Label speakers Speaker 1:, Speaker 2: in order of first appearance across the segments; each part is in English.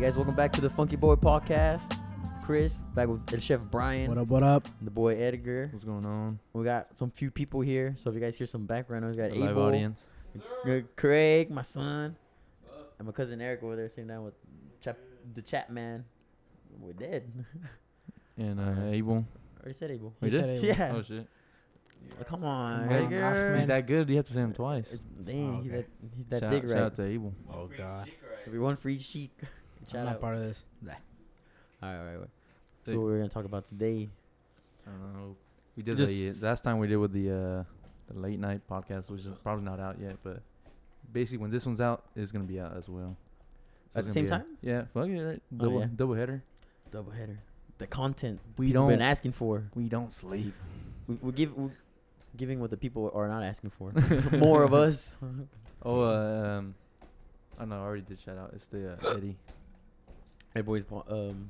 Speaker 1: guys, welcome back to the Funky Boy Podcast. Chris, back with the chef Brian,
Speaker 2: What up? What up?
Speaker 1: and the boy Edgar.
Speaker 3: What's going on?
Speaker 1: We got some few people here, so if you guys hear some background noise, we got
Speaker 3: The live
Speaker 1: Abel,
Speaker 3: audience.
Speaker 1: uh, Craig, my son, and my cousin Eric over there sitting down with chap, the chat man. We're dead.
Speaker 3: And uh, Abel.
Speaker 1: Already Uh-huh. said Abel.
Speaker 2: He
Speaker 3: We did?
Speaker 2: said it was-
Speaker 1: Yeah.
Speaker 3: Oh, shit.
Speaker 1: Come on,
Speaker 2: Come on,
Speaker 1: Edgar.
Speaker 2: Ahmed.
Speaker 3: He's that good. You have to say him twice.
Speaker 1: It's, dang,
Speaker 2: Oh,
Speaker 1: he
Speaker 2: okay.
Speaker 1: that, he's that
Speaker 3: shout,
Speaker 1: big
Speaker 3: shout
Speaker 1: right.
Speaker 3: out to Abel.
Speaker 2: Oh god,
Speaker 1: It'll be one for each cheek.
Speaker 2: I'm
Speaker 1: Shout
Speaker 2: not
Speaker 1: out.
Speaker 2: part of this.
Speaker 1: All right, all right. all right. So
Speaker 3: Hey.
Speaker 1: what we're gonna talk about today.
Speaker 3: I don't know. We did
Speaker 1: Just-
Speaker 3: the uh, last time we did with the uh, the late night podcast, which is probably not out yet, but basically when this one's out, it's gonna be out as well.
Speaker 1: At
Speaker 3: it's
Speaker 1: the
Speaker 3: gonna
Speaker 1: same
Speaker 3: be a- yeah, fuck it, right?
Speaker 1: Oh,
Speaker 3: Double
Speaker 1: yeah.
Speaker 3: double header.
Speaker 1: Double header. The content
Speaker 3: We
Speaker 1: people
Speaker 3: don't-
Speaker 1: been asking for.
Speaker 3: We don't sleep.
Speaker 1: We, we give we giving what the people are not asking for. More of us.
Speaker 3: Oh, uh, um, I know. I already did shout out. It's the uh, Eddie.
Speaker 1: Hey boys, bo- um,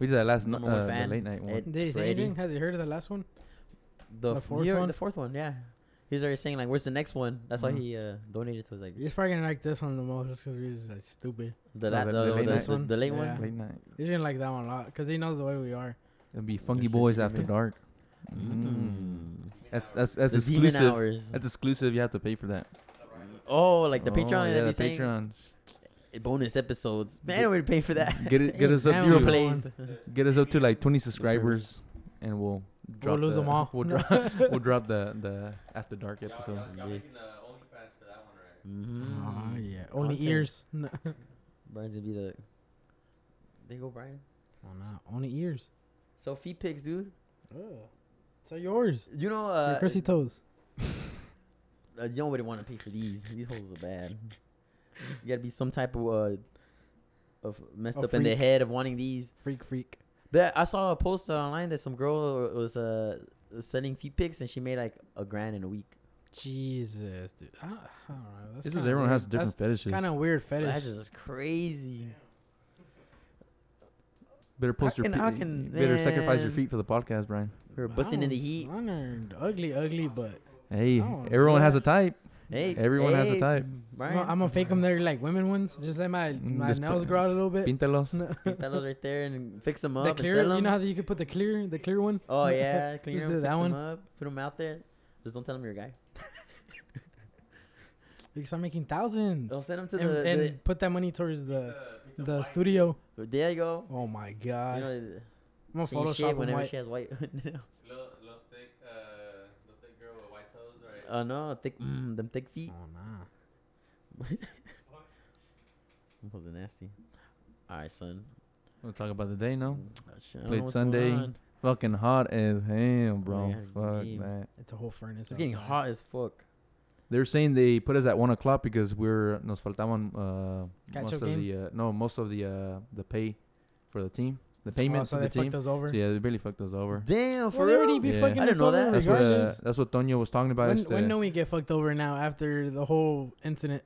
Speaker 3: We did that last night.
Speaker 1: Number one
Speaker 3: Uh, the
Speaker 1: fan,
Speaker 3: late night one.
Speaker 1: Ed-
Speaker 2: Did he say
Speaker 1: Brady.
Speaker 2: anything? Has he heard of the last one?
Speaker 1: the,
Speaker 2: The
Speaker 1: f-
Speaker 2: fourth
Speaker 1: he already-
Speaker 2: one?
Speaker 1: The fourth one, yeah. He was already saying like, "Where's the next one?" That's
Speaker 3: Mhm.
Speaker 1: why he uh, donated to like
Speaker 2: He's probably gonna like this one the most just because we're just like stupid.
Speaker 1: the
Speaker 3: No,
Speaker 1: la- uh,
Speaker 3: the-
Speaker 1: the,
Speaker 3: the late
Speaker 1: the-
Speaker 3: night
Speaker 1: the-
Speaker 2: one?
Speaker 1: the late
Speaker 2: Yeah.
Speaker 1: one.
Speaker 2: Late
Speaker 3: Late night.
Speaker 2: He's gonna like that one a lot because he knows the way we are.
Speaker 3: It'll be Funky
Speaker 1: sense
Speaker 3: Boys
Speaker 1: of
Speaker 3: After
Speaker 1: humor.
Speaker 3: Dark.
Speaker 1: Mm.
Speaker 3: That's that's that's
Speaker 1: the demon
Speaker 3: exclusive.
Speaker 1: hours.
Speaker 3: That's exclusive. You have to pay for that.
Speaker 1: Oh, like the
Speaker 3: Oh,
Speaker 1: Patreon.
Speaker 3: yeah,
Speaker 1: that'd be
Speaker 3: the
Speaker 1: saying
Speaker 3: Patreon.
Speaker 1: bonus episodes. Man, we pay for that.
Speaker 3: Get it. Get us up
Speaker 2: Now
Speaker 1: Zero
Speaker 2: we're
Speaker 3: to
Speaker 1: plays.
Speaker 3: get us up to like 20 subscribers, and we'll drop
Speaker 2: lose
Speaker 3: the,
Speaker 2: 'em all.
Speaker 3: We'll drop we'll drop the the After Dark episode. Mm.
Speaker 1: Mhm.
Speaker 2: Ah, yeah. Only
Speaker 1: Content.
Speaker 2: ears. No,
Speaker 1: Brian's gonna be the. There you go, Brian.
Speaker 3: Oh,
Speaker 2: Well, nah, only ears.
Speaker 1: So feet pics, dude.
Speaker 2: So yours.
Speaker 1: You know,
Speaker 2: Your
Speaker 1: uh,
Speaker 2: Chrissy toes.
Speaker 1: uh, you don't really want to pay for these. These holes are bad. You gotta be some type of uh, of messed
Speaker 2: A
Speaker 1: up in the
Speaker 2: freak.
Speaker 1: head of wanting these.
Speaker 2: Freak, freak.
Speaker 1: That I saw a post online that some girl was uh sending feet pics and she made like a grand in a week.
Speaker 2: Jesus, dude. I don't, I don't know. That's
Speaker 3: This is
Speaker 2: kinda
Speaker 3: everyone has
Speaker 2: weird.
Speaker 3: different fetishes.
Speaker 2: That's kind of weird
Speaker 1: That's
Speaker 2: fetish.
Speaker 1: just crazy.
Speaker 3: better post your
Speaker 1: can-
Speaker 3: pe-
Speaker 1: how can-
Speaker 3: better sacrifice your
Speaker 1: man.
Speaker 3: feet for the podcast, Brian.
Speaker 1: We're busting in the heat.
Speaker 2: I don't- ugly, ugly, but
Speaker 3: Hey,
Speaker 2: Oh,
Speaker 3: everyone has a
Speaker 2: yeah.
Speaker 3: type.
Speaker 1: Hey,
Speaker 3: Everyone has a
Speaker 1: hey,
Speaker 3: type.
Speaker 1: Brian,
Speaker 2: I'm gonna- I'm gonna fake them. They're like women ones. Just let my
Speaker 3: Mm,
Speaker 2: my
Speaker 3: this
Speaker 2: nails
Speaker 3: pe-
Speaker 2: grow out a little bit.
Speaker 3: Pintalos.
Speaker 2: No.
Speaker 1: Get that little right there and fix them up
Speaker 2: the
Speaker 1: and
Speaker 2: clear,
Speaker 1: sell
Speaker 2: you
Speaker 1: 'em.
Speaker 2: know how you could put the clear, the clear one.
Speaker 1: Oh yeah, clean
Speaker 2: Just
Speaker 1: them,
Speaker 2: do
Speaker 1: fix
Speaker 2: that
Speaker 1: them
Speaker 2: one.
Speaker 1: up, put them out there. Just don't tell them you're a guy.
Speaker 2: because I'm making thousands.
Speaker 1: They'll send them to
Speaker 2: and,
Speaker 1: the,
Speaker 2: and put that money towards the the, studio.
Speaker 1: the. There you go.
Speaker 2: Oh my
Speaker 1: You
Speaker 2: god!
Speaker 1: know,
Speaker 2: I'm gonna
Speaker 1: she ain't shit
Speaker 2: Photoshop them
Speaker 1: whenever
Speaker 2: white.
Speaker 1: she has white nails. Oh no, thick, mm, them thick feet.
Speaker 2: Oh nah.
Speaker 1: Those are nasty. All right, son.
Speaker 3: We'll talk about the day now.
Speaker 1: Oh, shit, I don't know
Speaker 3: Played
Speaker 1: what's going
Speaker 3: Sunday.
Speaker 1: on.
Speaker 3: Fucking hot as hell, bro.
Speaker 1: Yeah,
Speaker 3: Fuck
Speaker 1: game.
Speaker 3: that.
Speaker 2: It's a whole furnace.
Speaker 1: It's getting
Speaker 2: outside.
Speaker 1: hot as fuck.
Speaker 3: They're saying they put us at one o'clock because we're nos faltaban uh,
Speaker 2: Catch
Speaker 3: most
Speaker 2: up
Speaker 3: of
Speaker 2: game?
Speaker 3: the uh, no most of the uh, the pay for the team, the
Speaker 2: Oh,
Speaker 3: payment
Speaker 2: so
Speaker 3: for
Speaker 2: they
Speaker 3: the team.
Speaker 2: fucked us over.
Speaker 3: So yeah, they really fucked us over.
Speaker 1: Damn,
Speaker 2: Well,
Speaker 1: for
Speaker 2: they already
Speaker 1: real.
Speaker 2: be
Speaker 3: Yeah.
Speaker 2: fucking
Speaker 1: I didn't
Speaker 2: us
Speaker 1: know
Speaker 2: over
Speaker 1: that.
Speaker 3: That's what uh,
Speaker 2: regardless.
Speaker 3: that's what Tonio was talking about.
Speaker 2: when
Speaker 3: este-
Speaker 2: when do we get fucked over now after the whole incident?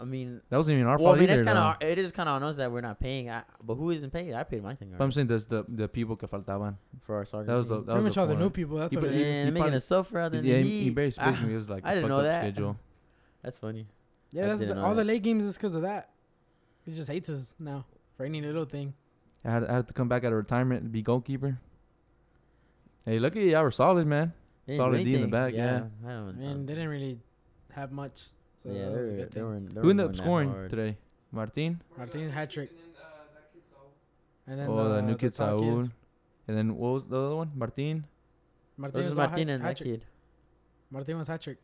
Speaker 1: I mean,
Speaker 3: that wasn't even our
Speaker 1: well, I
Speaker 3: fault
Speaker 1: mean,
Speaker 3: either.
Speaker 1: it's kind
Speaker 3: though.
Speaker 1: of it is kind of on us that we're not paying. I, but who isn't paid? I paid my thing
Speaker 3: But I'm
Speaker 1: already
Speaker 3: saying that's the the people que faltaban.
Speaker 1: for our sergeant.
Speaker 3: That was the
Speaker 1: team.
Speaker 3: that
Speaker 2: Pretty
Speaker 3: was
Speaker 2: much
Speaker 3: the
Speaker 2: all the new
Speaker 3: point.
Speaker 2: people. That's
Speaker 3: He
Speaker 2: what
Speaker 3: put-
Speaker 2: it is.
Speaker 1: Man,
Speaker 3: he
Speaker 1: making
Speaker 3: probably-
Speaker 1: us suffer out in
Speaker 3: yeah,
Speaker 1: the
Speaker 3: he,
Speaker 1: heat.
Speaker 3: he based-
Speaker 1: Ah,
Speaker 3: basically was like
Speaker 1: I
Speaker 3: the
Speaker 1: didn't
Speaker 3: fucked
Speaker 1: know
Speaker 3: up
Speaker 1: that.
Speaker 3: schedule.
Speaker 1: that's funny. I
Speaker 2: Yeah, that's
Speaker 1: didn't
Speaker 2: the,
Speaker 1: know
Speaker 2: all
Speaker 1: that.
Speaker 2: the late games is because of that. He just hates us now for any little thing.
Speaker 3: I had, I had to come back out of retirement and be goalkeeper. Hey, look at you, y'all were solid, man.
Speaker 1: They didn't do
Speaker 3: Solid D in the
Speaker 1: anything.
Speaker 3: back, yeah.
Speaker 1: I don't.
Speaker 2: I
Speaker 1: know.
Speaker 2: mean, they didn't really have much. So
Speaker 1: yeah, they
Speaker 2: that was a
Speaker 1: were,
Speaker 2: good
Speaker 1: they
Speaker 2: thing.
Speaker 1: were, in- they
Speaker 3: Who
Speaker 1: were
Speaker 3: ended up
Speaker 1: going that
Speaker 3: scoring
Speaker 1: hard.
Speaker 3: today? Martin
Speaker 2: Martin hat trick. And then uh,
Speaker 3: or
Speaker 2: the,
Speaker 3: Oh, the new kid
Speaker 2: tall
Speaker 3: Saul? And then what was the other one? Martin.
Speaker 2: Martin
Speaker 1: This is
Speaker 2: was all hat-
Speaker 1: Martin and that
Speaker 2: hat-trick.
Speaker 1: kid.
Speaker 2: Martin was hat trick.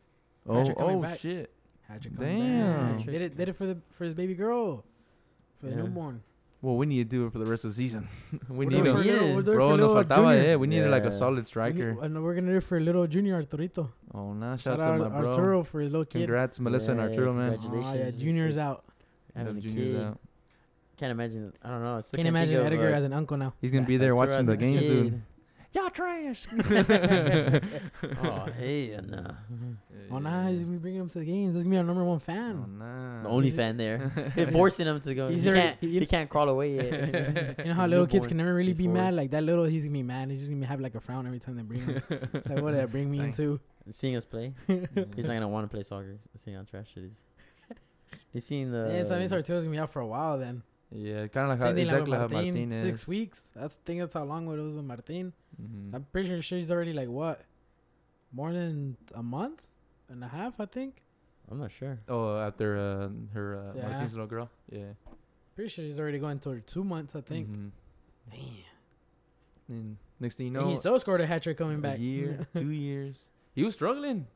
Speaker 3: Oh,
Speaker 2: Patrick coming
Speaker 3: oh
Speaker 2: back.
Speaker 3: shit.
Speaker 2: Hat trick.
Speaker 3: Damn.
Speaker 2: Did it did it for the for his baby girl, for the
Speaker 1: Yeah.
Speaker 2: newborn.
Speaker 3: Well, we need to do it for the rest of the season. we
Speaker 2: We're
Speaker 3: need
Speaker 2: doing
Speaker 1: him.
Speaker 2: for
Speaker 3: a
Speaker 1: Yeah.
Speaker 2: little- we're doing
Speaker 3: bro.
Speaker 2: for
Speaker 3: Nos
Speaker 2: little
Speaker 3: faltaba,
Speaker 2: junior.
Speaker 3: eh. We needed like
Speaker 1: Yeah.
Speaker 3: a solid
Speaker 2: We
Speaker 3: striker.
Speaker 2: need- and we're gonna do it for little junior Arturito.
Speaker 3: Oh, nah. Shout
Speaker 2: Shout
Speaker 3: out to
Speaker 2: out
Speaker 3: my bro.
Speaker 2: Arturo for his little kid.
Speaker 3: Congrats, Melissa and
Speaker 1: Yeah,
Speaker 3: Arturo, man.
Speaker 2: Ah, yeah,
Speaker 1: Congratulations.
Speaker 2: junior's out.
Speaker 1: Having a
Speaker 3: Junior's
Speaker 1: kid.
Speaker 3: out.
Speaker 1: Can't imagine. I don't know. I still
Speaker 2: Can't
Speaker 1: think
Speaker 2: imagine
Speaker 1: of,
Speaker 2: Edgar
Speaker 1: uh,
Speaker 2: as an uncle now.
Speaker 3: He's gonna be there
Speaker 1: Arturo
Speaker 3: watching
Speaker 1: as
Speaker 3: the
Speaker 1: a
Speaker 3: games, dude.
Speaker 1: kid.
Speaker 3: Y'all trash.
Speaker 1: oh hey, nah.
Speaker 2: Oh nah, he's gonna be bringing him to the games. He's gonna be our number one
Speaker 3: Oh,
Speaker 2: fan.
Speaker 1: The only
Speaker 2: He's-
Speaker 1: fan there. They're forcing him to go.
Speaker 2: He's
Speaker 1: he,
Speaker 2: already-
Speaker 1: can't,
Speaker 2: he-
Speaker 1: he can't crawl away yet.
Speaker 2: You know how
Speaker 1: He's
Speaker 2: little kids
Speaker 1: newborn.
Speaker 2: can never really
Speaker 1: He's
Speaker 2: be mad
Speaker 1: forced.
Speaker 2: like that. Little he's gonna be mad. He's just gonna have like a frown every time they bring him. It's like what did that bring me
Speaker 3: Dang.
Speaker 2: into?
Speaker 1: Seeing us play, he's not gonna want to play soccer. Seeing how trash it is. He's seen the.
Speaker 2: yeah, so that means Arturo's gonna be out for a while then.
Speaker 3: Yeah, kind of like how
Speaker 2: Same thing
Speaker 3: Uh, exactly
Speaker 2: like
Speaker 3: how
Speaker 2: with Martin.
Speaker 3: Martinez.
Speaker 2: Six weeks. That's I think that's how long it was with Martin.
Speaker 3: Mhm.
Speaker 2: I'm pretty sure she's already like what, more than a month and a half. I think.
Speaker 1: I'm not sure.
Speaker 3: Oh, after uh, her uh,
Speaker 2: Yeah.
Speaker 3: Martinez little girl. Yeah.
Speaker 2: Pretty sure she's already going to her two months. I think.
Speaker 3: Mhm.
Speaker 2: Damn.
Speaker 3: And next thing you
Speaker 2: and
Speaker 3: know,
Speaker 2: he still scored a hat trick coming
Speaker 3: a
Speaker 2: back.
Speaker 3: year, two years. He was struggling.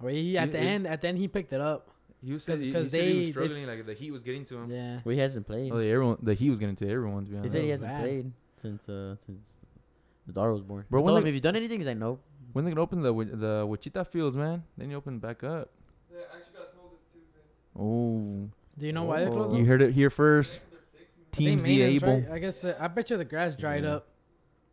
Speaker 2: Well, he, at
Speaker 3: It-
Speaker 2: the
Speaker 3: it-
Speaker 2: end, at the end, he picked it up.
Speaker 3: He was because
Speaker 2: 'Cause-
Speaker 3: he,
Speaker 2: 'cause
Speaker 3: said he was
Speaker 2: they- they s-
Speaker 3: struggling. Like the heat was getting to him.
Speaker 2: Yeah.
Speaker 1: Well, he hasn't played.
Speaker 3: Oh, yeah, everyone. The heat was getting to everyone. To be
Speaker 1: He
Speaker 3: honest.
Speaker 1: said he
Speaker 2: Yeah,
Speaker 1: hasn't
Speaker 2: bad.
Speaker 1: played since uh since his daughter was born.
Speaker 3: Bro,
Speaker 1: I
Speaker 3: when
Speaker 1: told him
Speaker 3: they-
Speaker 1: if you done anything, he's like, nope.
Speaker 3: When they can open the Wi- the Wichita fields, man? They need to open back up.
Speaker 4: They actually got told this Tuesday.
Speaker 3: Oh.
Speaker 2: Do you know why they closed?
Speaker 3: You
Speaker 2: up?
Speaker 3: heard it here first.
Speaker 4: Because they're fixing it.
Speaker 2: I think
Speaker 3: Team Z
Speaker 2: maintenance,
Speaker 3: able.
Speaker 2: right? I guess the, I bet you the grass dried
Speaker 1: Yeah.
Speaker 2: up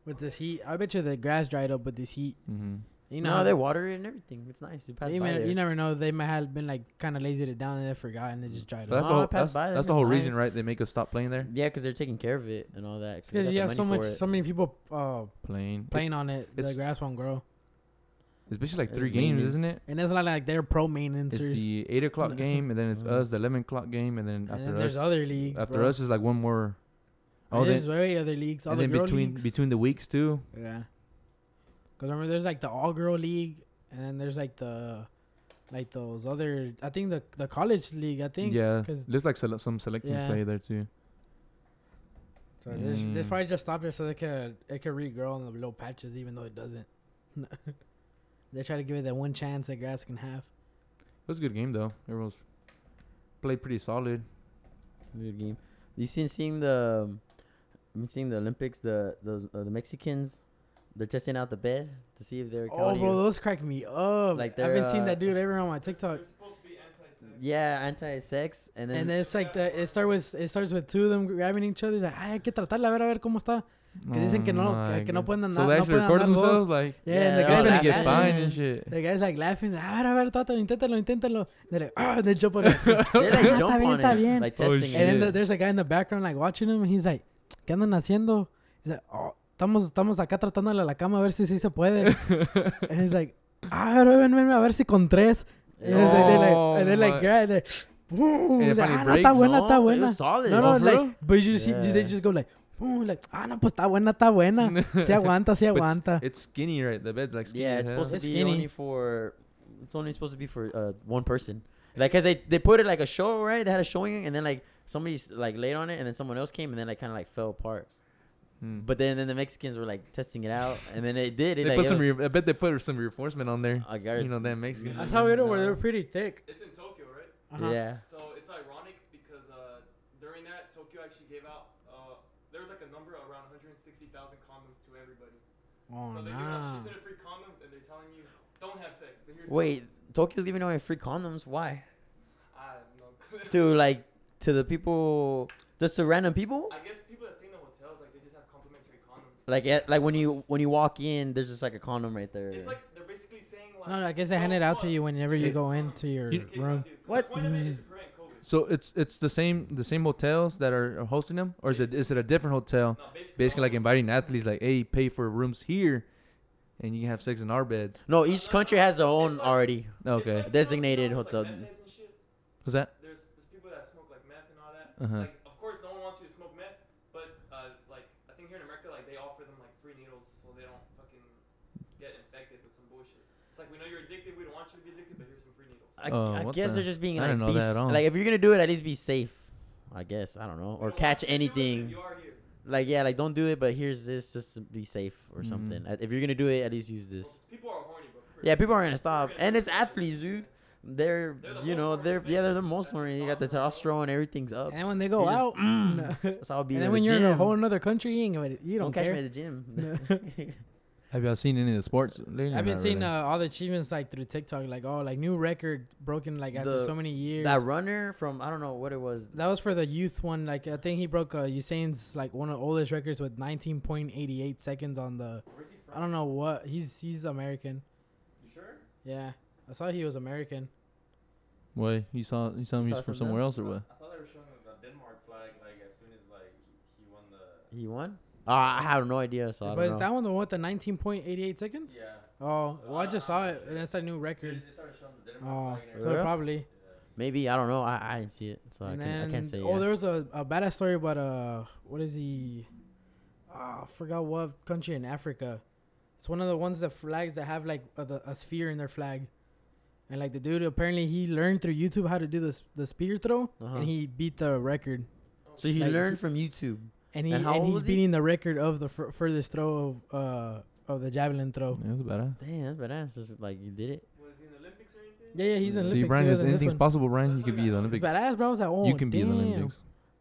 Speaker 2: with this heat. I bet you the grass dried up with this heat.
Speaker 3: Mm-hmm.
Speaker 2: You know,
Speaker 1: no,
Speaker 2: how
Speaker 1: they
Speaker 2: the-
Speaker 1: water it and everything. It's nice. You pass
Speaker 2: you,
Speaker 1: by
Speaker 2: may-
Speaker 1: there.
Speaker 2: you never know. They might have been like kind of lazied it down and they forgot and they just dried
Speaker 3: But that's
Speaker 1: No,
Speaker 2: up.
Speaker 3: the
Speaker 1: I
Speaker 3: whole,
Speaker 1: passed
Speaker 3: that's,
Speaker 1: by there.
Speaker 3: that's the
Speaker 1: It's
Speaker 3: whole reason,
Speaker 1: nice.
Speaker 3: right? They make us stop playing there.
Speaker 1: yeah, because they're taking care of it and all that. Because
Speaker 2: Because you have so much, so many people uh,
Speaker 3: Playing.
Speaker 2: playing
Speaker 3: it's,
Speaker 2: on it, the
Speaker 3: it's-
Speaker 2: grass won't grow.
Speaker 3: It's basically like
Speaker 1: It's
Speaker 3: three games, isn't it?
Speaker 1: maintenance.
Speaker 2: And it's not like they're pro
Speaker 3: It's
Speaker 2: maintenancers.
Speaker 3: the eight o'clock game, and then it's
Speaker 1: Mhm.
Speaker 3: us, the eleven o'clock game, and then
Speaker 2: Uh-huh. and
Speaker 3: after
Speaker 2: then there's
Speaker 3: us,
Speaker 2: other leagues.
Speaker 3: after
Speaker 2: bro.
Speaker 3: us is like one more. Oh,
Speaker 2: oh,
Speaker 3: then,
Speaker 2: there's very other leagues. All
Speaker 3: and
Speaker 2: the
Speaker 3: then
Speaker 2: girl
Speaker 3: between
Speaker 2: leagues.
Speaker 3: between the weeks too.
Speaker 2: Yeah. Cause remember, there's like the all girl league, and then there's like the, like those other. I think the the college league. I think.
Speaker 3: yeah,
Speaker 2: Cause
Speaker 3: looks like sele- some selecting
Speaker 2: Yeah.
Speaker 3: play there too.
Speaker 2: so this this
Speaker 3: Mm.
Speaker 2: probably just stop it so they could it could regrow on the little patches, even though it doesn't. they try to give it that one chance that grass can have.
Speaker 3: It was a good game though. Everyone's played pretty solid.
Speaker 1: Good game. You seen seeing the, um, I mean, seeing the Olympics. The those uh, the Mexicans, they're testing out the bed to see if they're.
Speaker 2: Oh,
Speaker 1: counting-
Speaker 2: bro, those crack me up.
Speaker 1: Like
Speaker 2: I've
Speaker 1: they're,
Speaker 2: been seeing
Speaker 1: uh,
Speaker 2: that dude everywhere on my TikTok.
Speaker 4: They're supposed to be anti-sex.
Speaker 1: Yeah, anti-sex, and then,
Speaker 2: And then it's like the it start with it starts with two of them grabbing each other. It's like, ay, hay que tratarla, a ver, a ver cómo está. Que dicen que no-
Speaker 3: Oh my
Speaker 2: que- que no
Speaker 3: God.
Speaker 2: pueden
Speaker 3: So
Speaker 2: na-
Speaker 3: they
Speaker 2: no
Speaker 3: actually
Speaker 2: pueden
Speaker 3: record
Speaker 2: andar los-
Speaker 3: themselves like
Speaker 2: Yeah, and the
Speaker 1: Yeah, oh,
Speaker 2: guy's
Speaker 3: they're
Speaker 1: they're
Speaker 3: gonna
Speaker 2: like
Speaker 3: get
Speaker 1: laughing.
Speaker 3: fined
Speaker 2: laughing.
Speaker 3: and shit.
Speaker 2: The guy's like laughing. A ver, a ver, trátalo, inténtalo, inténtalo. They're like, ah, and they jump on it.
Speaker 1: they like
Speaker 2: Está
Speaker 1: jump
Speaker 2: bien,
Speaker 1: on
Speaker 2: está
Speaker 1: it,
Speaker 2: bien.
Speaker 1: like
Speaker 3: Oh,
Speaker 1: testing
Speaker 3: shit.
Speaker 2: And
Speaker 1: it.
Speaker 2: then
Speaker 3: Yeah.
Speaker 2: th- there's a guy in the background like watching him. and He's like, ¿qué andan haciendo? He's like, oh, estamos, estamos acá tratándole a la cama a ver si sí se puede. and he's like, ah, a ver, ven, ven, a ver si con tres. And, it's like, they're
Speaker 3: Oh,
Speaker 2: like, and they're like,
Speaker 3: my-
Speaker 2: yeah, and they're, boom.
Speaker 3: And it
Speaker 2: They're like,
Speaker 3: finally
Speaker 2: ah, no, está buena,
Speaker 3: breaks.
Speaker 1: No,
Speaker 2: está
Speaker 1: it was
Speaker 2: buena.
Speaker 1: solid.
Speaker 2: No, no,
Speaker 3: Oh, for
Speaker 2: like,
Speaker 3: real?
Speaker 2: but you just, you- they
Speaker 1: Yeah.
Speaker 2: just go like, boom, like, ah, no, pues está buena, está buena. Se aguanta, se
Speaker 3: But
Speaker 2: aguanta.
Speaker 3: It's skinny, right? The bed's like skinny.
Speaker 1: Yeah,
Speaker 3: as
Speaker 1: it's
Speaker 3: hell.
Speaker 1: supposed to
Speaker 2: It's
Speaker 1: be
Speaker 2: skinny.
Speaker 1: only for. It's only supposed to be for uh, one person. Like, cause they they put it like a show, right? They had a showing, and then like somebody's like laid on it, and then someone else came, and then like kind of like fell apart.
Speaker 3: Hmm.
Speaker 1: But then then the Mexicans were like testing it out, and then it did. It, like,
Speaker 3: they put
Speaker 1: it
Speaker 3: some.
Speaker 1: was-
Speaker 3: Re- I bet they put some reinforcement on there.
Speaker 1: I
Speaker 3: You
Speaker 1: guarantee-
Speaker 3: know, them Mexican.
Speaker 1: I
Speaker 2: That's
Speaker 1: thought
Speaker 2: how
Speaker 1: we
Speaker 2: it
Speaker 1: were,
Speaker 2: were.
Speaker 1: where
Speaker 2: They
Speaker 1: they
Speaker 2: were
Speaker 1: were
Speaker 2: pretty thick.
Speaker 4: It's in Tokyo, right?
Speaker 3: Uh-huh.
Speaker 1: yeah.
Speaker 4: So it's ironic because uh, during that, Tokyo actually gave out, uh, there was like a number around 160,000 condoms to everybody.
Speaker 2: Oh,
Speaker 1: Uh-huh.
Speaker 4: so they give out
Speaker 2: nah.
Speaker 4: shit ton of free condoms and they're telling you, don't have sex. But here's
Speaker 1: Wait,
Speaker 4: condoms."
Speaker 1: Tokyo's giving away free condoms. Why?
Speaker 4: I have no clue.
Speaker 1: To like to the people, just to random people.
Speaker 4: I guess people that stay in the hotels, like, they just have complimentary condoms.
Speaker 1: Like at, like when you when you walk in, there's just like a condom right there.
Speaker 4: It's like they're basically saying like.
Speaker 2: No, no, I guess they hand it out to you whenever you go into your
Speaker 3: You-
Speaker 2: room.
Speaker 4: What? The
Speaker 1: What?
Speaker 4: point of it is to prevent COVID.
Speaker 3: So it's it's the same the same hotels that are hosting them, or is it is it a different hotel?
Speaker 4: No, basically,
Speaker 3: Basically, like inviting athletes, like, hey, pay for rooms here, and you can have sex in our beds.
Speaker 1: no, each country has their own
Speaker 4: It's like-
Speaker 1: already.
Speaker 3: Okay,
Speaker 1: Designated hotel.
Speaker 4: There's,
Speaker 3: was that?
Speaker 4: there's people that smoke like meth and all that.
Speaker 3: Uh-huh.
Speaker 4: Like, of course, no one wants you to smoke meth, but uh, like I think here in America, like they offer them like free needles so they don't fucking get infected with some bullshit. It's like we know you're addicted, we don't want you to be addicted, but here's some free needles.
Speaker 1: I,
Speaker 3: Oh,
Speaker 1: I
Speaker 3: what
Speaker 1: guess
Speaker 3: the-
Speaker 1: they're just being
Speaker 3: I
Speaker 1: like,
Speaker 3: didn't know
Speaker 1: be
Speaker 3: that at
Speaker 1: s-
Speaker 3: all.
Speaker 1: like if you're gonna do it, at least be safe. I guess I don't know
Speaker 4: We
Speaker 1: or
Speaker 4: don't want
Speaker 1: catch
Speaker 4: you to do it, but
Speaker 1: anything.
Speaker 4: You are here.
Speaker 1: Like yeah, like don't do it, but here's this just to be safe or
Speaker 3: Mhm.
Speaker 1: something. Uh, If you're gonna do it, at least use this.
Speaker 4: People are horny, but
Speaker 1: Yeah, people aren't gonna stop, and it's athletes, dude. They're,
Speaker 4: They're the
Speaker 1: you
Speaker 4: most
Speaker 1: know
Speaker 4: horny
Speaker 1: they're yeah
Speaker 4: thing.
Speaker 1: they're the most
Speaker 4: That's
Speaker 1: horny. You got the
Speaker 4: testosterone.
Speaker 1: testosterone, everything's up.
Speaker 2: And when they go
Speaker 1: You just,
Speaker 2: out,
Speaker 1: mm.
Speaker 2: no.
Speaker 1: That's how I'll be.
Speaker 2: and
Speaker 1: in
Speaker 2: then
Speaker 1: the
Speaker 2: when you're in a
Speaker 1: gym.
Speaker 2: whole another country, you ain't gonna, you
Speaker 1: don't
Speaker 2: don't,
Speaker 1: catch me
Speaker 2: care.
Speaker 1: at the gym.
Speaker 3: Have y'all seen any of the sports? lately?
Speaker 2: I've been
Speaker 3: Not
Speaker 2: seeing
Speaker 3: really.
Speaker 2: uh, all the achievements like through TikTok, like oh, like new record broken like after
Speaker 1: The-
Speaker 2: so many years.
Speaker 1: that runner from I don't know what it was.
Speaker 2: That was for the youth one. Like I think he broke uh, Usain's like one of the oldest records with 19.88 seconds on the.
Speaker 4: Where's he
Speaker 2: I
Speaker 4: from?
Speaker 2: don't know what he's he's American.
Speaker 4: You sure?
Speaker 2: Yeah, I saw he was American.
Speaker 3: Wait, you saw you saw
Speaker 1: Saw
Speaker 3: me from
Speaker 1: something
Speaker 3: somewhere else
Speaker 1: else?
Speaker 3: or what?
Speaker 5: I thought they were showing the Denmark flag like as soon as like he won the
Speaker 1: He won. Uh, I have no idea, so I
Speaker 2: but
Speaker 1: don't
Speaker 2: is
Speaker 1: know.
Speaker 2: that one the one with the 19.88 seconds?
Speaker 5: yeah.
Speaker 2: Oh,
Speaker 5: So
Speaker 2: well I
Speaker 5: I-
Speaker 2: just
Speaker 5: I'm
Speaker 2: saw
Speaker 5: not
Speaker 2: it
Speaker 5: sure.
Speaker 2: and it's a new
Speaker 5: Dude,
Speaker 2: record.
Speaker 5: they started showing the Denmark
Speaker 2: Oh,
Speaker 5: flag and
Speaker 1: For
Speaker 2: so
Speaker 5: everything.
Speaker 1: real?
Speaker 2: probably.
Speaker 5: Yeah.
Speaker 1: Maybe I don't know. I, I didn't see it, so
Speaker 2: and
Speaker 1: I can't. I
Speaker 2: then-
Speaker 1: can't say.
Speaker 2: Oh,
Speaker 1: yeah.
Speaker 2: there was a, a badass story about uh, what is he? Ah, I forgot what country in Africa. It's one of the ones that flags that have like a, the, a sphere in their flag, and like the dude apparently he learned through YouTube how to do this the spear throw,
Speaker 1: Uh-huh.
Speaker 2: and he beat the record,
Speaker 1: so he
Speaker 2: like,
Speaker 1: learned
Speaker 2: he-
Speaker 1: from YouTube.
Speaker 2: and he
Speaker 1: And
Speaker 2: and,
Speaker 1: how old
Speaker 2: he's
Speaker 1: was he?
Speaker 2: beating the record of the fur- furthest throw of uh of the javelin throw.
Speaker 3: Yeah, that's better.
Speaker 1: Damn, that's badass. Just like you did it.
Speaker 4: Was he in the Olympics or anything?
Speaker 2: Yeah, yeah, he's in
Speaker 3: So,
Speaker 2: Olympics.
Speaker 3: you, Brian,
Speaker 2: he
Speaker 3: is
Speaker 2: was in this
Speaker 3: anything's
Speaker 2: one.
Speaker 3: possible, Brian. You could be the
Speaker 2: It's
Speaker 3: Olympics.
Speaker 2: badass, bro. I was like, oh,
Speaker 3: you can be
Speaker 2: damn.
Speaker 3: the Olympics.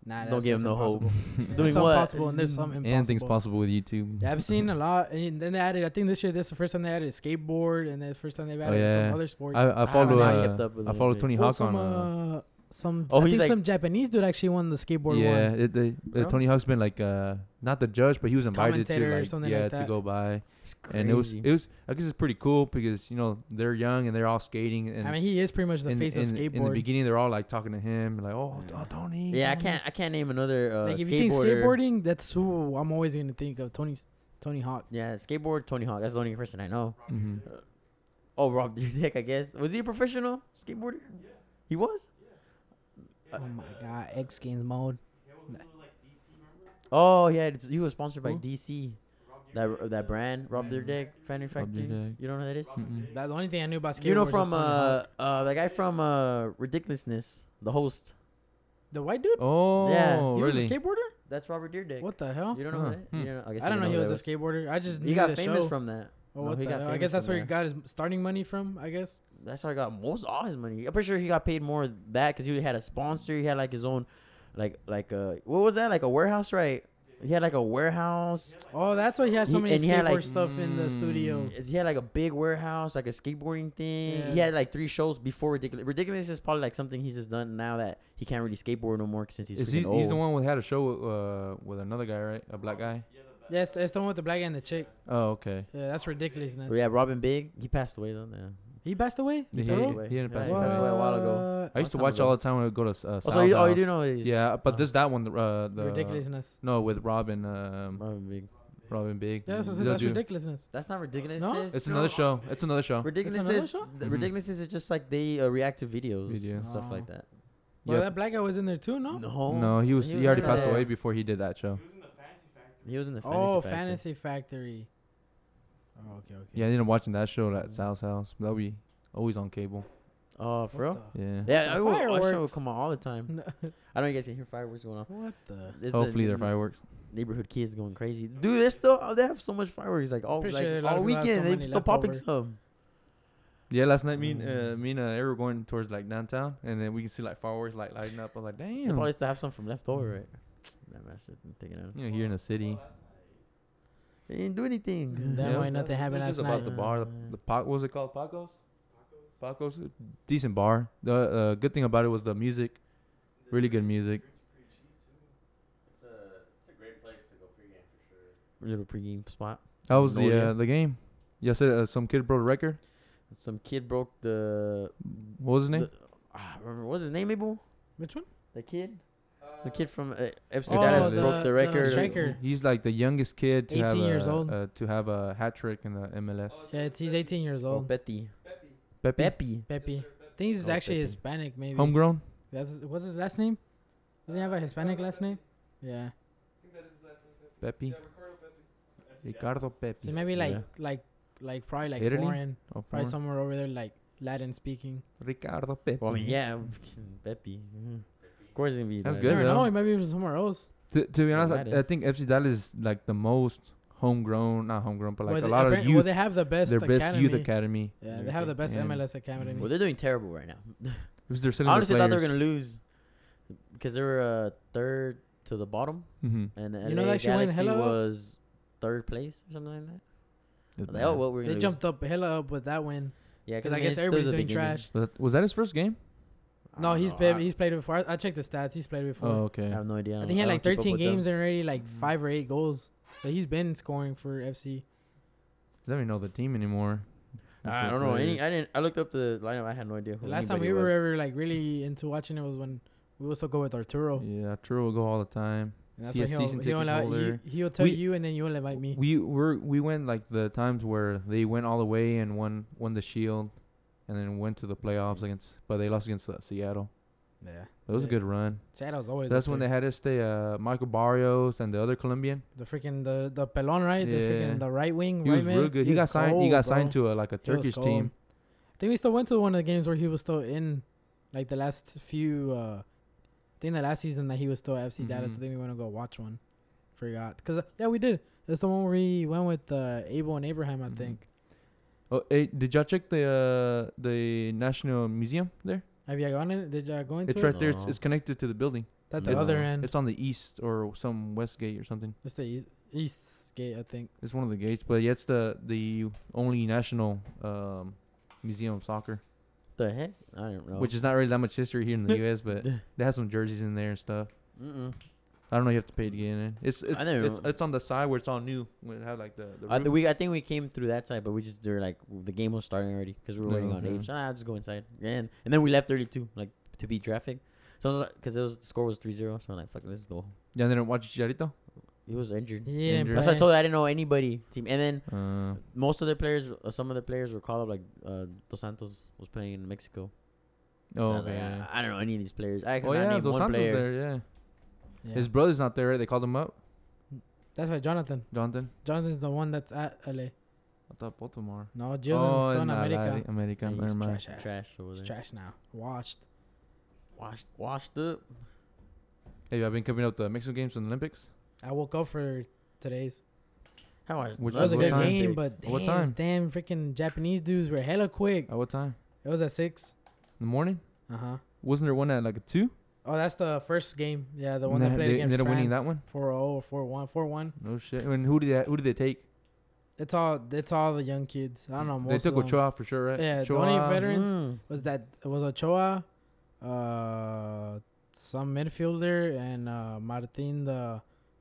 Speaker 2: Nah,
Speaker 1: Don't
Speaker 2: that's-
Speaker 1: give him
Speaker 2: that's
Speaker 1: no hope.
Speaker 2: impossible.
Speaker 1: Doing
Speaker 2: There's some
Speaker 1: what?
Speaker 2: possible and there's some impossible.
Speaker 3: Anything's possible with YouTube.
Speaker 2: Yeah, I've seen uh, a lot, and then they added. I think this year, this is the first time they added skateboard, and the first time they've added
Speaker 3: Oh, yeah.
Speaker 2: some other sports.
Speaker 3: I, I
Speaker 1: haven't
Speaker 3: follow.
Speaker 1: not
Speaker 3: uh,
Speaker 1: kept up with
Speaker 3: I
Speaker 1: the
Speaker 3: follow
Speaker 1: Olympics.
Speaker 3: Tony
Speaker 2: Well,
Speaker 3: Hawk
Speaker 2: some,
Speaker 3: on. Uh,
Speaker 2: uh, some.
Speaker 1: Oh,
Speaker 2: I
Speaker 1: he's
Speaker 2: think
Speaker 1: like-
Speaker 2: some Japanese dude actually won the skateboard
Speaker 3: yeah,
Speaker 2: one.
Speaker 3: it, they, uh,
Speaker 1: No?
Speaker 3: Tony Hawk's been like uh, not the judge, but he was invited to
Speaker 2: Commentator or
Speaker 3: like
Speaker 2: something
Speaker 3: yeah
Speaker 2: like
Speaker 3: to
Speaker 2: that.
Speaker 3: go by,
Speaker 1: It's crazy.
Speaker 3: and it was it was I guess it's pretty cool because you know they're young and they're all skating and
Speaker 2: I mean, he is pretty much the
Speaker 3: in,
Speaker 2: face of
Speaker 3: in- in the
Speaker 2: skateboard.
Speaker 3: beginning they're all like talking to him like oh, t- oh, Tony
Speaker 1: yeah, I
Speaker 3: Tony."
Speaker 1: can't. I can't name another uh,
Speaker 2: like if you think
Speaker 1: skateboarder.
Speaker 2: skateboarding, that's who I'm always gonna think of. Tony, Tony Hawk.
Speaker 1: Yeah, skateboard Tony Hawk. That's the only person I know.
Speaker 3: Mhm.
Speaker 1: Oh, Rob Dyrdek, I guess. Was he a professional skateboarder?
Speaker 4: Yeah.
Speaker 1: He was.
Speaker 2: Oh my god, X Games mode.
Speaker 4: Yeah, what was it like DC, remember?
Speaker 1: Oh yeah, it's, he was sponsored by
Speaker 3: Who?
Speaker 1: DC.
Speaker 4: Rob
Speaker 1: That that brand, Rob
Speaker 2: Yeah.
Speaker 1: Dyrdek, Fanny Factory.
Speaker 3: Dyrdek.
Speaker 1: You know who that is? Mm.
Speaker 3: Mm-mm.
Speaker 2: That's the only thing I knew about skateboard.
Speaker 1: You know
Speaker 2: was
Speaker 1: from
Speaker 2: Tony
Speaker 1: uh,
Speaker 2: Hawk.
Speaker 1: uh the guy from uh Ridiculousness, the host.
Speaker 2: the white dude.
Speaker 3: oh
Speaker 1: Yeah,
Speaker 2: he was a
Speaker 3: really
Speaker 2: skateboarder.
Speaker 1: That's Robert Dyrdek.
Speaker 2: What the hell?
Speaker 1: You don't know
Speaker 3: Huh.
Speaker 1: that? You
Speaker 3: Hmm.
Speaker 1: don't know. I, guess
Speaker 2: I
Speaker 1: you
Speaker 2: don't know. He
Speaker 1: who
Speaker 2: was
Speaker 1: that
Speaker 2: a skateboarder. I just
Speaker 1: He
Speaker 2: knew
Speaker 1: got
Speaker 2: the
Speaker 1: famous
Speaker 2: show.
Speaker 1: from that.
Speaker 2: Oh,
Speaker 1: No,
Speaker 2: what
Speaker 1: he
Speaker 2: the
Speaker 1: got
Speaker 2: hell? I
Speaker 1: famous
Speaker 2: guess that's
Speaker 1: from
Speaker 2: where he
Speaker 1: that.
Speaker 2: got his starting money from. I guess.
Speaker 1: That's how he got most all his money. I'm pretty sure he got paid more than that because he had a sponsor. He had like his own, like like uh what was that? Like a warehouse, right? He had like a warehouse.
Speaker 2: Oh, that's why he had so
Speaker 1: He-
Speaker 2: many
Speaker 1: and he
Speaker 2: skateboard
Speaker 1: had, like- Mm.
Speaker 2: stuff in the studio.
Speaker 3: Mm.
Speaker 1: He had like a big warehouse, like a skateboarding thing. He
Speaker 2: Yeah.
Speaker 1: had like three shows before Ridiculous. Ridiculous is probably like something he's just done now that he can't really skateboard no more since he's
Speaker 3: is
Speaker 1: freaking
Speaker 3: he,
Speaker 1: old.
Speaker 3: he's the one who had a show uh, with another guy right a black guy
Speaker 2: Yeah, it's, it's the one with the black guy and the chick.
Speaker 3: oh okay
Speaker 2: Yeah, that's ridiculousness.
Speaker 1: Oh, yeah, Robin Big. He passed away though. Yeah.
Speaker 2: He passed away.
Speaker 3: he,
Speaker 1: passed
Speaker 3: he
Speaker 1: away.
Speaker 3: didn't
Speaker 1: Yeah,
Speaker 3: pass
Speaker 1: he passed away a while ago.
Speaker 2: What?
Speaker 3: I used to
Speaker 1: long time
Speaker 3: watch
Speaker 1: ago.
Speaker 3: all the time when I go to s- uh,
Speaker 1: Oh, so
Speaker 3: Sal's
Speaker 1: you, oh, you
Speaker 3: house.
Speaker 1: do know it is.
Speaker 3: yeah but
Speaker 2: Uh-huh.
Speaker 1: Oh.
Speaker 3: this that one the, uh, the
Speaker 2: ridiculousness.
Speaker 3: no with Robin um,
Speaker 1: Robin Big.
Speaker 3: Robin Big
Speaker 2: Yeah, that's,
Speaker 3: the
Speaker 2: what I
Speaker 3: other
Speaker 2: said, that's
Speaker 3: dude.
Speaker 2: ridiculousness.
Speaker 1: That's not ridiculous.
Speaker 2: No?
Speaker 1: sis.
Speaker 3: it's another show it's another show
Speaker 1: Ridiculous
Speaker 2: another
Speaker 1: is
Speaker 2: show?
Speaker 1: the
Speaker 3: Mhm.
Speaker 1: ridiculous is just like they uh, react to videos
Speaker 3: Video.
Speaker 1: and stuff
Speaker 2: Oh.
Speaker 1: like that.
Speaker 2: Well,
Speaker 3: Yep.
Speaker 2: that black guy was in there too, no?
Speaker 3: no he was he, already
Speaker 1: in
Speaker 3: passed
Speaker 1: the-
Speaker 3: away before he did that show
Speaker 1: He was in the fantasy
Speaker 2: oh,
Speaker 1: Factory.
Speaker 2: Fantasy Factory. Oh, okay, okay.
Speaker 3: yeah I ended up watching that show at Sal's house that'll be always on cable
Speaker 1: Oh,
Speaker 2: What
Speaker 1: for real?
Speaker 2: the-
Speaker 3: yeah
Speaker 1: Yeah, I will, our show will
Speaker 2: Fireworks.
Speaker 1: come on all the time. I know you guys can hear fireworks going off.
Speaker 2: what the?
Speaker 1: It's the
Speaker 3: hopefully they're
Speaker 1: n-
Speaker 3: fireworks
Speaker 1: Neighborhood kids going crazy. Dude, they're still oh, they have so much fireworks like all
Speaker 2: Pretty
Speaker 1: like
Speaker 2: sure a lot
Speaker 1: all
Speaker 2: of people have so
Speaker 1: weekend.
Speaker 2: many
Speaker 1: they're still popping
Speaker 2: leftover.
Speaker 1: some.
Speaker 3: Yeah, last night me and
Speaker 1: Mm.
Speaker 3: uh, me and uh, Eric were going towards like downtown, and then we can see like fireworks like lighting up. I was like,
Speaker 1: They
Speaker 3: damn,
Speaker 1: probably still have some from left over, right? That bastard I'm taking out.
Speaker 3: you know, here in the city.
Speaker 1: They didn't do anything.
Speaker 2: That
Speaker 3: Yeah.
Speaker 2: why nothing
Speaker 3: It
Speaker 2: happened last
Speaker 3: was just
Speaker 2: night.
Speaker 3: about the bar, the,
Speaker 1: Uh,
Speaker 3: the Pac- what was it called? Pacos. Pacos, uh, decent bar. The uh, good thing about it was the music, really good music.
Speaker 5: It's a it's a great place to go pregame for sure.
Speaker 1: Little pregame spot.
Speaker 3: That was the
Speaker 1: Magnolia.
Speaker 3: uh, the game. Yeah, I said uh, some kid broke a record.
Speaker 1: Some kid broke the.
Speaker 3: What was his name?
Speaker 1: the ah, remember what was his name, Abel?
Speaker 2: Which one?
Speaker 1: The kid, the kid from uh, FC
Speaker 2: Oh,
Speaker 1: Dallas
Speaker 2: the-
Speaker 1: broke
Speaker 2: the
Speaker 1: the record.
Speaker 2: striker.
Speaker 3: He's like the youngest kid to have
Speaker 2: 18 years
Speaker 3: a,
Speaker 2: old.
Speaker 3: Uh, to have a hat trick in the MLS.
Speaker 2: Yeah, it's, he's 18 years
Speaker 1: Oh,
Speaker 2: old.
Speaker 1: Betty.
Speaker 4: Pepe.
Speaker 3: Pepe,
Speaker 1: Pepe.
Speaker 2: Pepe. I think he's
Speaker 1: Oh,
Speaker 2: actually
Speaker 1: Pepe.
Speaker 2: Hispanic, maybe.
Speaker 3: homegrown.
Speaker 2: That's his, what's his last name? Doesn't he have a Hispanic last name?
Speaker 4: I
Speaker 2: Yeah.
Speaker 4: think that is his last name. Pepe.
Speaker 3: Pepe,
Speaker 4: Yeah, Ricardo Pepe.
Speaker 3: Ricardo Pepe.
Speaker 2: So maybe like
Speaker 1: Yeah.
Speaker 2: like like probably like
Speaker 3: Italy?
Speaker 2: foreign,
Speaker 3: Oh,
Speaker 2: probably
Speaker 3: former.
Speaker 2: somewhere over there like Latin speaking.
Speaker 3: Ricardo Pepe.
Speaker 2: Oh,
Speaker 1: Well, I mean, yeah, fucking Pepe. Mhm. Of course, it's gonna be.
Speaker 3: Mm-hmm. That's
Speaker 1: the-
Speaker 3: Good,
Speaker 2: Never
Speaker 3: though.
Speaker 2: know. It might be from somewhere else.
Speaker 3: To, to be honest,
Speaker 1: United.
Speaker 3: I, I think FC Dallas is like the most homegrown, not homegrown, but like
Speaker 2: well,
Speaker 3: a
Speaker 2: they,
Speaker 3: lot of
Speaker 2: apparent-
Speaker 3: youth,
Speaker 2: well, they have the best.
Speaker 3: their
Speaker 2: academy.
Speaker 3: best youth academy.
Speaker 2: Yeah, they have the best
Speaker 3: Yeah.
Speaker 2: MLS academy.
Speaker 1: Well, they're doing terrible right now.
Speaker 3: Because they're selling
Speaker 1: I honestly
Speaker 3: the
Speaker 1: thought they were gonna lose because they were uh, third to the bottom,
Speaker 3: Mm-hmm.
Speaker 1: and the
Speaker 2: You know,
Speaker 1: LA
Speaker 2: they actually went
Speaker 1: Galaxy
Speaker 2: hella up.
Speaker 1: was third place or something like that. Like, oh well, we're
Speaker 2: they
Speaker 1: gonna lose.
Speaker 2: jumped up hella up with that win
Speaker 1: Yeah, because
Speaker 2: because I guess everybody's doing trash.
Speaker 3: was, that, was that his first game?
Speaker 2: No, he's played.
Speaker 1: played.
Speaker 2: He's played before. I, I checked the stats. He's played before.
Speaker 3: Oh,
Speaker 1: I
Speaker 3: okay.
Speaker 1: have no idea.
Speaker 2: I
Speaker 1: don't-
Speaker 2: think he had
Speaker 1: don't
Speaker 2: like
Speaker 1: keep up
Speaker 2: 13
Speaker 1: with them.
Speaker 2: games and already like five or eight goals. So he's been scoring for FC.
Speaker 3: I don't even know the team anymore.
Speaker 1: I don't know any. I didn't. I looked up the lineup. I had no idea who.
Speaker 2: The last time we
Speaker 1: anybody
Speaker 2: were
Speaker 1: was.
Speaker 2: ever like really into watching it was when we also go with Arturo.
Speaker 3: Yeah, Arturo will go all the time.
Speaker 2: And that's
Speaker 3: See
Speaker 2: why
Speaker 3: a
Speaker 2: he'll,
Speaker 3: season
Speaker 2: he'll,
Speaker 3: ticket
Speaker 2: allow,
Speaker 3: holder.
Speaker 2: you, he'll tell
Speaker 3: We-
Speaker 2: you and then you'll invite me.
Speaker 3: We were we went like the times where they went all the way and won won the shield. and then went to the playoffs against, but they lost against uh, Seattle.
Speaker 2: Yeah.
Speaker 3: It was a
Speaker 2: Yeah.
Speaker 3: good run.
Speaker 2: Seattle's always.
Speaker 3: That's
Speaker 2: up
Speaker 3: when
Speaker 2: there.
Speaker 3: they had us stay uh, Michael Barrios and the other Colombian.
Speaker 2: the freaking the the Pelon right, the
Speaker 3: Yeah.
Speaker 2: freaking the right wing.
Speaker 3: He
Speaker 2: right
Speaker 3: was
Speaker 2: mid.
Speaker 3: real good. He
Speaker 2: He's
Speaker 3: got signed. He
Speaker 2: cold,
Speaker 3: got
Speaker 2: bro.
Speaker 3: signed to a, like a
Speaker 2: He was
Speaker 3: Turkish
Speaker 2: cold.
Speaker 3: team.
Speaker 2: I think we still went to one of the games where he was still in, like the last few. uh I think the last season that he was still FC data. So
Speaker 3: Mhm.
Speaker 2: then we went to go watch one. Forgot because yeah we did. That's the one where we went with uh, Abel and Abraham I
Speaker 3: Mhm.
Speaker 2: think.
Speaker 3: Oh, hey, did y'all check the uh, the National Museum there?
Speaker 2: Have you gone in? Did you go into
Speaker 3: It's
Speaker 2: it?
Speaker 3: right there. It's,
Speaker 1: No.
Speaker 3: it's connected to the building.
Speaker 2: It's at the
Speaker 3: it's-
Speaker 2: other end.
Speaker 3: It's on the east or some west gate or something.
Speaker 2: It's the east, east gate I think.
Speaker 3: It's one of the gates, but yeah, it's the the only national um, museum of soccer,
Speaker 1: The heck? I don't
Speaker 2: Oh.
Speaker 1: know.
Speaker 3: which is not really that much history here in the U.S. But they have some jerseys in there and stuff.
Speaker 1: Mm-mm. I,
Speaker 3: I don't know. You have to pay to get in. It's it's
Speaker 1: don't
Speaker 3: it's,
Speaker 1: know.
Speaker 3: it's on the side where it's all new. When it had like the, the
Speaker 2: Ah,
Speaker 1: th-
Speaker 3: roof.
Speaker 1: we I think we came through that side, but we just they're like the game was starting already because we were waiting
Speaker 3: No,
Speaker 1: on
Speaker 3: yeah.
Speaker 1: Abe. So ah, I'll just go inside, and and then we left early too, like to beat traffic. So I was like, because it was the score was 3-0, so I'm like, fuck, it, let's go.
Speaker 3: yeah, and then watch Chicharito.
Speaker 1: He was injured.
Speaker 2: He didn't
Speaker 3: Injury.
Speaker 1: That's why I
Speaker 2: play.
Speaker 1: told you I didn't know anybody team, and then
Speaker 3: Uh,
Speaker 1: most of the players, uh, some of the players were called up. Like uh, Dos Santos was playing in Mexico. So
Speaker 3: oh,
Speaker 1: I, was like,
Speaker 3: yeah.
Speaker 1: "Ah, I don't know any of these players. I can
Speaker 3: oh yeah,
Speaker 1: name
Speaker 3: Dos
Speaker 1: one
Speaker 3: Santos
Speaker 1: player.
Speaker 3: there. Yeah.
Speaker 2: Yeah.
Speaker 3: his brother's not there. right? They called him up.
Speaker 2: That's why Jonathan.
Speaker 3: Jonathan.
Speaker 2: Jonathan's the one that's at LA.
Speaker 3: I thought Oh, both of them are.
Speaker 2: No, Jonathan's still in
Speaker 3: nah,
Speaker 2: America.
Speaker 3: like, America.
Speaker 1: Yeah, he's
Speaker 3: Never mind.
Speaker 2: trash ass.
Speaker 1: Trash over
Speaker 2: He's
Speaker 1: there.
Speaker 2: trash now. Washed.
Speaker 1: Washed, washed up.
Speaker 3: Hey, I've been covering up the Mexican games in the Olympics.
Speaker 2: I woke up for today's.
Speaker 1: How was
Speaker 3: Which
Speaker 2: That was a
Speaker 3: what
Speaker 2: good
Speaker 3: time?
Speaker 2: game, but
Speaker 3: What
Speaker 2: damn,
Speaker 3: time? Oh.
Speaker 2: damn, freaking Japanese dudes were hella quick.
Speaker 3: At what time?
Speaker 2: It was at six.
Speaker 3: In the morning?
Speaker 2: Uh huh.
Speaker 3: Wasn't there one at like a two?
Speaker 2: Oh, that's the first game. Yeah, the
Speaker 3: And
Speaker 2: one they,
Speaker 3: they-
Speaker 2: played
Speaker 3: they
Speaker 2: against
Speaker 3: ended up
Speaker 2: France.
Speaker 3: winning that one?
Speaker 2: 4-0 or 4-1. 4-1.
Speaker 3: No shit. And who did they, who did they take?
Speaker 2: It's all. It's all the young kids. I don't know. Most
Speaker 3: They took
Speaker 2: of them.
Speaker 3: Ochoa for sure, right?
Speaker 2: Yeah, the
Speaker 3: Ochoa. Hmm.
Speaker 2: only veterans was that it was Ochoa, uh, some midfielder, and uh, Martin the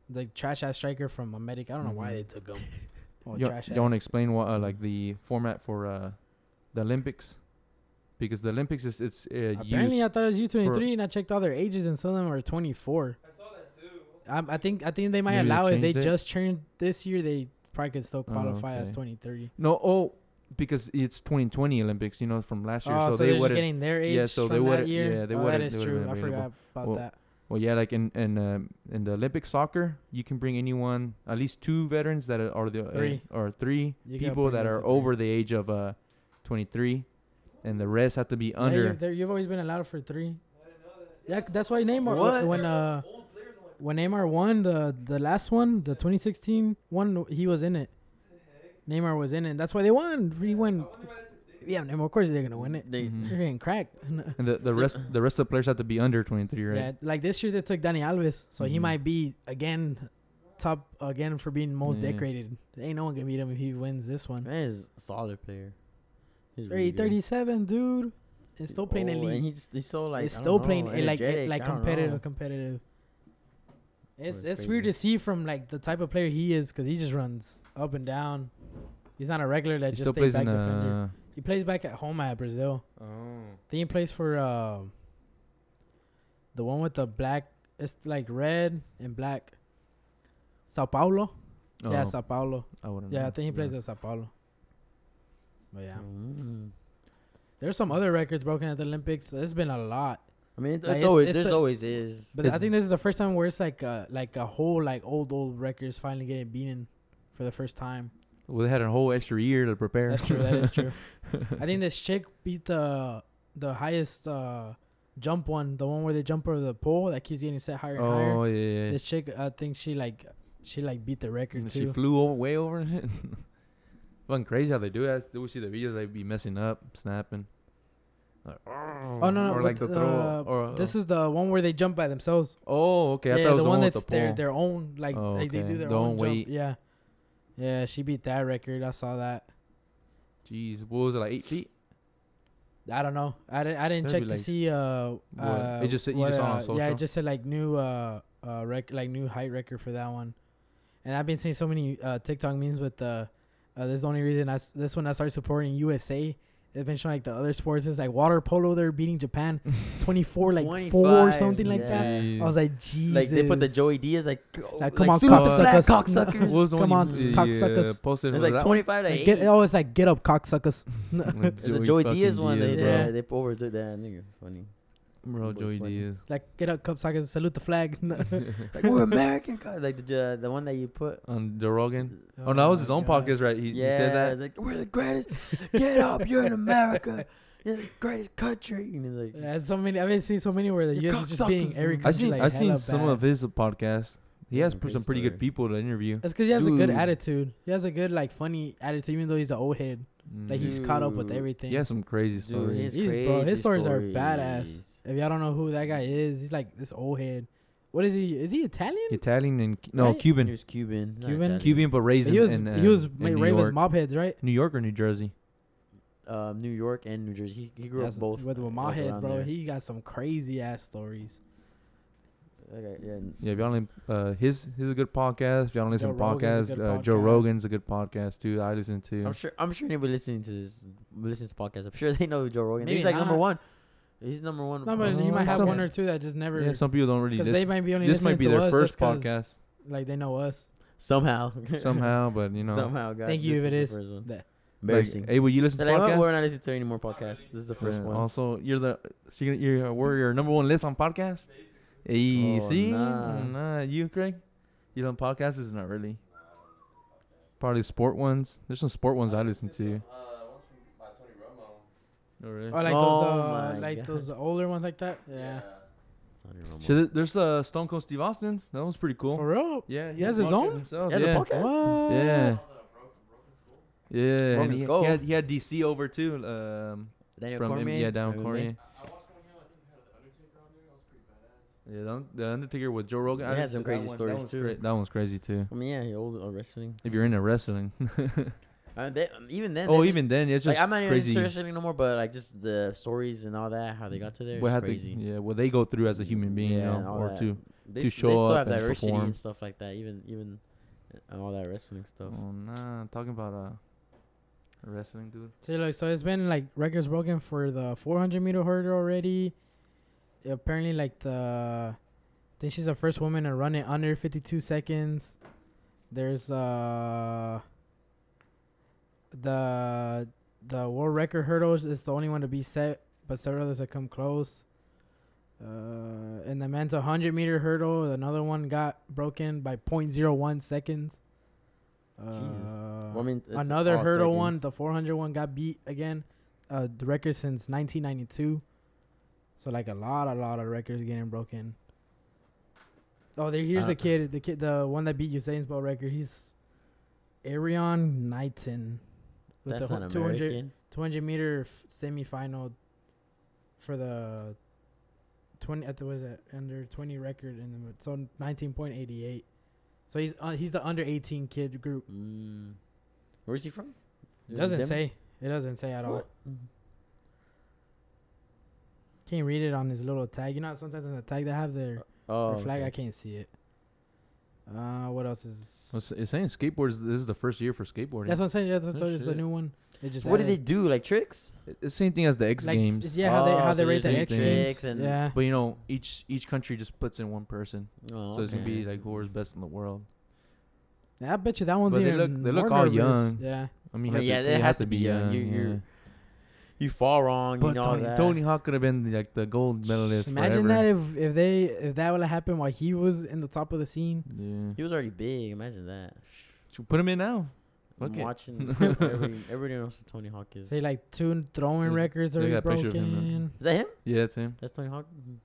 Speaker 2: the trash ass striker from America. I don't know why they
Speaker 3: Mhm.
Speaker 2: took him. Oh,
Speaker 3: you,
Speaker 2: trash
Speaker 3: you want to
Speaker 2: ass. Mm.
Speaker 3: explain what uh, like the format for uh, the Olympics? Because the Olympics is it's uh,
Speaker 2: Apparently,
Speaker 3: youth.
Speaker 2: I thought it was U twenty three, and I checked all their ages, and some of them are twenty four.
Speaker 4: I saw that too. What's
Speaker 2: I, I think I think they might
Speaker 3: Maybe they
Speaker 2: allow it. They
Speaker 3: changed it?
Speaker 2: just turned this year. They probably could still
Speaker 3: Oh,
Speaker 2: qualify as
Speaker 3: okay.
Speaker 2: twenty three.
Speaker 3: No, oh, because it's 2020 Olympics, you know, from last year.
Speaker 2: Oh, so,
Speaker 3: so,
Speaker 2: they're
Speaker 3: they
Speaker 2: just
Speaker 3: would have.
Speaker 2: getting their age
Speaker 3: yeah, so they
Speaker 2: from that
Speaker 3: would've-
Speaker 2: year.
Speaker 3: yeah, they
Speaker 2: oh, that
Speaker 3: would've-
Speaker 2: is
Speaker 3: they would've
Speaker 2: true.
Speaker 3: been
Speaker 2: I forgot
Speaker 3: available.
Speaker 2: about
Speaker 3: Well,
Speaker 2: that.
Speaker 3: Well, yeah, like in in um, in the Olympic soccer, you can bring anyone, at least two veterans that are the uh,
Speaker 2: Three.
Speaker 3: or three
Speaker 2: You gotta
Speaker 3: people
Speaker 2: bring
Speaker 3: that
Speaker 2: up to
Speaker 3: are
Speaker 2: three.
Speaker 3: over the age of uh, 23, and the rest have to be
Speaker 2: Yeah, you're-
Speaker 3: under.
Speaker 2: there- you've always been allowed for
Speaker 4: I
Speaker 2: three.
Speaker 4: didn't know that.
Speaker 2: Yeah, that's why Neymar
Speaker 1: What?
Speaker 2: when uh
Speaker 4: Old players are like,
Speaker 2: when Neymar won the the last one, the 2016 one, he was in it. Neymar was in it. That's why they won. He won. Yeah, Neymar. Of course they're gonna win it.
Speaker 1: They,
Speaker 3: Mhm.
Speaker 2: They're getting cracked.
Speaker 3: And the, the rest the rest of the players have to be under 23, right?
Speaker 2: Yeah, like this year they took Danny Alves, so he
Speaker 1: Mm-hmm.
Speaker 3: Mhm.
Speaker 2: might be again top again for being most
Speaker 3: Yeah.
Speaker 2: decorated. Ain't no one can beat him if he wins this one.
Speaker 1: Man, he's a solid player. He's
Speaker 2: Thirty,
Speaker 1: really good.
Speaker 2: thirty-seven, 37, dude. And still playing
Speaker 1: Oh,
Speaker 2: elite.
Speaker 1: And he's, he's so like
Speaker 2: it's
Speaker 1: I don't
Speaker 2: still playing
Speaker 1: know,
Speaker 2: it, like it,
Speaker 1: energetic,
Speaker 2: like
Speaker 1: I don't know.
Speaker 2: competitive, competitive. It's
Speaker 1: That's
Speaker 2: it's weird to
Speaker 1: crazy.
Speaker 2: see from like the type of player he is because he just runs up and down. He's not a regular that
Speaker 3: He
Speaker 2: just
Speaker 3: still
Speaker 2: stays
Speaker 3: plays
Speaker 2: back
Speaker 3: in
Speaker 2: defender.
Speaker 3: uh,
Speaker 2: He plays back at home at Brazil.
Speaker 3: oh
Speaker 2: Then he plays for uh, the one with the black. It's like red and black. Sao Paulo. Yeah,
Speaker 3: Oh.
Speaker 2: Sao Paulo.
Speaker 3: I wouldn't.
Speaker 2: Yeah,
Speaker 3: know.
Speaker 2: I think he plays at Sao Paulo. But yeah,
Speaker 1: Mm.
Speaker 2: there's some other records broken at the Olympics. There's been a lot.
Speaker 1: I mean, it's,
Speaker 2: Like, it's-
Speaker 1: always
Speaker 2: it's
Speaker 1: there's
Speaker 2: the-
Speaker 1: always is.
Speaker 2: But I think this is the first time where it's like a, like a whole like old old records finally getting beaten for the first time.
Speaker 3: Well, they had a whole extra year to prepare.
Speaker 2: That's true. that is true. I think this chick beat the the highest uh, jump one, the one where they jump over the pole that keeps getting set higher and
Speaker 3: oh
Speaker 2: higher.
Speaker 3: yeah, yeah. yeah.
Speaker 2: This chick, I think she like she like beat the record
Speaker 3: And She
Speaker 2: too.
Speaker 3: flew over, way over. and shit. Fucking crazy how they do that. We see the videos they be messing up, snapping. Like,
Speaker 2: Oh no, no!
Speaker 3: or
Speaker 2: what
Speaker 3: like the throw.
Speaker 2: uh,
Speaker 3: Or
Speaker 2: this is the one where they jump by themselves.
Speaker 3: Oh, okay. I
Speaker 2: yeah,
Speaker 3: thought it was
Speaker 2: the one that's
Speaker 3: with the
Speaker 2: their
Speaker 3: pole.
Speaker 2: their own like
Speaker 3: Oh,
Speaker 2: like they
Speaker 3: okay.
Speaker 2: do their
Speaker 3: Their
Speaker 2: own,
Speaker 3: own
Speaker 2: jump.
Speaker 3: weight.
Speaker 2: Yeah, yeah, she beat that record. I saw that.
Speaker 3: Jeez, what was it like eight feet?
Speaker 2: I don't know. I didn't. I didn't
Speaker 3: That'd
Speaker 2: check
Speaker 3: be
Speaker 2: to
Speaker 3: like-
Speaker 2: see. Uh,
Speaker 3: What?
Speaker 2: uh,
Speaker 3: It just said- you just saw it on
Speaker 2: Yeah, it
Speaker 3: social?
Speaker 2: just said like new. Uh, uh, rec- like new height record for that one. And I've been seeing so many uh TikTok memes with uh, uh this is the only reason I s- this one I started supporting USA It mentioned like the other sports is like water polo. They're beating Japan, twenty four like four or
Speaker 1: 25,
Speaker 2: something like that. I was like, Jesus.
Speaker 1: Like they put the Joey Diaz like,
Speaker 2: Like, come on,
Speaker 1: suit up the
Speaker 2: cocksuckers.
Speaker 1: flag,
Speaker 3: What
Speaker 1: cocksuckers.
Speaker 3: was the
Speaker 2: Come
Speaker 3: one
Speaker 2: on,
Speaker 3: you,
Speaker 2: cocksuckers.
Speaker 3: uh, posted
Speaker 1: It's
Speaker 3: was
Speaker 1: like
Speaker 3: that
Speaker 1: twenty five to
Speaker 2: Like, get,
Speaker 1: eight.
Speaker 2: oh, it's like get up, cocksuckers.
Speaker 3: one? With
Speaker 1: It's the Joey
Speaker 3: fucking
Speaker 1: Diaz one. They,
Speaker 3: bro.
Speaker 1: yeah, they overdid that. I think it's funny.
Speaker 3: Bro,
Speaker 1: That was
Speaker 3: Joey
Speaker 1: funny.
Speaker 3: Diaz.
Speaker 2: like get up, cocksuckers. Salute the flag.
Speaker 1: Like we're American, co- like the uh, the one that you put.
Speaker 3: On Joe Rogan. Oh, no, that was his own podcast, right? He,
Speaker 1: yeah,
Speaker 3: he said that.
Speaker 1: it's like we're the greatest. Get up, you're in America. You're the greatest country. And he's like,
Speaker 2: Yeah, so many. I've been seeing so many where the
Speaker 1: You
Speaker 2: U.S. is just being
Speaker 1: cocksuckers.
Speaker 2: every
Speaker 1: I
Speaker 3: I
Speaker 2: country
Speaker 3: seen
Speaker 2: like
Speaker 3: I seen
Speaker 2: hella
Speaker 3: some
Speaker 2: bad.
Speaker 3: of his podcasts. He
Speaker 1: That's
Speaker 3: has
Speaker 1: some
Speaker 3: pr-
Speaker 1: crazy
Speaker 3: some pretty
Speaker 1: story.
Speaker 3: good people to interview.
Speaker 2: That's because he has a good
Speaker 3: Dude.
Speaker 2: attitude. He has a good like funny attitude, even though he's the old head. Like he's caught up with
Speaker 1: Dude.
Speaker 2: everything.
Speaker 3: Mm. He has some crazy
Speaker 1: dude,
Speaker 3: stories.
Speaker 1: his,
Speaker 2: He's-
Speaker 1: crazy
Speaker 2: bro, his stories are badass.
Speaker 1: stories.
Speaker 2: If y'all don't know who that guy is, he's like this old head. What is he? Is he Italian?
Speaker 3: Italian and Cu- no
Speaker 2: Right?
Speaker 1: He
Speaker 3: Cuban,
Speaker 1: was Cuban. not
Speaker 2: Cuban?
Speaker 1: Italian.
Speaker 3: Cuban, but raised
Speaker 2: he was
Speaker 3: in, in,
Speaker 2: he
Speaker 3: uh,
Speaker 2: was
Speaker 3: in
Speaker 2: made
Speaker 3: New
Speaker 2: Raven's
Speaker 3: York.
Speaker 2: mob heads, right?
Speaker 3: New York or New Jersey.
Speaker 1: um, New York and New Jersey. He, he grew
Speaker 2: That's
Speaker 1: up both.
Speaker 2: with
Speaker 1: like,
Speaker 2: with mob heads,
Speaker 1: around
Speaker 2: bro.
Speaker 1: there.
Speaker 2: He got some crazy ass stories.
Speaker 1: Okay, yeah. n-
Speaker 3: Yeah, if y'all listen- uh, his his is a good podcast. If y'all don't listen
Speaker 2: Joe
Speaker 3: to
Speaker 2: Rogan's
Speaker 3: podcasts,
Speaker 2: a
Speaker 3: uh,
Speaker 2: good
Speaker 3: Joe
Speaker 2: podcast.
Speaker 3: Rogan's a good podcast too. I listen to.
Speaker 1: I'm sure. I'm sure anybody listening to this listens to podcasts. I'm sure they know who Joe Rogan. is.
Speaker 2: Maybe
Speaker 1: he's like number
Speaker 2: not.
Speaker 1: one. He's number one.
Speaker 2: No, but you
Speaker 3: Oh,
Speaker 2: might have
Speaker 3: some-
Speaker 2: one or two that just never
Speaker 3: yeah, some people don't really
Speaker 2: because
Speaker 3: listen.
Speaker 2: they might be only
Speaker 3: this might
Speaker 2: listening
Speaker 3: be
Speaker 2: to
Speaker 3: their
Speaker 2: us
Speaker 3: first
Speaker 2: just 'cause,
Speaker 3: podcast
Speaker 2: Like they know us.
Speaker 1: somehow.
Speaker 3: somehow, but you know,
Speaker 1: somehow. God,
Speaker 2: Thank
Speaker 1: this
Speaker 2: you if it
Speaker 1: the
Speaker 2: is.
Speaker 1: first one.
Speaker 2: That-
Speaker 3: like,
Speaker 1: Embarrassing.
Speaker 3: hey, will you listen
Speaker 1: They're
Speaker 3: to
Speaker 1: like, "Well,
Speaker 3: podcasts?
Speaker 1: we're not listening to any more podcasts. This is the
Speaker 4: Yeah,
Speaker 1: first
Speaker 3: Yeah,
Speaker 1: one.
Speaker 3: Also, you're the so you're, you're we're your number one list on podcast. Hey,
Speaker 1: Oh,
Speaker 3: see,
Speaker 1: nah.
Speaker 3: nah, you Craig, you don't podcast is not really. Probably sport ones. There's some sport ones I listen to.
Speaker 5: Uh, one's from by Tony Romo.
Speaker 3: Oh, really?
Speaker 2: Or like
Speaker 1: Oh
Speaker 2: those uh,
Speaker 1: my
Speaker 2: like
Speaker 1: God.
Speaker 2: those older ones like that. Yeah.
Speaker 1: It's on your remote.
Speaker 3: Shit, there's uh, Stone Cold Steve Austin's. That one's pretty cool.
Speaker 2: For real?
Speaker 3: Yeah,
Speaker 2: He has his own?
Speaker 1: He
Speaker 3: Himself.
Speaker 1: has
Speaker 3: yeah.
Speaker 1: a podcast.
Speaker 2: What?
Speaker 3: Yeah, yeah.
Speaker 1: Roman's
Speaker 3: and he,
Speaker 1: goal.
Speaker 3: he, had, he had DC over too. Um,
Speaker 1: Daniel
Speaker 3: from M-
Speaker 1: Cormier.
Speaker 3: yeah, down
Speaker 1: Iron
Speaker 3: Cormier.
Speaker 1: Man.
Speaker 3: Yeah, the Un- the Undertaker with Joe Rogan.
Speaker 1: He
Speaker 3: I
Speaker 1: had
Speaker 3: listened
Speaker 1: some
Speaker 3: to that
Speaker 1: crazy
Speaker 3: one. That
Speaker 1: stories,
Speaker 3: one's
Speaker 1: too.
Speaker 3: cra- that one's crazy too.
Speaker 1: I mean, yeah, he old uh, wrestling.
Speaker 3: If you're into wrestling,
Speaker 1: Uh, they, um, even then.
Speaker 3: oh,
Speaker 1: they
Speaker 3: even
Speaker 1: just,
Speaker 3: then, it's just
Speaker 1: like I'm not even
Speaker 3: crazy.
Speaker 1: into wrestling no more, but like just the stories and all that, how they got to there,
Speaker 3: what
Speaker 1: it's
Speaker 3: had they-
Speaker 1: crazy.
Speaker 3: yeah, what they go through as a human being,
Speaker 1: Yeah,
Speaker 3: you
Speaker 1: and
Speaker 3: know,
Speaker 1: all
Speaker 3: or
Speaker 1: that.
Speaker 3: two.
Speaker 1: they,
Speaker 3: to
Speaker 1: s-
Speaker 3: show
Speaker 1: they still
Speaker 3: up
Speaker 1: have
Speaker 3: and
Speaker 1: diversity
Speaker 3: perform.
Speaker 1: and stuff like that, even even and all that wrestling stuff.
Speaker 2: Uh,
Speaker 3: Oh nah, talking about uh, wrestling dude.
Speaker 2: So like, so it's been like records broken for the 400 meter hurdle already. Apparently, like the, I think she's the first woman to run it under 52 seconds. There's uh, the the world record hurdles is the only one to be set, but several others have come close. Uh, in the men's 100 meter hurdle, another one got broken by 0.01 seconds.
Speaker 1: Jesus.
Speaker 2: Uh,
Speaker 1: Well, I mean, it's
Speaker 2: another
Speaker 1: all
Speaker 2: hurdle one,
Speaker 1: seconds.
Speaker 2: the 400 one got beat again. Uh, the record since 1992. So like a lot, a lot of records getting broken. Oh, there, here's
Speaker 1: Uh,
Speaker 2: the kid, the kid, the one that beat Usain's Bolt record. He's Arion Knighton with
Speaker 1: That's
Speaker 2: the
Speaker 1: not
Speaker 2: hu- 200,
Speaker 1: American.
Speaker 2: 200 meter f- semifinal for the 20 at the was it under 20 record in the mo- so 19.88. So he's uh, he's the under 18 kid group.
Speaker 1: Mm. Where's he from? Is it
Speaker 2: Doesn't
Speaker 1: Denver?
Speaker 2: say. It doesn't say at all. Mm-hmm.
Speaker 1: What?
Speaker 2: Can't read it on his little tag. You know, how sometimes on the tag they have their,
Speaker 1: Oh,
Speaker 2: their flag.
Speaker 1: okay.
Speaker 2: I can't see it. Uh, what else is?
Speaker 3: It's, it's saying skateboards. This is the first year for skateboarding.
Speaker 2: that's what I'm saying. That's what
Speaker 3: Oh,
Speaker 2: oh, the
Speaker 3: shit.
Speaker 2: new one. They just
Speaker 1: What do they
Speaker 2: added-
Speaker 1: do? Like tricks?
Speaker 3: It- it's same thing as the X
Speaker 2: like, s-
Speaker 3: Games.
Speaker 2: Yeah, how they how
Speaker 1: Oh,
Speaker 2: they
Speaker 1: so
Speaker 2: rate
Speaker 1: they
Speaker 2: the
Speaker 1: do
Speaker 2: X
Speaker 1: tricks
Speaker 2: Games.
Speaker 1: and-
Speaker 2: yeah.
Speaker 3: But you know, each each country just puts in one person,
Speaker 1: Oh,
Speaker 3: so it's gonna
Speaker 1: okay.
Speaker 3: be like whoever's best in the world.
Speaker 2: Yeah, I bet you that one's
Speaker 3: But they
Speaker 2: even
Speaker 3: look- they look
Speaker 2: more
Speaker 3: all
Speaker 2: nervous.
Speaker 3: young.
Speaker 2: Yeah.
Speaker 3: I mean,
Speaker 1: Well,
Speaker 3: you
Speaker 1: yeah,
Speaker 3: have to,
Speaker 1: it
Speaker 3: you
Speaker 1: has
Speaker 3: have
Speaker 1: to be young. You-
Speaker 3: yeah.
Speaker 1: you're- you fall wrong.
Speaker 3: But
Speaker 1: you know
Speaker 3: Tony,
Speaker 1: that.
Speaker 3: Tony Hawk could have been like the gold medalist.
Speaker 2: Imagine
Speaker 3: forever.
Speaker 2: that if if they if that would have happened while he was in the top of the scene.
Speaker 3: Yeah.
Speaker 1: He was already big. Imagine that.
Speaker 3: Should we Put him in now. Fuck
Speaker 1: I'm
Speaker 3: it.
Speaker 1: watching. every, everybody knows who Tony Hawk is.
Speaker 2: Say
Speaker 1: Is
Speaker 2: like two throwing
Speaker 3: There's-
Speaker 2: records
Speaker 3: they
Speaker 2: already
Speaker 3: got a picture of him, huh?
Speaker 2: broken.
Speaker 1: that him?
Speaker 3: Yeah, that's him.
Speaker 1: That's Tony Hawk. Mhm.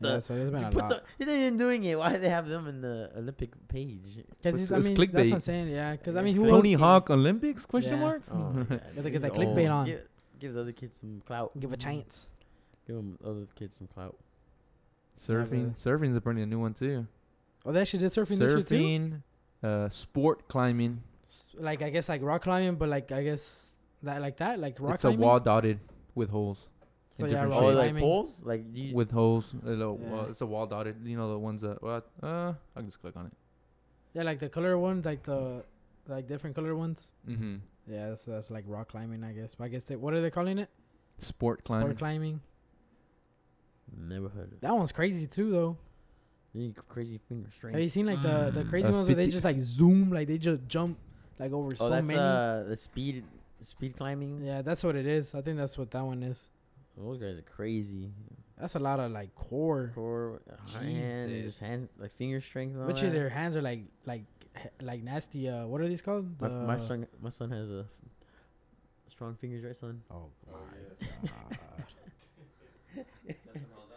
Speaker 2: Yeah,
Speaker 1: The-
Speaker 2: so there's been
Speaker 1: They
Speaker 2: a
Speaker 1: put
Speaker 2: lot.
Speaker 1: the, they're not even doing it. Why do they have them in the Olympic page?
Speaker 2: Because
Speaker 3: It's-
Speaker 2: he's, I
Speaker 3: it's
Speaker 2: mean, that's what I'm
Speaker 3: clickbait.
Speaker 2: saying. Yeah, because I
Speaker 1: It's
Speaker 2: mean, who
Speaker 1: clickbait.
Speaker 3: Tony
Speaker 2: else-
Speaker 3: Hawk Olympics? Question
Speaker 2: Yeah.
Speaker 3: mark. Mm-hmm.
Speaker 1: Oh, my God.
Speaker 2: Gotta get
Speaker 1: These
Speaker 2: the
Speaker 1: old-
Speaker 2: clickbait on.
Speaker 1: Give, give the other kids some clout. Mm-hmm.
Speaker 2: Give a chance.
Speaker 1: Give 'em- other kids some clout.
Speaker 3: Surfing. Surfing's apparently a new one too.
Speaker 2: Oh, they actually did surfing, this year too.
Speaker 3: Surfing, uh, sport climbing.
Speaker 2: S- Like I guess like rock climbing, but like I guess that like that like rock
Speaker 3: it's
Speaker 2: climbing.
Speaker 3: a wall dotted with holes.
Speaker 2: So
Speaker 3: in
Speaker 2: yeah,
Speaker 3: different
Speaker 2: rock
Speaker 1: Oh,
Speaker 3: shapes.
Speaker 1: like
Speaker 2: climbing.
Speaker 1: poles? Like do you,
Speaker 3: With holes. A little,
Speaker 2: Yeah.
Speaker 3: wall- it's a wall dotted. You know the ones that. What? Uh, I can just click on it.
Speaker 2: Yeah, like the color ones, like the like different color ones.
Speaker 3: Mm-hmm.
Speaker 2: Yeah, that's that's like rock climbing, I guess. But I guess they, what are they calling it?
Speaker 3: Sport climbing.
Speaker 2: Sport climbing.
Speaker 1: Never heard of it.
Speaker 2: That one's crazy too, though.
Speaker 1: You need crazy finger strength.
Speaker 2: Have you seen like the the
Speaker 3: Mm.
Speaker 2: crazy
Speaker 3: A
Speaker 2: ones where they
Speaker 3: 50
Speaker 2: just like zoom, like they just jump like over
Speaker 1: oh,
Speaker 2: so
Speaker 1: that's
Speaker 2: many?
Speaker 1: uh the speed speed climbing.
Speaker 2: yeah, that's what it is. I think that's what that one is.
Speaker 1: Those guys are crazy.
Speaker 2: That's a lot of like core.
Speaker 1: Core, hand, and just
Speaker 2: Jesus.
Speaker 1: hand like finger strength. And all
Speaker 2: Which of
Speaker 1: that.
Speaker 2: their hands are like like h- like nasty. Uh, what are these called?
Speaker 1: My,
Speaker 2: Uh,
Speaker 1: my
Speaker 2: The-
Speaker 1: son, my son has a strong fingers, right, son?
Speaker 2: Oh my god.
Speaker 5: Test them all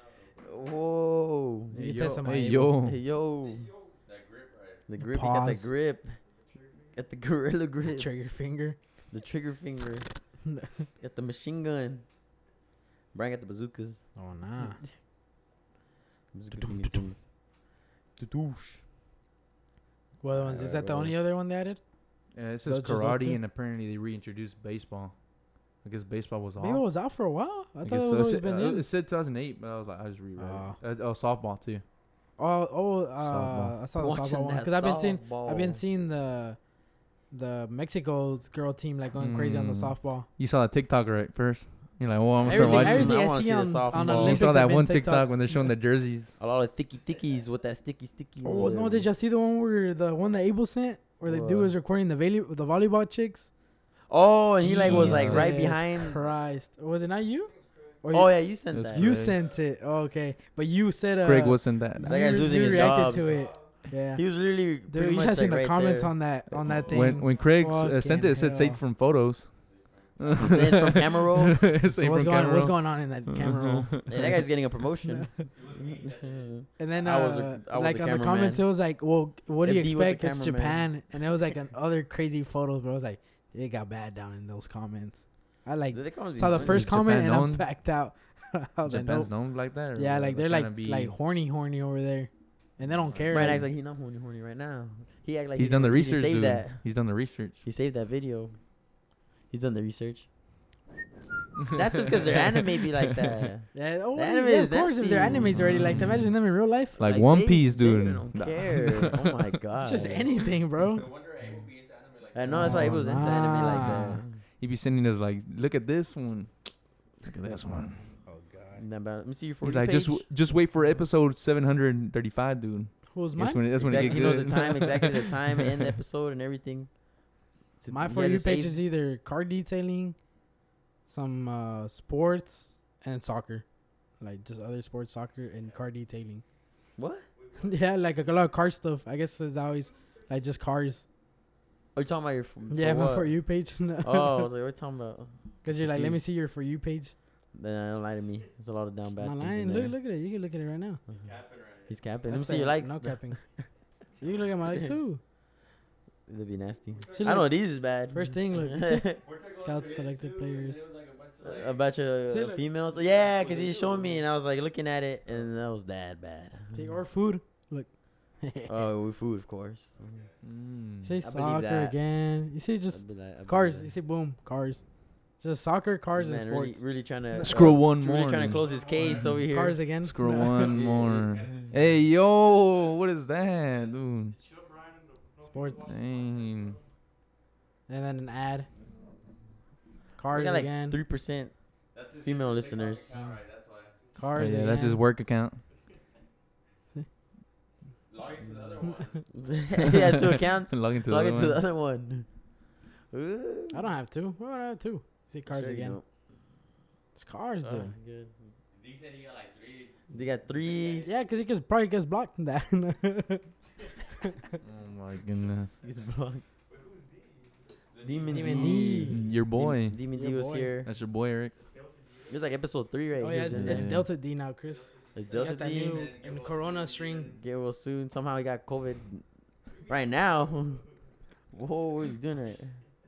Speaker 5: out.
Speaker 1: Whoa!
Speaker 2: You
Speaker 3: Hey,
Speaker 2: can test
Speaker 3: yo,
Speaker 2: somebody,
Speaker 3: hey,
Speaker 2: bro.
Speaker 3: yo.
Speaker 1: Hey, yo,
Speaker 5: That grip right.
Speaker 1: the grip, he got the
Speaker 2: Pause.
Speaker 1: grip, got the gorilla grip,
Speaker 2: Trigger finger.
Speaker 1: the trigger finger, got the machine gun. Brian got the bazookas.
Speaker 2: Oh nah.
Speaker 1: Bazooka finger things. Tutoosh.
Speaker 2: What other ones? Is that the only
Speaker 1: Alright,
Speaker 2: other one they added?
Speaker 3: Yeah, it
Speaker 2: Those-
Speaker 3: says
Speaker 2: just those two?
Speaker 3: karate, and apparently they reintroduced baseball. I guess baseball was off.
Speaker 2: Maybe it was out for a while. I,
Speaker 3: guess
Speaker 2: thought it was
Speaker 3: so.
Speaker 2: always
Speaker 3: said,
Speaker 2: been
Speaker 3: uh,
Speaker 2: in.
Speaker 3: It said 2008, but I was like, I just reread
Speaker 2: Ah.
Speaker 3: it. Uh, oh, softball too.
Speaker 2: Oh, oh,
Speaker 3: Softball.
Speaker 2: uh, I saw the
Speaker 1: Watching
Speaker 2: softball one
Speaker 1: that
Speaker 2: because I've been seeing, I've been
Speaker 1: softball.
Speaker 2: seeing the, the Mexico girl team like going crazy on the
Speaker 3: Mm.
Speaker 2: softball.
Speaker 3: You saw that TikTok right first. You're like, well, I'm gonna start
Speaker 2: Everything,
Speaker 3: watching.
Speaker 1: watching.
Speaker 2: everything
Speaker 1: I
Speaker 2: I,
Speaker 1: wanna
Speaker 2: see
Speaker 1: see the
Speaker 2: on, on
Speaker 1: softball.
Speaker 3: Oh,
Speaker 1: Oh,
Speaker 3: you
Speaker 2: Olympics
Speaker 3: saw
Speaker 2: has
Speaker 3: that
Speaker 2: been
Speaker 3: one TikTok, when they're showing the jerseys.
Speaker 1: A lot of thicky thickies with that sticky sticky.
Speaker 2: Oh no!
Speaker 1: uh,
Speaker 2: Did you see the one where the one that Abel sent, where the dude
Speaker 1: What?
Speaker 2: was recording the volley- the volleyball chicks?
Speaker 1: Oh, and he like was like right
Speaker 2: Jesus
Speaker 1: behind.
Speaker 2: Christ, was it not you? Or
Speaker 1: Oh
Speaker 2: you,
Speaker 1: yeah, you sent
Speaker 3: That's
Speaker 1: that.
Speaker 2: you
Speaker 3: Craig.
Speaker 2: sent it. Oh, okay, but you said uh,
Speaker 3: Greg was in that.
Speaker 2: you-
Speaker 1: That guy's losing
Speaker 2: you
Speaker 1: his
Speaker 2: reacted
Speaker 1: jobs.
Speaker 2: to it. Yeah,
Speaker 1: He was literally pretty
Speaker 2: dude, you
Speaker 1: much
Speaker 2: should have
Speaker 1: like
Speaker 2: seen the
Speaker 1: right
Speaker 2: comments
Speaker 1: there.
Speaker 2: on that on that thing.
Speaker 3: When when Craig s- uh, sent
Speaker 2: Fucking
Speaker 3: it, it said
Speaker 2: hell.
Speaker 3: saved from photos.
Speaker 1: Saved from camera rolls?
Speaker 3: saved
Speaker 2: so what's
Speaker 3: from
Speaker 2: going
Speaker 3: camera
Speaker 2: what's
Speaker 3: roll. Mm-hmm.
Speaker 2: going on in that camera roll?
Speaker 1: Hey, that guy's getting a promotion.
Speaker 2: And then uh,
Speaker 1: I was a- I was a
Speaker 2: like on the
Speaker 1: cameraman.
Speaker 2: comments, it was like, "Well, what do you
Speaker 1: If D was a
Speaker 2: expect? It's
Speaker 1: cameraman.
Speaker 2: Japan." And it was like an other crazy photos, but I was like, "It got bad down in those comments." I like
Speaker 1: They call him
Speaker 2: saw the
Speaker 1: Jason.
Speaker 2: first
Speaker 3: Is Japan
Speaker 2: comment and I'm
Speaker 3: known?
Speaker 2: backed out. I was like, "Nope."
Speaker 3: Japan's known like that. or
Speaker 2: Yeah, like they're
Speaker 3: kinda
Speaker 2: like
Speaker 3: be-
Speaker 2: like horny, horny over there, and they don't care.
Speaker 1: Brian
Speaker 2: like-
Speaker 1: acts like he not horny horny right now. He act like
Speaker 3: he's
Speaker 1: he
Speaker 3: done the
Speaker 1: didn't- he
Speaker 3: research,
Speaker 1: didn't Save
Speaker 3: dude.
Speaker 1: that.
Speaker 3: He's done the research.
Speaker 1: He saved that video. He's done the research. That's just because their anime be like that.
Speaker 2: yeah, oh,
Speaker 1: The
Speaker 2: yeah,
Speaker 1: anime
Speaker 2: yeah,
Speaker 1: is
Speaker 2: of course, if their
Speaker 1: nasty.
Speaker 2: animes already like, that, imagine them in real life.
Speaker 3: Like, One
Speaker 1: they-
Speaker 3: Piece,
Speaker 1: they
Speaker 3: dude.
Speaker 1: don't
Speaker 3: Nah.
Speaker 1: care. oh my god.
Speaker 2: It's just anything, bro.
Speaker 5: No wonder Abel be into anime like
Speaker 1: I know that's why he was into anime like
Speaker 3: He be sending us like, look at this one, look at this one.
Speaker 1: that. Nah, but let me see your
Speaker 3: He's
Speaker 1: forty
Speaker 3: like,
Speaker 1: page.
Speaker 3: just w- just wait for episode 735, dude.
Speaker 2: Who's
Speaker 3: That's
Speaker 2: mine?
Speaker 3: when it, that's
Speaker 1: exactly,
Speaker 3: when it
Speaker 1: he
Speaker 3: get good.
Speaker 1: knows the time, exactly the time and the episode and everything. It's-
Speaker 2: My
Speaker 1: he has
Speaker 2: for
Speaker 1: it
Speaker 2: you page
Speaker 1: saved.
Speaker 2: is either car detailing, some uh, sports, and soccer, like just other sports, soccer, and car detailing.
Speaker 1: What?
Speaker 2: yeah, like a lot of car stuff. I guess it's always like just cars.
Speaker 1: Are you talking about your? f- For
Speaker 2: yeah, my
Speaker 1: what?
Speaker 2: for you page.
Speaker 1: Oh, I was like, we're talking about.
Speaker 2: because you're like, let me
Speaker 1: confused.
Speaker 2: see your for you page.
Speaker 1: Nah, don't lie to me. There's a lot of down bad
Speaker 2: Nah,
Speaker 1: things
Speaker 2: lying.
Speaker 1: in there.
Speaker 2: Look, look at it. You can look at it right now.
Speaker 1: He's capping. Let
Speaker 2: That's
Speaker 1: me see
Speaker 2: the-
Speaker 1: your likes.
Speaker 2: No capping. you can look at my likes too.
Speaker 1: That'd be nasty.
Speaker 2: See,
Speaker 1: I know
Speaker 2: look.
Speaker 1: these is bad.
Speaker 2: First thing, look.
Speaker 5: Scout
Speaker 2: Scouts selected players.
Speaker 1: a bunch of
Speaker 2: See,
Speaker 1: uh,
Speaker 2: look.
Speaker 1: females. Yeah, because he showed me, and I was like looking at it, and that was bad, bad.
Speaker 2: Take or food. Look.
Speaker 1: Oh, with food, of course.
Speaker 3: Mm.
Speaker 2: You see
Speaker 1: believe
Speaker 2: soccer
Speaker 1: that.
Speaker 2: again. You see just
Speaker 1: I'd be like- I'd be
Speaker 2: cars.
Speaker 1: like,
Speaker 2: You see boom cars. Just soccer, cars,
Speaker 1: man,
Speaker 2: and
Speaker 1: really,
Speaker 2: sports.
Speaker 1: really trying to
Speaker 3: Scroll one
Speaker 1: really
Speaker 3: more
Speaker 1: trying to
Speaker 3: and-
Speaker 1: close his case over here.
Speaker 2: Cars again.
Speaker 3: Scroll
Speaker 2: No.
Speaker 3: one more. hey yo, what is that, dude?
Speaker 2: Sports.
Speaker 3: Dang.
Speaker 2: And then an ad.
Speaker 1: we
Speaker 2: Cars
Speaker 1: got
Speaker 2: again.
Speaker 1: like three percent. Female listeners.
Speaker 3: Oh,
Speaker 2: cars.
Speaker 3: yeah, that's his
Speaker 2: again.
Speaker 3: work account.
Speaker 1: he has two accounts.
Speaker 3: Log into the
Speaker 1: Log
Speaker 3: other
Speaker 1: into the
Speaker 3: one.
Speaker 1: other one. Ooh.
Speaker 2: I don't have two. Why would I have two? See cars
Speaker 1: Sure you
Speaker 2: again.
Speaker 1: don't.
Speaker 2: It's cars,
Speaker 1: Uh,
Speaker 2: dude.
Speaker 1: good.
Speaker 5: These said he got like three.
Speaker 1: They got three.
Speaker 2: yeah, because he gets, probably gets blocked in that.
Speaker 3: Oh my goodness.
Speaker 1: He's blocked. Demon
Speaker 2: Demon
Speaker 1: D.
Speaker 2: D.
Speaker 3: Your boy. Uh,
Speaker 1: Demon D
Speaker 2: Your
Speaker 1: was
Speaker 2: boy.
Speaker 1: here.
Speaker 3: That's your boy, Eric.
Speaker 1: There's like episode three right
Speaker 2: oh,
Speaker 1: here.
Speaker 2: yeah,
Speaker 1: He's
Speaker 2: it's,
Speaker 1: in
Speaker 2: it's
Speaker 1: there.
Speaker 3: Yeah.
Speaker 2: Delta D now, Chris.
Speaker 1: It's
Speaker 2: You
Speaker 1: Delta
Speaker 2: got that
Speaker 1: D.
Speaker 2: new and Corona string.
Speaker 1: Get well soon. Somehow he got COVID right now. Whoa, he's doing it.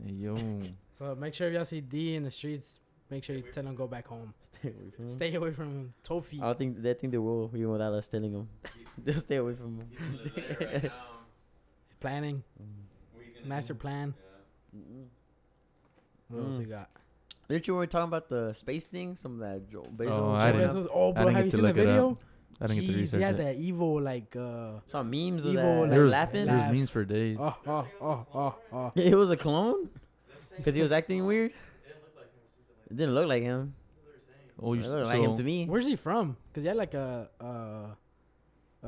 Speaker 3: Hey yo.
Speaker 2: So make sure if y'all see D in the streets, make sure you tell him go back home.
Speaker 1: Stay away from him.
Speaker 2: Stay away from him. Tofi.
Speaker 1: I don't think they think they will even without us telling them. They'll stay away from him.
Speaker 5: He's in Lazare right now.
Speaker 2: Planning.
Speaker 5: What he's gonna
Speaker 2: Master plan.
Speaker 5: do. Yeah.
Speaker 2: What else
Speaker 1: Mm.
Speaker 2: we got?
Speaker 1: Didn't you were talking about the space thing? Some of that Joe Bezos.
Speaker 3: Oh, I
Speaker 1: showing
Speaker 3: didn't-
Speaker 1: up?
Speaker 2: Bezos- Oh, bro, have
Speaker 3: didn't get
Speaker 2: you
Speaker 3: to
Speaker 2: seen the
Speaker 3: look it up.
Speaker 2: video?
Speaker 3: I didn't get to
Speaker 2: Jeez,
Speaker 3: research
Speaker 2: he had
Speaker 3: it.
Speaker 2: that evil, like, uh,
Speaker 1: Saw memes of
Speaker 2: Evil,
Speaker 1: that.
Speaker 2: like,
Speaker 3: There was,
Speaker 1: laughing.
Speaker 2: Oh.
Speaker 3: there was
Speaker 2: laugh.
Speaker 3: memes for days.
Speaker 2: oh, oh, oh, oh, oh.
Speaker 1: It was a clone. because he was acting weird.
Speaker 4: It didn't look like him or something like
Speaker 1: It didn't look like him.
Speaker 4: that. They were saying.
Speaker 3: Oh, you
Speaker 1: it
Speaker 3: s-
Speaker 1: looked like him to
Speaker 3: so-
Speaker 1: me.
Speaker 2: Where's he from? Because he had like a uh,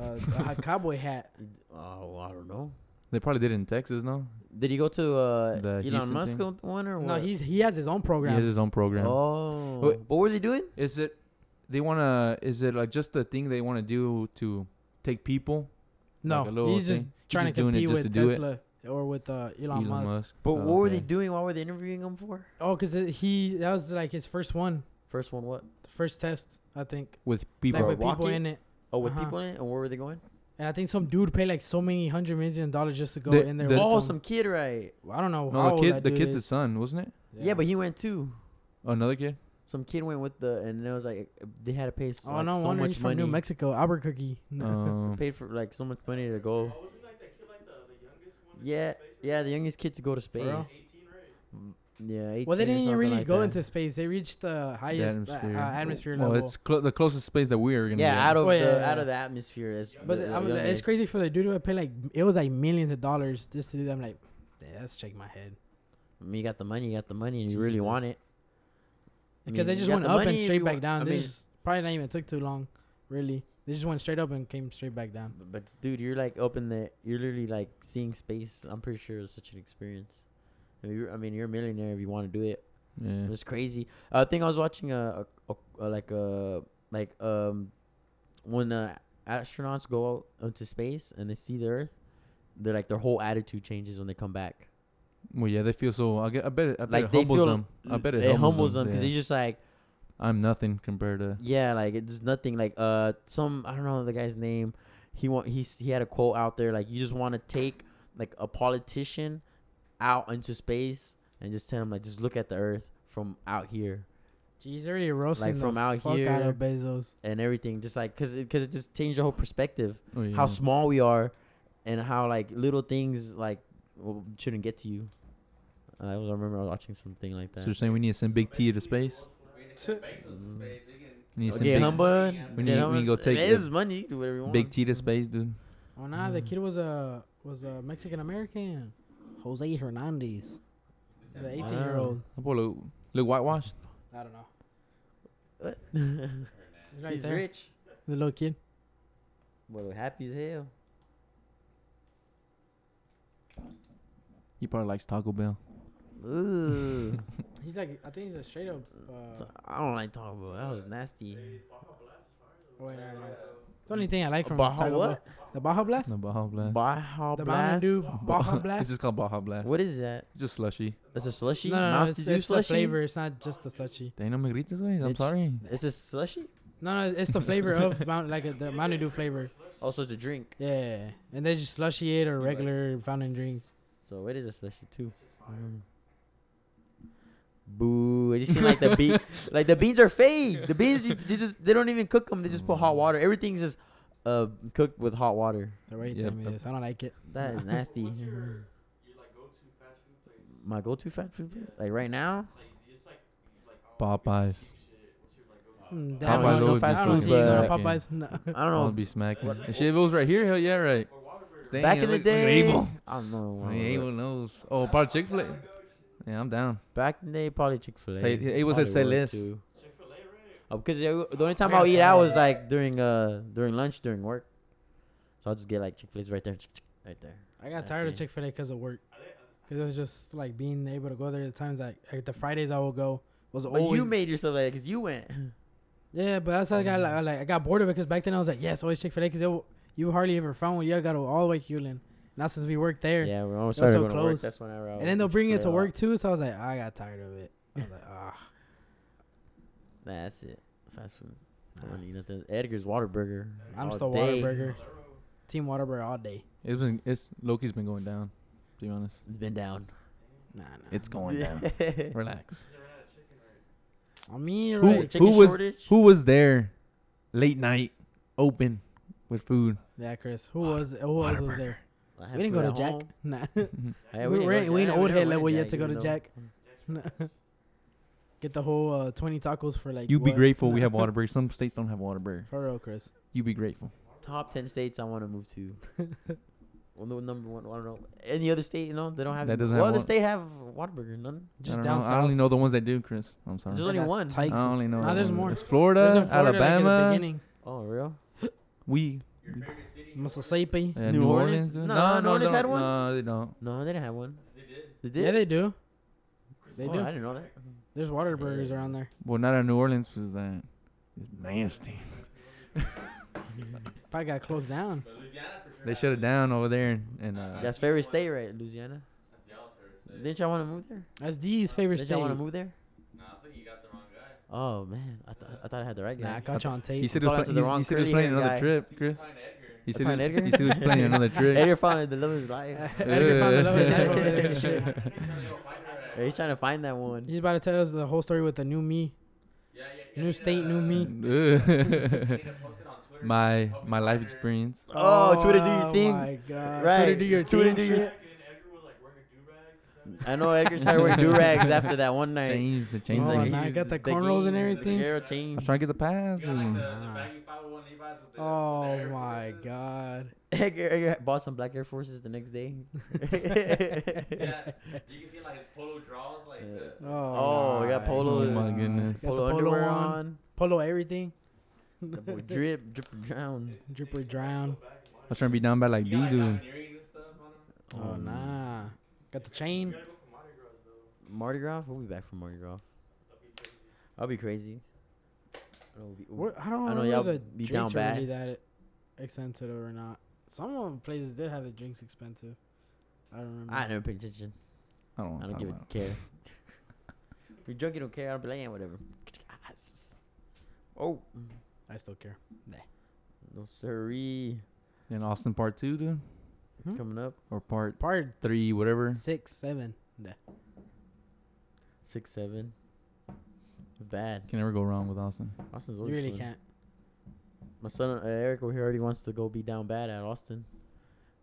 Speaker 2: uh, a cowboy hat.
Speaker 1: Oh, I don't know.
Speaker 3: They probably did it in Texas, no?
Speaker 1: Did he go to uh,
Speaker 3: The
Speaker 1: Elon
Speaker 3: Houston
Speaker 1: Musk
Speaker 3: thing?
Speaker 1: one or what?
Speaker 2: No, he's he has his own
Speaker 3: He has
Speaker 2: program.
Speaker 3: his own program.
Speaker 1: Oh,
Speaker 3: Wait.
Speaker 1: what was he doing?
Speaker 3: Is it they wanna? Is it like just the thing they wanna do to take people?
Speaker 2: no,
Speaker 3: like a little
Speaker 2: he's just
Speaker 3: thing. He's
Speaker 2: trying
Speaker 3: just
Speaker 2: to
Speaker 3: doing it
Speaker 2: compete
Speaker 3: just to
Speaker 2: with
Speaker 3: do it.
Speaker 2: Tesla or with uh, Elon, Musk.
Speaker 1: But what were they
Speaker 3: okay.
Speaker 1: doing? Why were they interviewing him for?
Speaker 2: Oh, because he that was like his first one,
Speaker 1: First one, what?
Speaker 2: the first test, I think.
Speaker 3: with people?
Speaker 2: like
Speaker 1: are
Speaker 2: with people
Speaker 1: walking?
Speaker 2: in it,
Speaker 1: Oh, with
Speaker 2: Uh-huh.
Speaker 1: people in it. And where were they going?
Speaker 2: and I think some dude paid like so many hundred million dollars just to go
Speaker 3: The-
Speaker 2: in there.
Speaker 3: the-
Speaker 2: with
Speaker 1: Oh,
Speaker 2: them.
Speaker 1: some kid, right?
Speaker 2: I don't know. how
Speaker 3: no, the
Speaker 2: old
Speaker 3: kid.
Speaker 2: that
Speaker 3: The
Speaker 2: dude
Speaker 3: kid's his
Speaker 2: is.
Speaker 3: son, wasn't it?
Speaker 1: Yeah. but he went too.
Speaker 3: Oh, Another kid.
Speaker 1: Some kid went with the, and it was like they had to pay so,
Speaker 2: oh
Speaker 1: like,
Speaker 2: no,
Speaker 1: so
Speaker 2: wonder he's
Speaker 1: much
Speaker 2: from New
Speaker 1: money.
Speaker 2: Mexico, Albuquerque.
Speaker 1: Uh,
Speaker 2: Oh.
Speaker 3: Um,
Speaker 1: paid for like so much money to go.
Speaker 4: Oh, wasn't like that kid like the, the youngest one? that
Speaker 1: Yeah,
Speaker 4: went to space or
Speaker 1: yeah, the youngest kid to go to
Speaker 2: real?
Speaker 1: space.
Speaker 4: something? 18, right?
Speaker 1: Mm, Yeah, 18
Speaker 2: well, they
Speaker 1: or
Speaker 2: didn't even
Speaker 1: something
Speaker 2: really
Speaker 1: like
Speaker 2: go
Speaker 1: that.
Speaker 2: into space. They reached the
Speaker 3: the
Speaker 2: highest uh, atmosphere, uh, atmosphere
Speaker 3: well,
Speaker 2: level.
Speaker 3: it's clo- the closest space that we're gonna.
Speaker 1: Yeah,
Speaker 3: get.
Speaker 1: out of
Speaker 2: Well,
Speaker 1: the
Speaker 2: Oh, yeah, yeah,
Speaker 1: out
Speaker 2: yeah.
Speaker 1: of the atmosphere. Is
Speaker 2: But
Speaker 1: the
Speaker 2: I mean, it's
Speaker 1: youngest.
Speaker 2: crazy for the dude to pay like it was like millions of dollars just to do that. I'm like, "Yeah, that's shake my head
Speaker 1: I mean, you got the money, you got the money, and you really want it. I
Speaker 2: because they
Speaker 1: mean,
Speaker 2: just
Speaker 1: you got
Speaker 2: went
Speaker 1: the
Speaker 2: up
Speaker 1: money
Speaker 2: and
Speaker 1: if
Speaker 2: straight
Speaker 1: you
Speaker 2: back
Speaker 1: want-
Speaker 2: down.
Speaker 1: I
Speaker 2: this
Speaker 1: mean,
Speaker 2: is- probably not even took too long, really. They just went straight up and came straight back down.
Speaker 1: b- but dude, you're like up in the, you're literally like seeing space. I'm pretty sure it's such an experience. I mean, you're, I mean, you're a millionaire if you want to do it.
Speaker 3: Yeah.
Speaker 1: It's crazy. Uh, I think I was watching a, a, a, a like a like um when uh, astronauts go out into space and they see the Earth, they're like their whole attitude changes when they come back.
Speaker 3: Well, yeah, they feel so. I, get, I bet. It, I bet
Speaker 1: Like
Speaker 3: it
Speaker 1: they
Speaker 3: humbles
Speaker 1: feel
Speaker 3: them. I bet it,
Speaker 1: it humbles them
Speaker 3: them
Speaker 1: because
Speaker 3: yeah.
Speaker 1: he's just like
Speaker 3: I'm nothing compared to.
Speaker 1: Yeah, like it's nothing. Like uh, some I don't know the guy's name. He want he he had a quote out there like you just want to take like a politician out into space and just tell him like just look at the Earth from out here
Speaker 2: Jeez, he's already roasting
Speaker 1: Like,
Speaker 2: the
Speaker 1: from out
Speaker 2: fuck out
Speaker 1: here-
Speaker 2: of Bezos.
Speaker 1: and everything. Just like cause it, cause it just changed the whole perspective
Speaker 3: Oh, yeah.
Speaker 1: how small we are and how like little things like w- shouldn't get to you. I was I remember I was watching something like
Speaker 3: So
Speaker 1: that.
Speaker 3: you're saying we need to send Big T to space?
Speaker 5: We need to send Bezos to space. We can.
Speaker 3: We need to
Speaker 1: Okay, Oh,
Speaker 3: send Big,
Speaker 1: humble.
Speaker 5: We
Speaker 3: we
Speaker 5: need-
Speaker 3: need-
Speaker 1: Yeah,
Speaker 3: we need go
Speaker 1: I mean,
Speaker 3: take
Speaker 1: it
Speaker 3: the
Speaker 1: is money. You can do whatever you want.
Speaker 3: Big T to space, dude.
Speaker 2: Oh nah,
Speaker 1: Mm.
Speaker 2: the kid was a was a Mexican American, Jose Hernandez, the 18 year old.
Speaker 3: That boy look, look whitewashed.
Speaker 2: I don't know.
Speaker 5: Hernandez.
Speaker 2: He's right
Speaker 1: He's
Speaker 2: there,
Speaker 1: rich.
Speaker 2: the little kid.
Speaker 1: Well, happy as hell.
Speaker 3: He probably likes Taco Bell.
Speaker 1: Ooh.
Speaker 2: He's like, I think he's a straight up. Uh,
Speaker 1: I don't like Taco Bell. That was nasty.
Speaker 2: oh, wait, no, no, no. It's the only thing I like from
Speaker 1: Baja
Speaker 2: Taco Bell.
Speaker 1: what?
Speaker 2: The Baja Blast.
Speaker 3: No, Baja Blast.
Speaker 1: Baja
Speaker 2: The Mountain
Speaker 1: Blast.
Speaker 2: Dew Baja
Speaker 3: It's
Speaker 2: Blast.
Speaker 3: just called Baja Blast.
Speaker 1: What is that?
Speaker 3: It's just slushy.
Speaker 1: It's a slushy.
Speaker 2: No, no, no,
Speaker 1: Mountain
Speaker 2: it's,
Speaker 1: Dew
Speaker 2: it's the flavor. It's not just the slushy.
Speaker 3: They ain't no me grites, güey. I'm
Speaker 1: It's-
Speaker 3: sorry.
Speaker 1: It's a slushy.
Speaker 2: No, no, it's the flavor of Mount, like uh, the Mountain Dew flavor.
Speaker 1: Also, Oh, it's a drink.
Speaker 2: Yeah, and they just slushy it or
Speaker 1: like-
Speaker 2: regular fountain drink.
Speaker 1: So it is a slushy too. Mm. Boo! It just seems like the beans, like the beans are fake. The beans, you, you just they don't even cook them. They just put hot water. Everything's just uh cooked with hot water.
Speaker 2: The way you
Speaker 3: Yeah,
Speaker 2: tell me
Speaker 3: but-
Speaker 2: this, I don't like it.
Speaker 1: That is nasty.
Speaker 4: What's your, your like go-to fast food place?
Speaker 1: My go-to fast food, place? like right now.
Speaker 4: Like it's like like oh,
Speaker 3: Popeyes.
Speaker 4: here's some cheap shit. What's your like go-to?
Speaker 2: Mm,
Speaker 1: I
Speaker 2: damn,
Speaker 1: don't
Speaker 2: I
Speaker 1: know
Speaker 2: don't
Speaker 1: fast
Speaker 2: I don't
Speaker 1: food,
Speaker 2: see you going to
Speaker 3: but-
Speaker 2: Popeyes. No.
Speaker 1: I don't
Speaker 3: I'll
Speaker 1: know.
Speaker 3: be smacking.
Speaker 4: Like-
Speaker 3: If it was right here, hell yeah, right.
Speaker 4: Or Whataburger.
Speaker 3: Damn,
Speaker 1: Back in the
Speaker 3: Oh, look- look at
Speaker 1: day,
Speaker 3: Abel.
Speaker 1: I don't know.
Speaker 3: Hey, Abel knows. Oh, probably Chick Fil A. Yeah, I'm down.
Speaker 1: Back in the day, probably Chick Fil A.
Speaker 3: Say- Abel said say less.
Speaker 4: Chick-fil-A, right?
Speaker 1: because the only time I'll eat out was like during uh during lunch during work, so I'll just get like Chick Fil A's right there, chick, chick, right there.
Speaker 2: I got tired of
Speaker 1: Nasty.
Speaker 2: Chick Fil A because of work.
Speaker 4: Are they-
Speaker 2: Because it was just like being able to go there. The times like, like the Fridays I would go was
Speaker 1: But
Speaker 2: always.
Speaker 1: you made yourself like because you went.
Speaker 2: yeah, but that's how I got
Speaker 1: Oh.
Speaker 2: like, I, like I got bored of it because back then I was like, yes, always Chick Fil A because you hardly ever found one. You got to go all the way to Hewlin. Now since we worked there,
Speaker 1: Yeah, we're almost
Speaker 2: It was
Speaker 1: started
Speaker 2: so
Speaker 1: going to work.
Speaker 2: close.
Speaker 1: That's whenever. I
Speaker 2: and then
Speaker 1: would
Speaker 2: they'll
Speaker 1: get
Speaker 2: bring it
Speaker 1: Chick-fil-A a
Speaker 2: to
Speaker 1: lot.
Speaker 2: work too. So I was like, I got tired of it. I was like, ah.
Speaker 1: Nah, that's it. Fast food. I don't eat nothing. Edgar's Waterburger.
Speaker 2: I'm
Speaker 1: all
Speaker 2: still
Speaker 1: day.
Speaker 2: Waterburger. Team Waterburger all day.
Speaker 3: It's been it's Loki's been going down. To be honest,
Speaker 1: It's been down.
Speaker 2: Nah, nah.
Speaker 3: it's going down. Relax.
Speaker 2: I mean,
Speaker 3: Who-
Speaker 2: right.
Speaker 1: Chicken
Speaker 3: was-
Speaker 1: shortage.
Speaker 3: Who was there late night, open with food?
Speaker 2: Yeah, Chris. Who was who else was there?
Speaker 1: I had
Speaker 2: We didn't
Speaker 1: food
Speaker 2: go to
Speaker 1: at
Speaker 2: Jack.
Speaker 1: home.
Speaker 2: Nah.
Speaker 1: Yeah,
Speaker 2: we
Speaker 1: didn't go
Speaker 2: we ain't- we
Speaker 1: Jack. Yeah,
Speaker 2: ain't old
Speaker 1: never
Speaker 2: head
Speaker 1: went
Speaker 2: level yet to go
Speaker 1: even
Speaker 2: to
Speaker 1: though-
Speaker 2: Jack. Get the whole uh, twenty tacos for like.
Speaker 3: You be
Speaker 2: what?
Speaker 3: grateful we
Speaker 2: Nah.
Speaker 3: have Waterbury. Some states don't have Waterbury.
Speaker 2: For real, Chris.
Speaker 3: You be grateful.
Speaker 1: Top ten states I want to move to. well, the number one. I don't know any other state. You know they don't have.
Speaker 3: That doesn't
Speaker 1: what
Speaker 3: have
Speaker 1: other
Speaker 3: one.
Speaker 1: state have Whataburger? None.
Speaker 2: Just
Speaker 3: I don't
Speaker 2: down
Speaker 3: know.
Speaker 2: south.
Speaker 3: I only know the ones that do, Chris. I'm sorry.
Speaker 1: There's only
Speaker 2: That's
Speaker 1: one.
Speaker 3: I
Speaker 2: Texas.
Speaker 3: only know.
Speaker 2: Nah,
Speaker 3: the
Speaker 2: Ah, there's
Speaker 3: one-
Speaker 2: more.
Speaker 3: It's Florida,
Speaker 2: There's in Florida, like, at the
Speaker 3: Alabama.
Speaker 2: beginning.
Speaker 1: Oh, real?
Speaker 3: we uh,
Speaker 5: Your favorite city?
Speaker 2: Mississippi.
Speaker 3: yeah,
Speaker 1: New Orleans?
Speaker 3: does-
Speaker 1: No, New Orleans
Speaker 3: they
Speaker 1: had
Speaker 3: don't.
Speaker 1: one?
Speaker 3: No, they don't.
Speaker 1: No, they didn't have one.
Speaker 5: Yes, They did.
Speaker 1: They did.
Speaker 2: Yeah, they do. They
Speaker 1: oh,
Speaker 2: do.
Speaker 1: I didn't know that.
Speaker 2: There's water burgers around there.
Speaker 3: Well, not in New Orleans because that is nasty.
Speaker 2: Probably got closed down.
Speaker 5: But Louisiana for sure.
Speaker 3: They
Speaker 5: has
Speaker 3: shut it
Speaker 5: one.
Speaker 3: down over there, and, and uh,
Speaker 1: That's favorite state, right? Louisiana.
Speaker 5: That's y'all's favorite state.
Speaker 1: Didn't y'all want to move there?
Speaker 2: That's D's favorite
Speaker 1: Didn't y'all
Speaker 2: state.
Speaker 1: want to move there?
Speaker 5: Nah, I think you got the wrong guy.
Speaker 1: Oh man, I thought I thought I had the right guy.
Speaker 2: Nah, I got you on tape.
Speaker 3: he said
Speaker 1: I'm
Speaker 3: he was,
Speaker 1: talking
Speaker 3: pla-
Speaker 1: to the
Speaker 3: he-
Speaker 1: wrong
Speaker 3: he said he was
Speaker 1: curly-haired
Speaker 3: playing another
Speaker 1: guy.
Speaker 3: trip,
Speaker 5: You
Speaker 3: Chris.
Speaker 5: find Edgar.
Speaker 3: He
Speaker 1: That's
Speaker 3: said,
Speaker 1: not
Speaker 3: he was,
Speaker 1: Edgar.
Speaker 3: he said he was playing another
Speaker 1: Hey,
Speaker 3: trick.
Speaker 1: you're finally the lover's life.
Speaker 2: Edgar found the lover's life over there.
Speaker 5: I think he's trying to go find her at-
Speaker 1: Hey, he's trying to find that one.
Speaker 2: He's about to tell us the whole story with the new me.
Speaker 5: Yeah, yeah, yeah.
Speaker 2: New
Speaker 5: yeah,
Speaker 2: state, new
Speaker 5: uh,
Speaker 2: me.
Speaker 5: you
Speaker 3: Ugh.
Speaker 5: need to post it on Twitter.
Speaker 3: my
Speaker 5: Hope you
Speaker 3: my
Speaker 5: find
Speaker 3: life
Speaker 5: her.
Speaker 3: experience.
Speaker 1: Oh, Twitter, do your
Speaker 2: Oh
Speaker 1: thing.
Speaker 2: my God.
Speaker 1: Right.
Speaker 2: Twitter, do your
Speaker 1: Twitter,
Speaker 2: thing.
Speaker 1: do your-
Speaker 2: shit.
Speaker 4: And Edgar will like wear a do rag or something.
Speaker 1: I know Edgar's trying to wear do rags after that one night.
Speaker 3: Change the change.
Speaker 2: Oh,
Speaker 3: the
Speaker 2: now
Speaker 3: game.
Speaker 2: I got the
Speaker 1: game,
Speaker 2: cornrows and everything.
Speaker 1: The girl
Speaker 3: I'm
Speaker 1: changed.
Speaker 3: trying to get the pass.
Speaker 5: You got like the,
Speaker 1: Ah.
Speaker 5: the baggy 501 Levi's with the. with the
Speaker 2: Oh
Speaker 5: Air
Speaker 2: my
Speaker 5: Forces.
Speaker 2: God.
Speaker 1: Edgar, Edgar bought some black Air Forces the next day.
Speaker 5: Yeah, you can see like his polo draws, like
Speaker 1: Yeah.
Speaker 5: the.
Speaker 1: Oh,
Speaker 2: Oh,
Speaker 1: we got polo.
Speaker 3: Oh my goodness.
Speaker 2: Got the
Speaker 1: Polo,
Speaker 2: polo
Speaker 1: underwear
Speaker 2: on.
Speaker 1: on.
Speaker 2: Polo everything.
Speaker 1: That boy drip, drip and drown.
Speaker 2: Dripper drown.
Speaker 3: I was trying to be down by like
Speaker 5: You
Speaker 3: D
Speaker 5: got, like,
Speaker 3: dude.
Speaker 5: diamond earrings and stuff on him.
Speaker 2: Oh, nah. Got the chain.
Speaker 1: Mardi Gras. We'll be back from Mardi Gras. I'll be crazy. I'll be-
Speaker 2: What, I don't
Speaker 1: I know
Speaker 2: know
Speaker 1: y'all
Speaker 2: if the
Speaker 1: be down
Speaker 2: drinks are really that e-, expensive or not. Some of the places did have the drinks expensive. I don't remember.
Speaker 1: I never pay attention.
Speaker 3: I don't
Speaker 1: I
Speaker 3: want
Speaker 1: don't
Speaker 3: to
Speaker 1: give a
Speaker 3: talk about. it.
Speaker 1: care. if you're drunk, you don't care. I'll be like, yeah, whatever. Oh,
Speaker 2: I still care.
Speaker 1: no sorry.
Speaker 3: Then Austin Part Two, dude,
Speaker 2: Hmm?
Speaker 1: Coming up
Speaker 3: or Part
Speaker 2: Part
Speaker 3: Three, whatever.
Speaker 2: six, seven. Nah.
Speaker 1: six seven. Bad.
Speaker 3: Can never go wrong with Austin.
Speaker 1: Austin's
Speaker 2: You
Speaker 1: always
Speaker 2: really
Speaker 1: fun.
Speaker 2: can't.
Speaker 1: My son uh, Eric over here already wants to go be down bad at Austin.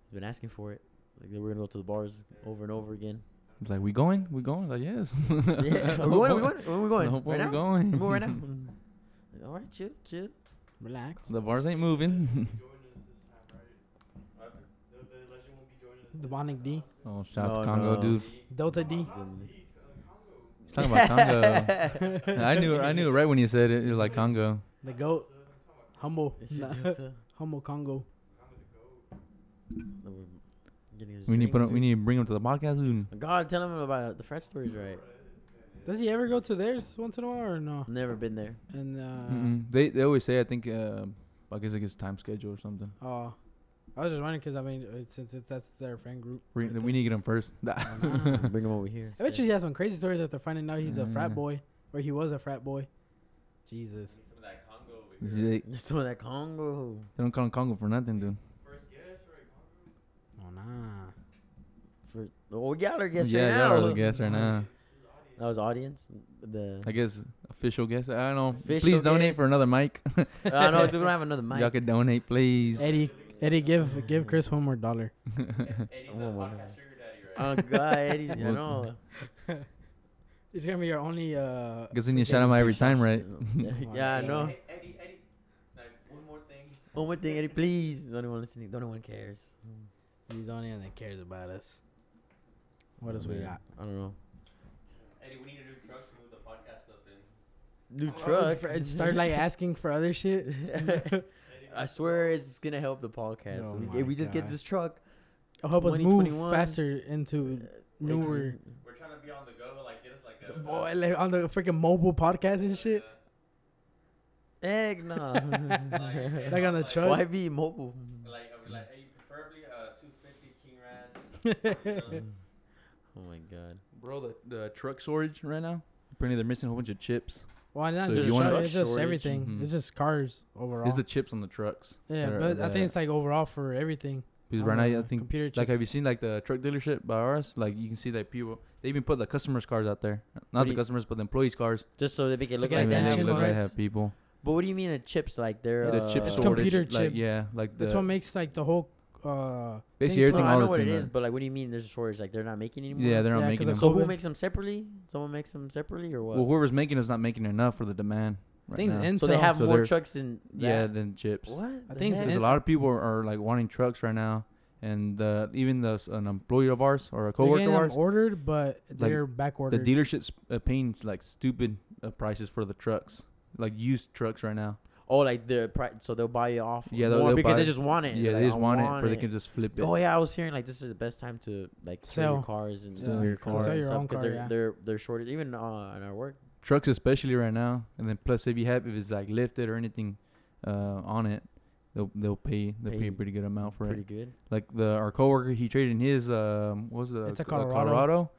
Speaker 1: He's been asking for it. Like they were gonna go to the bars over and over again.
Speaker 3: He's like, "We going? We going?" like, "Yes."
Speaker 1: yeah,
Speaker 3: The
Speaker 1: we
Speaker 3: whole
Speaker 1: going, we going,
Speaker 3: point-
Speaker 1: where we
Speaker 3: the whole
Speaker 1: going?
Speaker 3: point
Speaker 1: Right now,
Speaker 3: we're going.
Speaker 1: we going right now. All right, chill, chill.
Speaker 2: Relax.
Speaker 3: The bars ain't moving.
Speaker 2: Demonic D.
Speaker 3: oh, shout out
Speaker 1: No,
Speaker 3: to Congo,
Speaker 1: no.
Speaker 3: dude.
Speaker 2: Delta D.
Speaker 3: He's talking about Congo. I knew, I knew right when you said it. It was like Congo.
Speaker 2: The goat. Humble.
Speaker 1: This is
Speaker 2: Nah.
Speaker 1: Delta.
Speaker 2: Humble Congo.
Speaker 1: That we're getting his
Speaker 3: We need to put,
Speaker 1: drinks,
Speaker 3: him, we
Speaker 1: dude.
Speaker 3: need to bring him to the podcast, dude.
Speaker 1: God, tell him about the French stories, right?
Speaker 2: Does he ever go to theirs once in a while or no?
Speaker 1: Never been there.
Speaker 2: And uh,
Speaker 3: Mm-mm. They they always say I think uh, I guess like his time schedule or something.
Speaker 2: oh, I was just wondering because I mean uh, since it, that's their friend group.
Speaker 3: We,
Speaker 2: right there.
Speaker 3: we need to get him first.
Speaker 2: Nah.
Speaker 1: Bring him over here.
Speaker 2: I bet you
Speaker 1: instead.
Speaker 2: he has some crazy stories after finding out he's a frat
Speaker 3: Yeah.
Speaker 2: boy, or he was a frat boy. Jesus.
Speaker 5: Need some of that Congo over here.
Speaker 3: they, they
Speaker 1: Some of that Congo.
Speaker 3: don't call him Congo for nothing, dude.
Speaker 4: First guess, right? Congo?
Speaker 2: Oh nah.
Speaker 1: For oh, y'all are guessing
Speaker 3: yeah,
Speaker 1: now.
Speaker 3: y'all are the guest right now.
Speaker 1: That was audience. The
Speaker 3: I guess official guest. I don't know. please
Speaker 1: Official
Speaker 3: donate
Speaker 1: guest.
Speaker 3: for another mic.
Speaker 1: uh, no, so we don't have another mic.
Speaker 3: Y'all could donate, please.
Speaker 2: Eddie, Eddie, give give Chris one more dollar.
Speaker 5: Eddie's
Speaker 1: Oh,
Speaker 5: the
Speaker 1: my
Speaker 5: podcast
Speaker 1: God.
Speaker 5: sugar daddy, right?
Speaker 1: Oh God, Eddie's, I
Speaker 3: Look.
Speaker 1: know.
Speaker 2: It's gonna be your only. Uh,
Speaker 3: guess we need to shout
Speaker 1: Eddie's
Speaker 3: him out
Speaker 1: big
Speaker 3: every time,
Speaker 1: shots.
Speaker 3: right?
Speaker 1: yeah, I
Speaker 5: Hey,
Speaker 1: know.
Speaker 5: hey, Eddie, Eddie. Like, one more thing.
Speaker 1: One more thing, Eddie, please. The only one listening, the only one cares.
Speaker 2: he's the only one that cares about us. What else we
Speaker 1: Man,
Speaker 2: got?
Speaker 1: I don't know.
Speaker 5: Eddie, we need a new truck to move the podcast stuff in.
Speaker 1: New
Speaker 5: Oh,
Speaker 1: truck.
Speaker 2: Fr- Start like asking for other shit.
Speaker 1: I swear it's gonna help the podcast.
Speaker 2: Oh
Speaker 1: We-
Speaker 2: my
Speaker 1: if we just
Speaker 2: God.
Speaker 1: get this truck, Uh,
Speaker 2: It'll help us move
Speaker 1: 2021.
Speaker 2: faster into newer.
Speaker 5: We're trying to be on the go, like get us like a.
Speaker 2: Boy, like on the freaking mobile podcast and shit.
Speaker 1: Egg
Speaker 5: uh,
Speaker 1: nah.
Speaker 2: Like on the truck.
Speaker 1: Why be mobile?
Speaker 5: Like, I mean, like, hey, preferably uh, 250 King Ranch.
Speaker 1: Oh my god.
Speaker 3: Bro, the, the truck shortage right now. Apparently they're missing a whole bunch of chips.
Speaker 2: Why not?
Speaker 3: So
Speaker 2: just
Speaker 3: you wanna-
Speaker 2: truck- it's just
Speaker 1: Shortage.
Speaker 2: everything.
Speaker 3: Mhm.
Speaker 2: It's just cars overall.
Speaker 3: It's the chips on the trucks.
Speaker 2: yeah,
Speaker 3: they're-
Speaker 2: but I
Speaker 3: they're-
Speaker 2: think it's like overall for everything.
Speaker 3: uh, Because
Speaker 2: on
Speaker 3: right now I
Speaker 2: the
Speaker 3: think
Speaker 2: computer chips.
Speaker 3: Like, have you seen like the truck dealership by ours? Like, you can see that people they even put the customers' cars out there, not
Speaker 1: What do
Speaker 3: the
Speaker 1: you-
Speaker 3: customers, but the employees' cars.
Speaker 1: Just so they make it look
Speaker 2: get
Speaker 1: like
Speaker 3: Like,
Speaker 1: they
Speaker 3: they
Speaker 2: attention,
Speaker 1: have.
Speaker 3: look like
Speaker 2: right?
Speaker 1: Like,
Speaker 3: they have people.
Speaker 1: but what do you mean a chips? Like they're
Speaker 3: The
Speaker 1: uh,
Speaker 3: chip
Speaker 2: It's
Speaker 3: shortage,
Speaker 2: computer
Speaker 3: Like,
Speaker 2: chip.
Speaker 3: yeah, like the,
Speaker 2: That's what makes like the whole. uh
Speaker 3: Basically
Speaker 2: things
Speaker 1: No,
Speaker 3: everything
Speaker 1: I
Speaker 3: all
Speaker 1: know
Speaker 3: the
Speaker 1: what it
Speaker 3: time,
Speaker 1: is,
Speaker 3: man.
Speaker 1: but like, what do you mean? There's a shortage. Like they're not making anymore.
Speaker 3: yeah, they're not
Speaker 2: Yeah, 'cause
Speaker 3: making them.
Speaker 2: it's
Speaker 1: So who
Speaker 2: Covid.
Speaker 1: makes them separately? Someone makes them separately or what?
Speaker 3: well, whoever's making it's not making enough for the demand. Right
Speaker 2: Things
Speaker 3: now.
Speaker 2: in
Speaker 1: so they have
Speaker 3: So
Speaker 1: more
Speaker 3: they're-
Speaker 1: trucks than
Speaker 3: yeah,
Speaker 1: that?
Speaker 3: than chips.
Speaker 1: What?
Speaker 2: I
Speaker 1: the
Speaker 2: think it's
Speaker 1: heck?
Speaker 3: There's a lot of people are, are, like wanting trucks right now, and uh, even the, s- an employee of ours or a
Speaker 2: They're
Speaker 3: coworker
Speaker 2: getting
Speaker 3: of
Speaker 2: them
Speaker 3: ours,
Speaker 2: ordered, but they're back
Speaker 3: the
Speaker 2: ordered.
Speaker 3: dealership's uh, paying like stupid uh, prices for the trucks, like used trucks right now.
Speaker 1: Oh, like the pri- so they'll buy it off.
Speaker 3: Yeah,
Speaker 1: Yeah,
Speaker 3: they'll-
Speaker 1: more
Speaker 3: they'll
Speaker 1: because
Speaker 3: buy-
Speaker 1: they just want it.
Speaker 3: Yeah,
Speaker 1: They're
Speaker 3: they
Speaker 1: like,
Speaker 3: just
Speaker 1: "I
Speaker 3: want, it, for they
Speaker 1: it."
Speaker 3: can just flip it.
Speaker 1: Oh yeah, I was hearing like this is the best time to like sell
Speaker 2: Sell.
Speaker 1: your cars and
Speaker 3: Sell
Speaker 1: your
Speaker 3: your
Speaker 1: cars
Speaker 2: Sell
Speaker 1: and
Speaker 2: your
Speaker 1: stuff
Speaker 2: own
Speaker 1: because
Speaker 2: car,
Speaker 1: they're,
Speaker 2: yeah.
Speaker 1: they're they're shortage even uh, in our work.
Speaker 3: Trucks especially right now, and then plus if you have if it's like lifted or anything uh, on it, they'll they'll pay they'll pay,
Speaker 1: Pay
Speaker 3: a pretty good amount for
Speaker 1: Pretty
Speaker 3: it.
Speaker 1: good.
Speaker 3: Like the our coworker, he traded in his um what was it
Speaker 2: It's a
Speaker 3: Co- uh,
Speaker 2: Colorado.
Speaker 3: Colorado.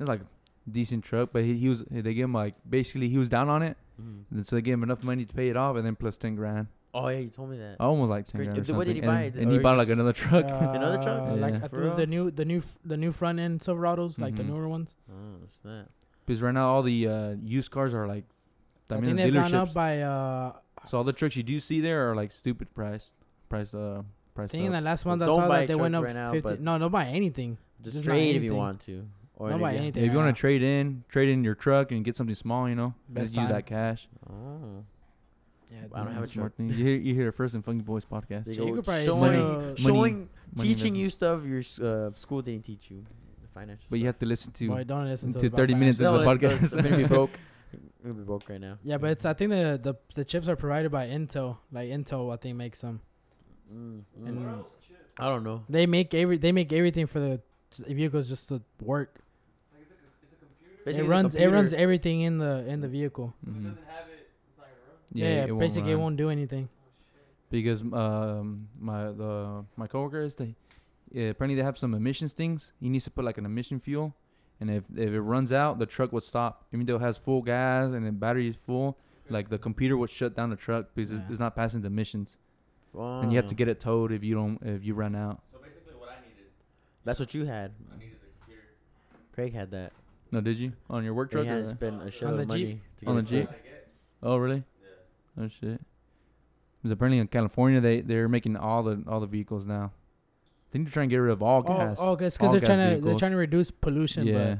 Speaker 3: It's like decent truck, but he, he was they gave him like basically he was down on it,
Speaker 1: Mhm.
Speaker 3: and so they gave him enough money to pay it off, and then plus ten grand.
Speaker 1: Oh yeah, you told me that.
Speaker 3: I almost like ten
Speaker 1: Crazy.
Speaker 3: grand. Or
Speaker 1: What did he
Speaker 3: something.
Speaker 1: buy?
Speaker 3: And,
Speaker 1: The-
Speaker 3: and he
Speaker 1: or
Speaker 3: bought
Speaker 1: just-
Speaker 3: like another truck.
Speaker 1: Another truck?
Speaker 2: Uh, Like
Speaker 3: Yeah.
Speaker 2: I
Speaker 1: For
Speaker 2: think the
Speaker 1: real?
Speaker 2: new, the new, f- the new front end Silverados, like the
Speaker 3: Mhm.
Speaker 2: newer ones.
Speaker 1: Oh snap!
Speaker 3: because right now all the uh, used cars are like, I
Speaker 2: I
Speaker 3: mean,
Speaker 2: think
Speaker 3: the
Speaker 2: they've gone
Speaker 3: dealerships.
Speaker 2: up by. Uh,
Speaker 3: So all the trucks you do see there are like stupid priced, priced uh,
Speaker 2: I
Speaker 3: priced
Speaker 2: think in the
Speaker 3: up.
Speaker 2: last
Speaker 1: So
Speaker 2: month I
Speaker 1: don't
Speaker 2: saw
Speaker 1: buy
Speaker 2: that they went
Speaker 1: trucks
Speaker 2: up
Speaker 1: right now,
Speaker 2: fifty.
Speaker 1: but-
Speaker 2: No, don't buy anything.
Speaker 1: Just
Speaker 2: Just not
Speaker 1: trade if you
Speaker 2: anything.
Speaker 1: want to. Or
Speaker 2: Don't buy
Speaker 1: yeah.
Speaker 2: anything.
Speaker 3: if you want
Speaker 2: right
Speaker 3: to trade in, trade in your truck and get something small, you know, and
Speaker 2: Best
Speaker 3: just use
Speaker 2: time.
Speaker 3: that cash.
Speaker 1: Oh,
Speaker 2: now. Yeah,
Speaker 1: I don't
Speaker 2: dude.
Speaker 1: have a
Speaker 3: Smart thing. You hear, you hear it first in Funky Boys podcast.
Speaker 1: There
Speaker 2: So you
Speaker 1: go.
Speaker 2: could probably
Speaker 1: Showing-
Speaker 2: sell-
Speaker 1: showing,
Speaker 3: money
Speaker 1: teaching
Speaker 3: investment.
Speaker 1: you stuff your s- uh, school didn't teach you. The financial.
Speaker 3: But you have to listen to.
Speaker 2: Boy, don't listen to,
Speaker 3: to
Speaker 2: us about
Speaker 3: 30 minutes
Speaker 2: financial-
Speaker 3: of
Speaker 1: stuff.
Speaker 3: the
Speaker 1: No, it's-
Speaker 3: podcast.
Speaker 1: I'm gonna be broke. I'm gonna be broke right now.
Speaker 2: Yeah, but it's I think the, the the chips are provided by Intel. Like Intel, I think makes them.
Speaker 1: Mm,
Speaker 2: And-
Speaker 1: mm.
Speaker 4: Where else chips?
Speaker 1: I don't know.
Speaker 2: They make every they make everything for the t- vehicles just to work.
Speaker 4: Like it's a, co- it's a computer.
Speaker 1: Basically,
Speaker 2: it
Speaker 1: the
Speaker 2: runs it runs
Speaker 1: computer-
Speaker 2: everything in the in the vehicle.
Speaker 4: so if it
Speaker 3: Mhm.
Speaker 4: doesn't have it, it's not gonna run.
Speaker 2: Yeah, yeah,
Speaker 3: won't
Speaker 2: basically it
Speaker 3: run.
Speaker 2: won't do anything.
Speaker 4: Oh shit.
Speaker 3: because um my the my coworkers they yeah, apparently they have some emissions things. He needs to put like an emission fuel, and if if it runs out, the truck would stop. Even though it has full gas and the battery is full, like the computer would shut down the truck because it's,
Speaker 2: Yeah.
Speaker 3: it's not passing the emissions, and you have to
Speaker 2: Mm.
Speaker 1: Oh.
Speaker 3: get it towed if you don't if you run out.
Speaker 5: So basically, what I needed,
Speaker 1: That's what you had.
Speaker 5: I needed a computer.
Speaker 1: Craig had that.
Speaker 3: No, did you on your work
Speaker 1: He
Speaker 3: truck?
Speaker 1: had
Speaker 3: Or?
Speaker 1: to spend a
Speaker 2: On
Speaker 1: shitload
Speaker 2: the
Speaker 1: of money to get
Speaker 3: On
Speaker 1: it
Speaker 3: the Jeep?
Speaker 1: fixed.
Speaker 3: Oh, really?
Speaker 5: Yeah.
Speaker 3: Oh shit. Because apparently in California they they're making all the all the vehicles now. They need to try and get rid of all
Speaker 2: Oh,
Speaker 3: gas.
Speaker 2: oh, because
Speaker 3: all
Speaker 2: they're
Speaker 3: gas
Speaker 2: trying to they're
Speaker 3: vehicles.
Speaker 2: trying to reduce pollution.
Speaker 3: Yeah,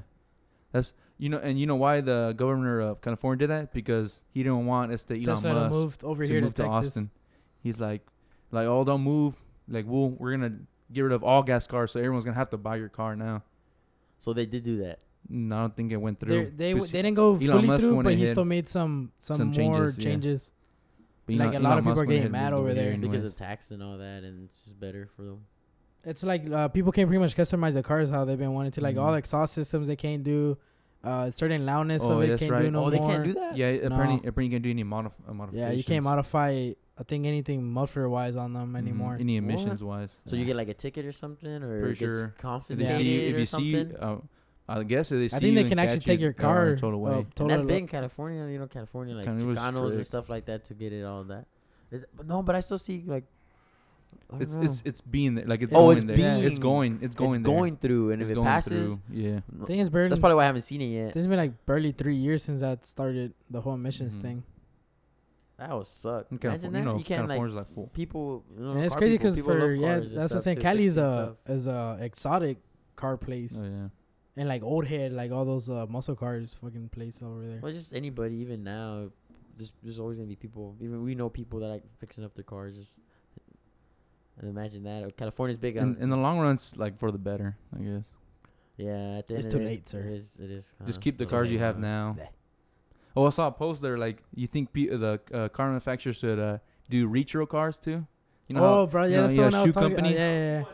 Speaker 3: that's you know, and you know why the governor of California did that because he didn't want us to
Speaker 2: but
Speaker 3: Elon
Speaker 2: Tesla done
Speaker 3: Musk
Speaker 2: moved over
Speaker 3: to
Speaker 2: here
Speaker 3: move
Speaker 2: to,
Speaker 3: to,
Speaker 2: Texas.
Speaker 3: Austin. He's like, like, oh, don't move. Like, we'll we're gonna get rid of all gas cars, so everyone's gonna have to buy your car now.
Speaker 1: So they did do that.
Speaker 3: And I don't think it went
Speaker 2: They're-
Speaker 3: through.
Speaker 2: They w-
Speaker 3: Because
Speaker 2: they didn't go
Speaker 3: Elon
Speaker 2: fully
Speaker 3: Musk
Speaker 2: through,
Speaker 3: went
Speaker 2: but he
Speaker 3: ahead.
Speaker 2: still made some some,
Speaker 3: Some
Speaker 2: more
Speaker 3: changes, yeah.
Speaker 2: changes.
Speaker 3: but you
Speaker 2: like,
Speaker 3: know,
Speaker 2: a lot
Speaker 3: Elon
Speaker 2: of people
Speaker 3: Musk
Speaker 2: are
Speaker 3: went
Speaker 2: getting
Speaker 3: ahead and
Speaker 2: mad
Speaker 3: moved
Speaker 2: over
Speaker 3: here
Speaker 2: there.
Speaker 3: anyways.
Speaker 1: Because of tax and all that, and it's just better for them.
Speaker 2: It's like uh, people can't pretty much customize the cars how they've been wanting to. Like all
Speaker 3: Mhm.
Speaker 2: exhaust systems they can't do, uh, certain loudness
Speaker 3: Oh,
Speaker 2: of it
Speaker 3: that's
Speaker 2: can't do
Speaker 3: right.
Speaker 2: no
Speaker 1: oh,
Speaker 2: more.
Speaker 1: they can't do that?
Speaker 3: yeah,
Speaker 2: No.
Speaker 3: apparently, apparently you can do any modif- uh,
Speaker 2: Yeah,
Speaker 3: modifications.
Speaker 2: you can't modify. I think anything muffler wise on them
Speaker 3: Mhm.
Speaker 2: anymore.
Speaker 3: Any emissions wise.
Speaker 1: So you get like a ticket or something, or
Speaker 3: Pretty
Speaker 1: it gets
Speaker 3: sure. If
Speaker 2: Yeah.
Speaker 3: you
Speaker 1: confiscated
Speaker 3: see, if
Speaker 1: or
Speaker 3: you see,
Speaker 1: something.
Speaker 3: uh, I guess if they see
Speaker 2: I think
Speaker 3: you
Speaker 2: they
Speaker 3: and
Speaker 2: can actually
Speaker 3: catch
Speaker 2: take
Speaker 3: you,
Speaker 2: your
Speaker 3: they'll run a
Speaker 2: car.
Speaker 3: total
Speaker 2: uh,
Speaker 3: away.
Speaker 1: and that's
Speaker 2: total-
Speaker 1: big in California, you know, California, like
Speaker 3: California was
Speaker 1: Chicanos and
Speaker 3: strict.
Speaker 1: stuff like that to get it all that. Is, but no, but I still see like. I don't
Speaker 3: It's
Speaker 1: know.
Speaker 3: it's it's being there. Like it's
Speaker 2: Oh,
Speaker 3: going
Speaker 2: it's
Speaker 3: there. It's
Speaker 1: being-
Speaker 3: going. It's going.
Speaker 1: it's
Speaker 3: there.
Speaker 1: going through, and
Speaker 3: It's
Speaker 1: if it
Speaker 3: going
Speaker 1: passes,
Speaker 3: through, Yeah.
Speaker 2: I think it's barely.
Speaker 1: that's probably why I haven't seen it yet.
Speaker 2: It's been like barely three years since that started the whole emissions
Speaker 3: Mhm.
Speaker 2: thing.
Speaker 1: That would suck.
Speaker 3: In California,
Speaker 1: Imagine
Speaker 3: you
Speaker 1: that.
Speaker 3: know,
Speaker 1: You can't like
Speaker 3: California's like full.
Speaker 1: people. You know,
Speaker 2: and it's
Speaker 1: car
Speaker 2: crazy
Speaker 1: people-
Speaker 2: because
Speaker 1: people love
Speaker 2: for yeah,
Speaker 1: cars and
Speaker 2: that's what I'm
Speaker 1: stuff
Speaker 2: saying.
Speaker 1: to fix
Speaker 2: Cali's
Speaker 1: their
Speaker 2: a
Speaker 1: stuff.
Speaker 2: is uh, a exotic car place
Speaker 3: Oh yeah.
Speaker 2: and like old head like all those uh, muscle cars fucking place over there.
Speaker 1: Well, just anybody, even now, there's there's always gonna be people. Even we know people that like fixing up their cars. Just and imagine that. Uh, California's big.
Speaker 3: In,
Speaker 1: On,
Speaker 3: in the long run, it's like for the better, I guess.
Speaker 1: yeah, at the end
Speaker 2: It's
Speaker 1: of
Speaker 2: too
Speaker 1: the day,
Speaker 2: late, sir.
Speaker 1: It is. It is
Speaker 3: Just
Speaker 1: kinda
Speaker 3: keep the
Speaker 1: too
Speaker 3: cars
Speaker 1: late,
Speaker 3: you have
Speaker 1: huh?
Speaker 3: now.
Speaker 2: Bleh.
Speaker 3: Oh, I saw a post there. Like, you think pe- the uh, car manufacturers should uh, do retro cars too? You know,
Speaker 2: oh, bro,
Speaker 3: you
Speaker 2: yeah,
Speaker 3: know,
Speaker 2: that's
Speaker 3: you
Speaker 2: the
Speaker 3: got
Speaker 2: one I was
Speaker 3: shoe
Speaker 2: talking about.
Speaker 3: companies.
Speaker 2: Yeah, yeah, yeah.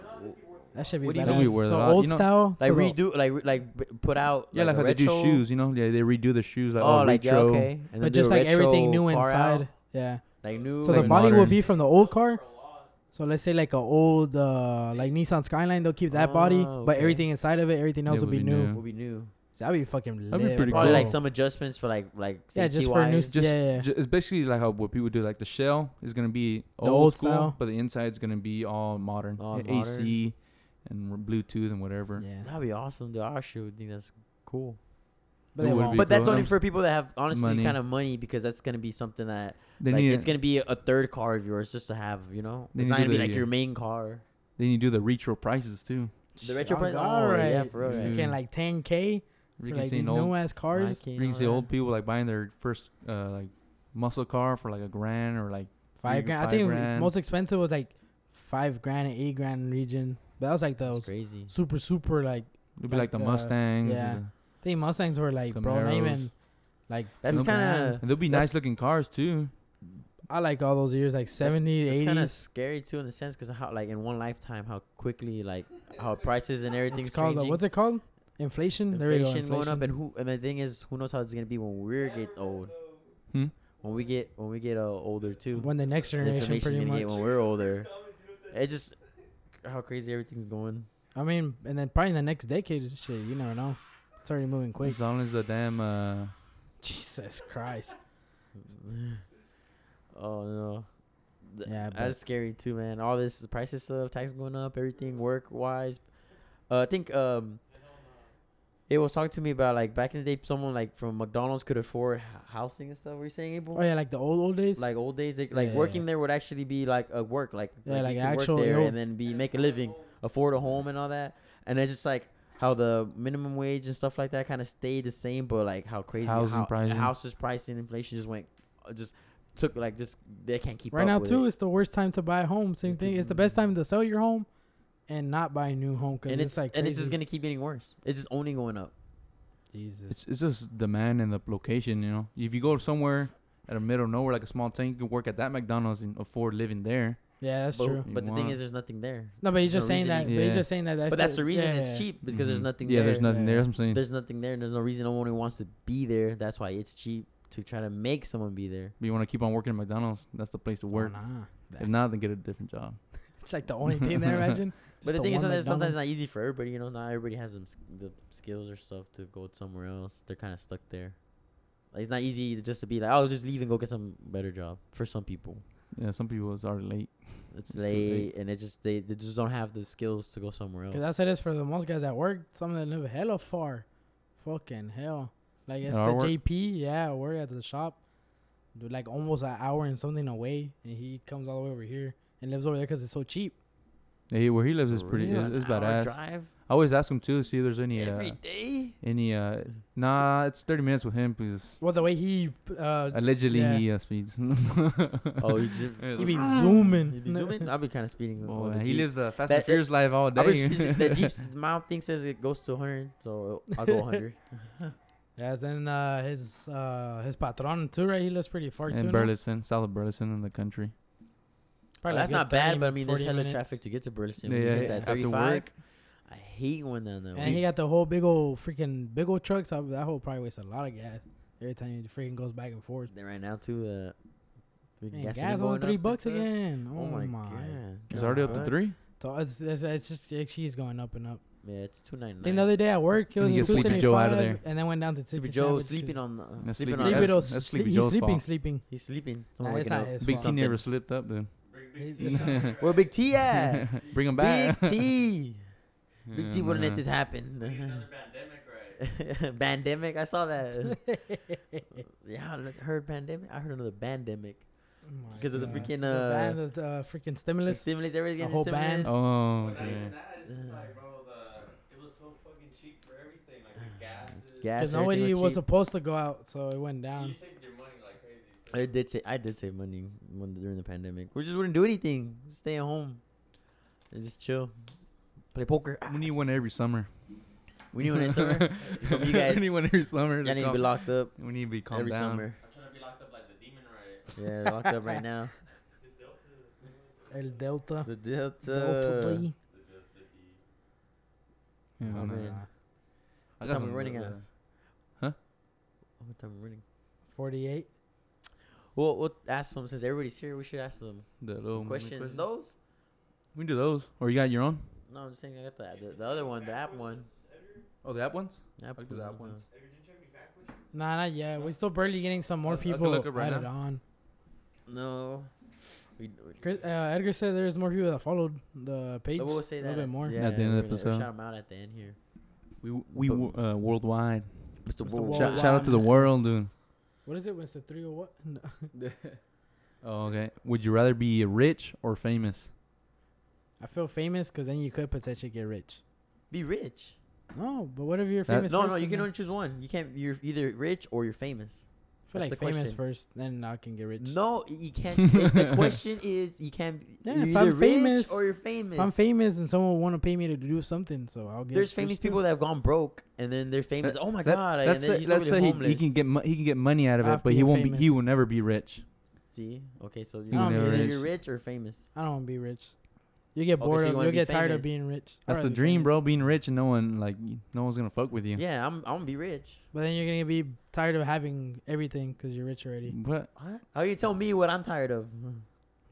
Speaker 2: That should be
Speaker 1: What do you
Speaker 2: badass.
Speaker 1: mean?
Speaker 3: Wear
Speaker 2: so
Speaker 3: that out,
Speaker 2: old
Speaker 3: you know?
Speaker 2: style,
Speaker 1: Like
Speaker 2: so the-
Speaker 1: redo, like re- like b- put out.
Speaker 3: yeah, like,
Speaker 1: a
Speaker 3: how they do
Speaker 1: retro-
Speaker 3: shoes. You know, yeah, they redo the shoes like
Speaker 1: oh,
Speaker 3: all
Speaker 1: like yeah,
Speaker 3: retro.
Speaker 1: okay. And then
Speaker 2: but
Speaker 1: do a
Speaker 2: just like everything
Speaker 1: retro
Speaker 2: new
Speaker 1: car
Speaker 2: inside.
Speaker 1: out,
Speaker 2: Yeah.
Speaker 1: like new.
Speaker 2: So
Speaker 1: like
Speaker 2: the body will
Speaker 3: modern.
Speaker 2: be from the old car.
Speaker 4: For a lot.
Speaker 2: So let's say like a old uh, like Nissan Skyline, they'll keep that body,
Speaker 1: Oh,
Speaker 2: but
Speaker 1: okay.
Speaker 2: everything inside of it, everything else
Speaker 3: Yeah,
Speaker 2: will
Speaker 3: would
Speaker 2: be
Speaker 3: be
Speaker 2: new.
Speaker 3: new.
Speaker 1: will be new.
Speaker 2: So that'd be fucking
Speaker 3: That'd be
Speaker 2: lit,
Speaker 3: pretty
Speaker 2: bro.
Speaker 1: Probably like
Speaker 3: cool.
Speaker 1: some adjustments for like like
Speaker 2: Yeah,
Speaker 1: safety
Speaker 2: just for a new.
Speaker 1: wise.
Speaker 2: Just,
Speaker 3: Just-
Speaker 2: yeah, yeah, yeah.
Speaker 3: Ju- It's basically like how what people do. Like the shell is gonna be old,
Speaker 2: old
Speaker 3: school,
Speaker 2: style.
Speaker 3: but the inside's gonna be all modern,
Speaker 1: All
Speaker 3: A- AC and r- Bluetooth and whatever.
Speaker 2: Yeah.
Speaker 1: That'd be awesome. Dude, I actually would think that's cool.
Speaker 2: But
Speaker 3: It
Speaker 2: they
Speaker 3: would
Speaker 2: won't.
Speaker 3: be
Speaker 1: But that's
Speaker 3: cool.
Speaker 1: only for people that have honestly
Speaker 3: Money.
Speaker 1: kind of money because that's gonna be something that
Speaker 3: They
Speaker 1: like,
Speaker 3: need
Speaker 1: it's gonna be a third car of yours just to have. You know,
Speaker 3: They
Speaker 1: it's
Speaker 3: need
Speaker 1: not
Speaker 3: to
Speaker 1: gonna
Speaker 3: do
Speaker 1: be
Speaker 3: the-
Speaker 1: like your main car.
Speaker 3: Then you do the retro prices too.
Speaker 1: The retro price.
Speaker 2: All
Speaker 1: Oh, yeah,
Speaker 2: right.
Speaker 1: for real.
Speaker 3: yeah.
Speaker 1: yeah.
Speaker 2: Fucking like 10k for
Speaker 3: You Mm-hmm. can
Speaker 2: like
Speaker 3: see
Speaker 2: these
Speaker 3: an old,
Speaker 2: new ass
Speaker 1: I
Speaker 2: cars.
Speaker 1: can't-
Speaker 3: you can see
Speaker 1: alright.
Speaker 3: old people like buying their first uh, like muscle car for like a grand or like
Speaker 2: Five
Speaker 3: three,
Speaker 2: grand. I
Speaker 3: five
Speaker 2: think
Speaker 3: grand.
Speaker 2: most expensive was like five grand and eight grand region. But that was like those
Speaker 1: crazy.
Speaker 2: super, super like.
Speaker 3: It'd be like, the
Speaker 2: Like, uh,
Speaker 3: Mustangs.
Speaker 2: yeah.
Speaker 3: and
Speaker 2: I think Mustangs were like, bro, not
Speaker 3: Camaros.
Speaker 2: even like.
Speaker 1: That's
Speaker 2: two
Speaker 1: kind
Speaker 2: grand.
Speaker 1: of
Speaker 3: the- and they'll be
Speaker 1: That's-
Speaker 3: nice looking cars too.
Speaker 2: I like all those years, like 70,
Speaker 1: It's kind of
Speaker 2: 80s.
Speaker 1: scary too, in the sense, because how like in one lifetime, how quickly like how prices and everything's
Speaker 2: It's called uh,
Speaker 1: changing.
Speaker 2: what's it called? Inflation. there you go.
Speaker 1: inflation, going up,
Speaker 2: inflation.
Speaker 1: and who and the thing is, who knows how it's gonna be when we get old,
Speaker 3: Hmm?
Speaker 1: when we get when we get uh, older too.
Speaker 2: when the next
Speaker 1: the
Speaker 2: generation,
Speaker 1: information's
Speaker 2: pretty
Speaker 1: gonna get
Speaker 2: much.
Speaker 1: when we're older. It just how crazy everything's going.
Speaker 2: I mean, and then probably in the next decade, shit, you never know. It's already moving quick.
Speaker 3: As long as the damn uh,
Speaker 2: Jesus Christ.
Speaker 1: oh no. Th-
Speaker 2: Yeah, but-
Speaker 1: that's scary too, man. All this the prices stuff, taxes going up, everything work wise. Uh, I think um, it was talking to me about like back in the day, someone like from McDonald's could afford h- housing and stuff. Were you saying Abel?
Speaker 2: Oh yeah, like the old old days.
Speaker 1: Like old days, they, like
Speaker 2: Yeah.
Speaker 1: working there would actually be like a work, like
Speaker 2: Yeah, like
Speaker 1: you could
Speaker 2: actual,
Speaker 1: work there
Speaker 2: yo.
Speaker 1: and then be make a living, afford a home and all that. And it's just like how the minimum wage and stuff like that kind of stayed the same, but like how crazy
Speaker 3: Housing
Speaker 1: how,
Speaker 3: pricing.
Speaker 1: houses pricing inflation just went, uh, just took like just they can't keep
Speaker 2: right
Speaker 1: up
Speaker 2: now
Speaker 1: with
Speaker 2: too,
Speaker 1: it.
Speaker 2: it's the worst time to buy a home. Same thing. It's the best time to sell your home, and not buy a new home because
Speaker 1: And
Speaker 2: it's,
Speaker 1: it's
Speaker 2: like
Speaker 1: and it's just
Speaker 2: crazy.
Speaker 1: gonna keep getting worse. It's just only going up.
Speaker 2: Jesus.
Speaker 3: it's it's just demand and the location. You know, if you go somewhere at the middle of nowhere, like a small town, you can work at that McDonald's and afford living there.
Speaker 2: Yeah, that's
Speaker 1: but,
Speaker 2: true.
Speaker 1: But
Speaker 3: You
Speaker 1: the thing
Speaker 3: want-
Speaker 1: is, there's nothing there.
Speaker 2: No, but he's
Speaker 1: There's
Speaker 2: just
Speaker 1: no
Speaker 2: saying
Speaker 1: reason
Speaker 2: that.
Speaker 1: you-
Speaker 2: But he's
Speaker 3: Yeah.
Speaker 2: just saying that. That's
Speaker 1: but that's the reason
Speaker 2: yeah, yeah.
Speaker 1: it's cheap because there's
Speaker 3: Mhm.
Speaker 1: nothing
Speaker 3: Yeah,
Speaker 1: there.
Speaker 3: there's nothing there. That's what I'm saying.
Speaker 1: There's nothing there. There's no reason no one wants to be there. That's why it's cheap to try to make someone be there.
Speaker 3: But you want to keep on working at McDonald's. That's the place to
Speaker 2: Why
Speaker 1: Oh,
Speaker 3: work.
Speaker 2: not?
Speaker 3: If not, then get a different job.
Speaker 2: It's like the only thing there. Imagine.
Speaker 1: But the
Speaker 2: Just
Speaker 1: thing is,
Speaker 2: one
Speaker 1: sometimes, sometimes it's
Speaker 2: McDonald's.
Speaker 1: not easy for everybody. You know, not everybody has them, s- the skills or stuff to go somewhere else. They're kind of stuck there. Like, it's not easy to just to be like, I'll just leave and go get some better job for some people.
Speaker 3: Yeah, some people is already late.
Speaker 1: It's,
Speaker 3: It's too
Speaker 1: late,
Speaker 3: late.
Speaker 1: and it just they, they just don't have the skills to go somewhere else.
Speaker 2: Because that's what it is for the most guys at work. Some of them live hella far. Fucking hell. Like, it's
Speaker 3: At our
Speaker 2: the
Speaker 3: work?
Speaker 2: JP. Yeah, I work at the shop. Dude, like, almost an hour and something away. And he comes all the way over here and lives over there because it's so cheap.
Speaker 3: Hey, where he lives is pretty.
Speaker 1: Really?
Speaker 3: It's, it's
Speaker 1: An hour
Speaker 3: badass.
Speaker 1: Drive
Speaker 3: I always ask him too, see if there's any uh,
Speaker 1: every day.
Speaker 3: any uh, nah. It's 30 minutes with him because
Speaker 2: Well, the way he, uh,
Speaker 3: allegedly
Speaker 2: yeah.
Speaker 3: he uh, speeds.
Speaker 1: Oh, you just
Speaker 3: Yeah,
Speaker 2: he be
Speaker 3: that's-
Speaker 2: zooming.
Speaker 1: you be zooming. I'll be kind of speeding.
Speaker 3: Boy,
Speaker 1: with the
Speaker 3: he
Speaker 1: Jeep.
Speaker 3: lives the fast
Speaker 1: That-
Speaker 3: and furious life all
Speaker 1: I'll be
Speaker 3: day.
Speaker 1: speeding- the Jeep's mouth thing says it goes to 100, so I'll go 100.
Speaker 2: Yeah, then uh, his uh, his patron, too, right? He lives pretty far, too.
Speaker 3: in
Speaker 2: now.
Speaker 3: Burleson, south of Burleson in the country.
Speaker 1: Well,
Speaker 2: Probably a
Speaker 1: that's
Speaker 2: good
Speaker 1: not bad,
Speaker 2: 30,
Speaker 1: but I mean, there's
Speaker 2: 40
Speaker 1: hella
Speaker 2: minutes.
Speaker 1: traffic to get to Burleson.
Speaker 3: Yeah,
Speaker 1: When you
Speaker 3: yeah,
Speaker 1: get that
Speaker 3: after
Speaker 1: 35,
Speaker 3: work.
Speaker 1: I hate when down there.
Speaker 2: And he got the whole big old freaking big old truck, so that whole probably wastes a lot of gas every time he freaking goes back and forth.
Speaker 1: There right now too. The freaking
Speaker 2: Man, gas,
Speaker 1: gasoline
Speaker 2: only
Speaker 1: going up
Speaker 2: three
Speaker 1: and
Speaker 2: bucks
Speaker 1: stuff.
Speaker 2: again.
Speaker 1: Oh, my god,
Speaker 3: It's already up to
Speaker 1: Bucks.
Speaker 3: three.
Speaker 2: So it's, it's, it's just it, she's going up and up.
Speaker 1: Yeah, it's two ninety
Speaker 2: Then the
Speaker 1: nine.
Speaker 2: other day at work, it
Speaker 3: And
Speaker 2: was
Speaker 3: you
Speaker 2: two
Speaker 3: get Sleepy
Speaker 2: seventy
Speaker 3: Joe out of
Speaker 2: five, and then went down to
Speaker 1: Sleepy
Speaker 2: 60
Speaker 1: Joe
Speaker 2: sandwiches.
Speaker 1: sleeping on the
Speaker 3: That's
Speaker 1: sleeping on.
Speaker 3: Sleepy
Speaker 2: Sleepy
Speaker 3: That's-
Speaker 2: Joe,
Speaker 1: us.
Speaker 3: that's
Speaker 2: sle-
Speaker 3: Sleepy
Speaker 2: he's
Speaker 3: Joe's
Speaker 2: sleeping,
Speaker 3: fault.
Speaker 2: sleeping.
Speaker 1: He's sleeping.
Speaker 2: Nah,
Speaker 1: Someone
Speaker 2: it's
Speaker 1: waking
Speaker 2: not
Speaker 1: up.
Speaker 2: his
Speaker 3: Big T
Speaker 2: fault.
Speaker 3: never slipped up then.
Speaker 2: He's-
Speaker 4: Big
Speaker 2: it's not-
Speaker 1: Where Big T at?
Speaker 3: Bring him
Speaker 1: Big
Speaker 3: back.
Speaker 1: T. Big T
Speaker 3: Yeah,
Speaker 1: wouldn't let
Speaker 3: man.
Speaker 1: this happen.
Speaker 5: Another pandemic, right?
Speaker 1: Pandemic. I saw that. yeah, I heard pandemic. I heard another pandemic.
Speaker 2: Oh my
Speaker 1: Because of the
Speaker 2: God.
Speaker 1: freaking,
Speaker 2: The ban
Speaker 1: uh,
Speaker 2: of the uh, freaking
Speaker 1: The
Speaker 2: stimulus.
Speaker 1: stimulus. Everybody's
Speaker 2: The
Speaker 1: getting
Speaker 2: whole
Speaker 1: stimulus.
Speaker 2: band.
Speaker 3: Oh,
Speaker 5: Well, not
Speaker 3: yeah.
Speaker 5: even that. It's just
Speaker 1: Yeah.
Speaker 5: like, bro, the, it was so fucking cheap for everything, like the
Speaker 1: Gas.
Speaker 5: gases.
Speaker 2: Because
Speaker 1: everything
Speaker 2: nobody was
Speaker 1: cheap.
Speaker 2: supposed to go out, so it went
Speaker 5: You
Speaker 2: down.
Speaker 5: saved your money like crazy. So
Speaker 1: I did say I did save money when during the pandemic. We just wouldn't do anything. Just stay at home. And just chill. Play poker.
Speaker 3: We need one every summer.
Speaker 1: We need one every summer. From you guys.
Speaker 3: we need one every summer.
Speaker 1: Y'all need to be
Speaker 3: calm-
Speaker 1: locked up
Speaker 3: We need to be calm
Speaker 1: every
Speaker 3: down.
Speaker 1: summer.
Speaker 5: I'm trying to be locked up like the demon, right?
Speaker 1: Yeah, locked up right now.
Speaker 5: The Delta.
Speaker 2: El Delta.
Speaker 1: The Delta.
Speaker 2: Delta B.
Speaker 5: The Delta D.
Speaker 3: Yeah,
Speaker 1: Oh,
Speaker 3: I know.
Speaker 1: man.
Speaker 3: I
Speaker 1: What time we
Speaker 3: some,
Speaker 1: running
Speaker 3: uh,
Speaker 1: at? What Oh, time we're running?
Speaker 2: Forty-eight.
Speaker 1: Well, we'll ask them since everybody's here. We should ask them
Speaker 3: The little
Speaker 1: questions. Those?
Speaker 3: We can do those. Or you got your own?
Speaker 1: No, I'm just saying I got the the, the other one, the app one.
Speaker 3: Oh, the app ones?
Speaker 1: App
Speaker 3: I'll do that one.
Speaker 1: uh,
Speaker 2: Nah, not yet. We're still barely getting some more
Speaker 3: I- I can
Speaker 2: people
Speaker 3: look up right
Speaker 2: added
Speaker 3: now.
Speaker 2: on.
Speaker 1: No. We, we,
Speaker 2: Chris, uh, Edgar said there's more people that followed the page.
Speaker 1: but we'll say
Speaker 2: a
Speaker 1: that
Speaker 2: little bit more.
Speaker 1: Yeah,
Speaker 3: At the end of the
Speaker 1: we're gonna
Speaker 3: episode.
Speaker 1: Shout them out at the end here.
Speaker 3: We we
Speaker 1: Boom.
Speaker 3: uh, worldwide.
Speaker 1: Mr.
Speaker 2: Mr.
Speaker 1: Wolf.
Speaker 3: Shout, shout out to the
Speaker 2: Worldwide.
Speaker 3: world, dude.
Speaker 2: What is it? What's the three or what? No.
Speaker 3: Oh, okay. Would you rather be rich or famous?
Speaker 1: Oh
Speaker 2: I feel famous because then you could potentially get rich.
Speaker 1: Be rich.
Speaker 2: No, but what if you're
Speaker 3: That-
Speaker 2: famous?
Speaker 1: No,
Speaker 2: first
Speaker 1: no, you
Speaker 2: and
Speaker 1: can
Speaker 2: then-
Speaker 1: only choose one. You can't. You're either rich or you're famous.
Speaker 2: feel
Speaker 1: That's
Speaker 2: like
Speaker 1: the
Speaker 2: famous
Speaker 1: question.
Speaker 2: first, then I can get rich.
Speaker 1: No, you can't. the question is, you can't.
Speaker 2: Yeah,
Speaker 1: you're
Speaker 2: if
Speaker 1: either
Speaker 2: I'm
Speaker 1: rich
Speaker 2: famous-
Speaker 1: or you're famous.
Speaker 2: If I'm famous and someone want to pay me to do something, so I'll get.
Speaker 1: There's famous people that have gone broke, and then they're famous. oh my god! I-
Speaker 3: Let's
Speaker 1: and then
Speaker 3: say,
Speaker 1: he's
Speaker 3: let's
Speaker 1: over
Speaker 3: say
Speaker 1: there
Speaker 3: he,
Speaker 1: homeless.
Speaker 3: he can get mo- he can get money out of
Speaker 2: Off
Speaker 3: it, but he
Speaker 2: being
Speaker 3: won't be he
Speaker 2: famous.
Speaker 3: will never be rich.
Speaker 1: See, okay, so
Speaker 2: don't
Speaker 1: you're, either
Speaker 2: be
Speaker 1: you're
Speaker 3: rich.
Speaker 1: rich or famous.
Speaker 2: I don't want to be rich. You get
Speaker 1: Okay,
Speaker 2: bored
Speaker 1: so you
Speaker 2: of.
Speaker 1: wanna
Speaker 2: You'll
Speaker 1: be
Speaker 2: get tired of
Speaker 1: famous.
Speaker 2: being rich. I'd
Speaker 3: That's
Speaker 2: rather
Speaker 3: the
Speaker 2: be
Speaker 3: dream,
Speaker 2: famous.
Speaker 3: bro. Being rich and no one like y- no one's gonna fuck with you.
Speaker 1: Yeah, I'm. I'm gonna be rich.
Speaker 2: But then you're gonna be tired of having everything because you're rich already.
Speaker 3: But
Speaker 1: How you tell me what I'm tired of?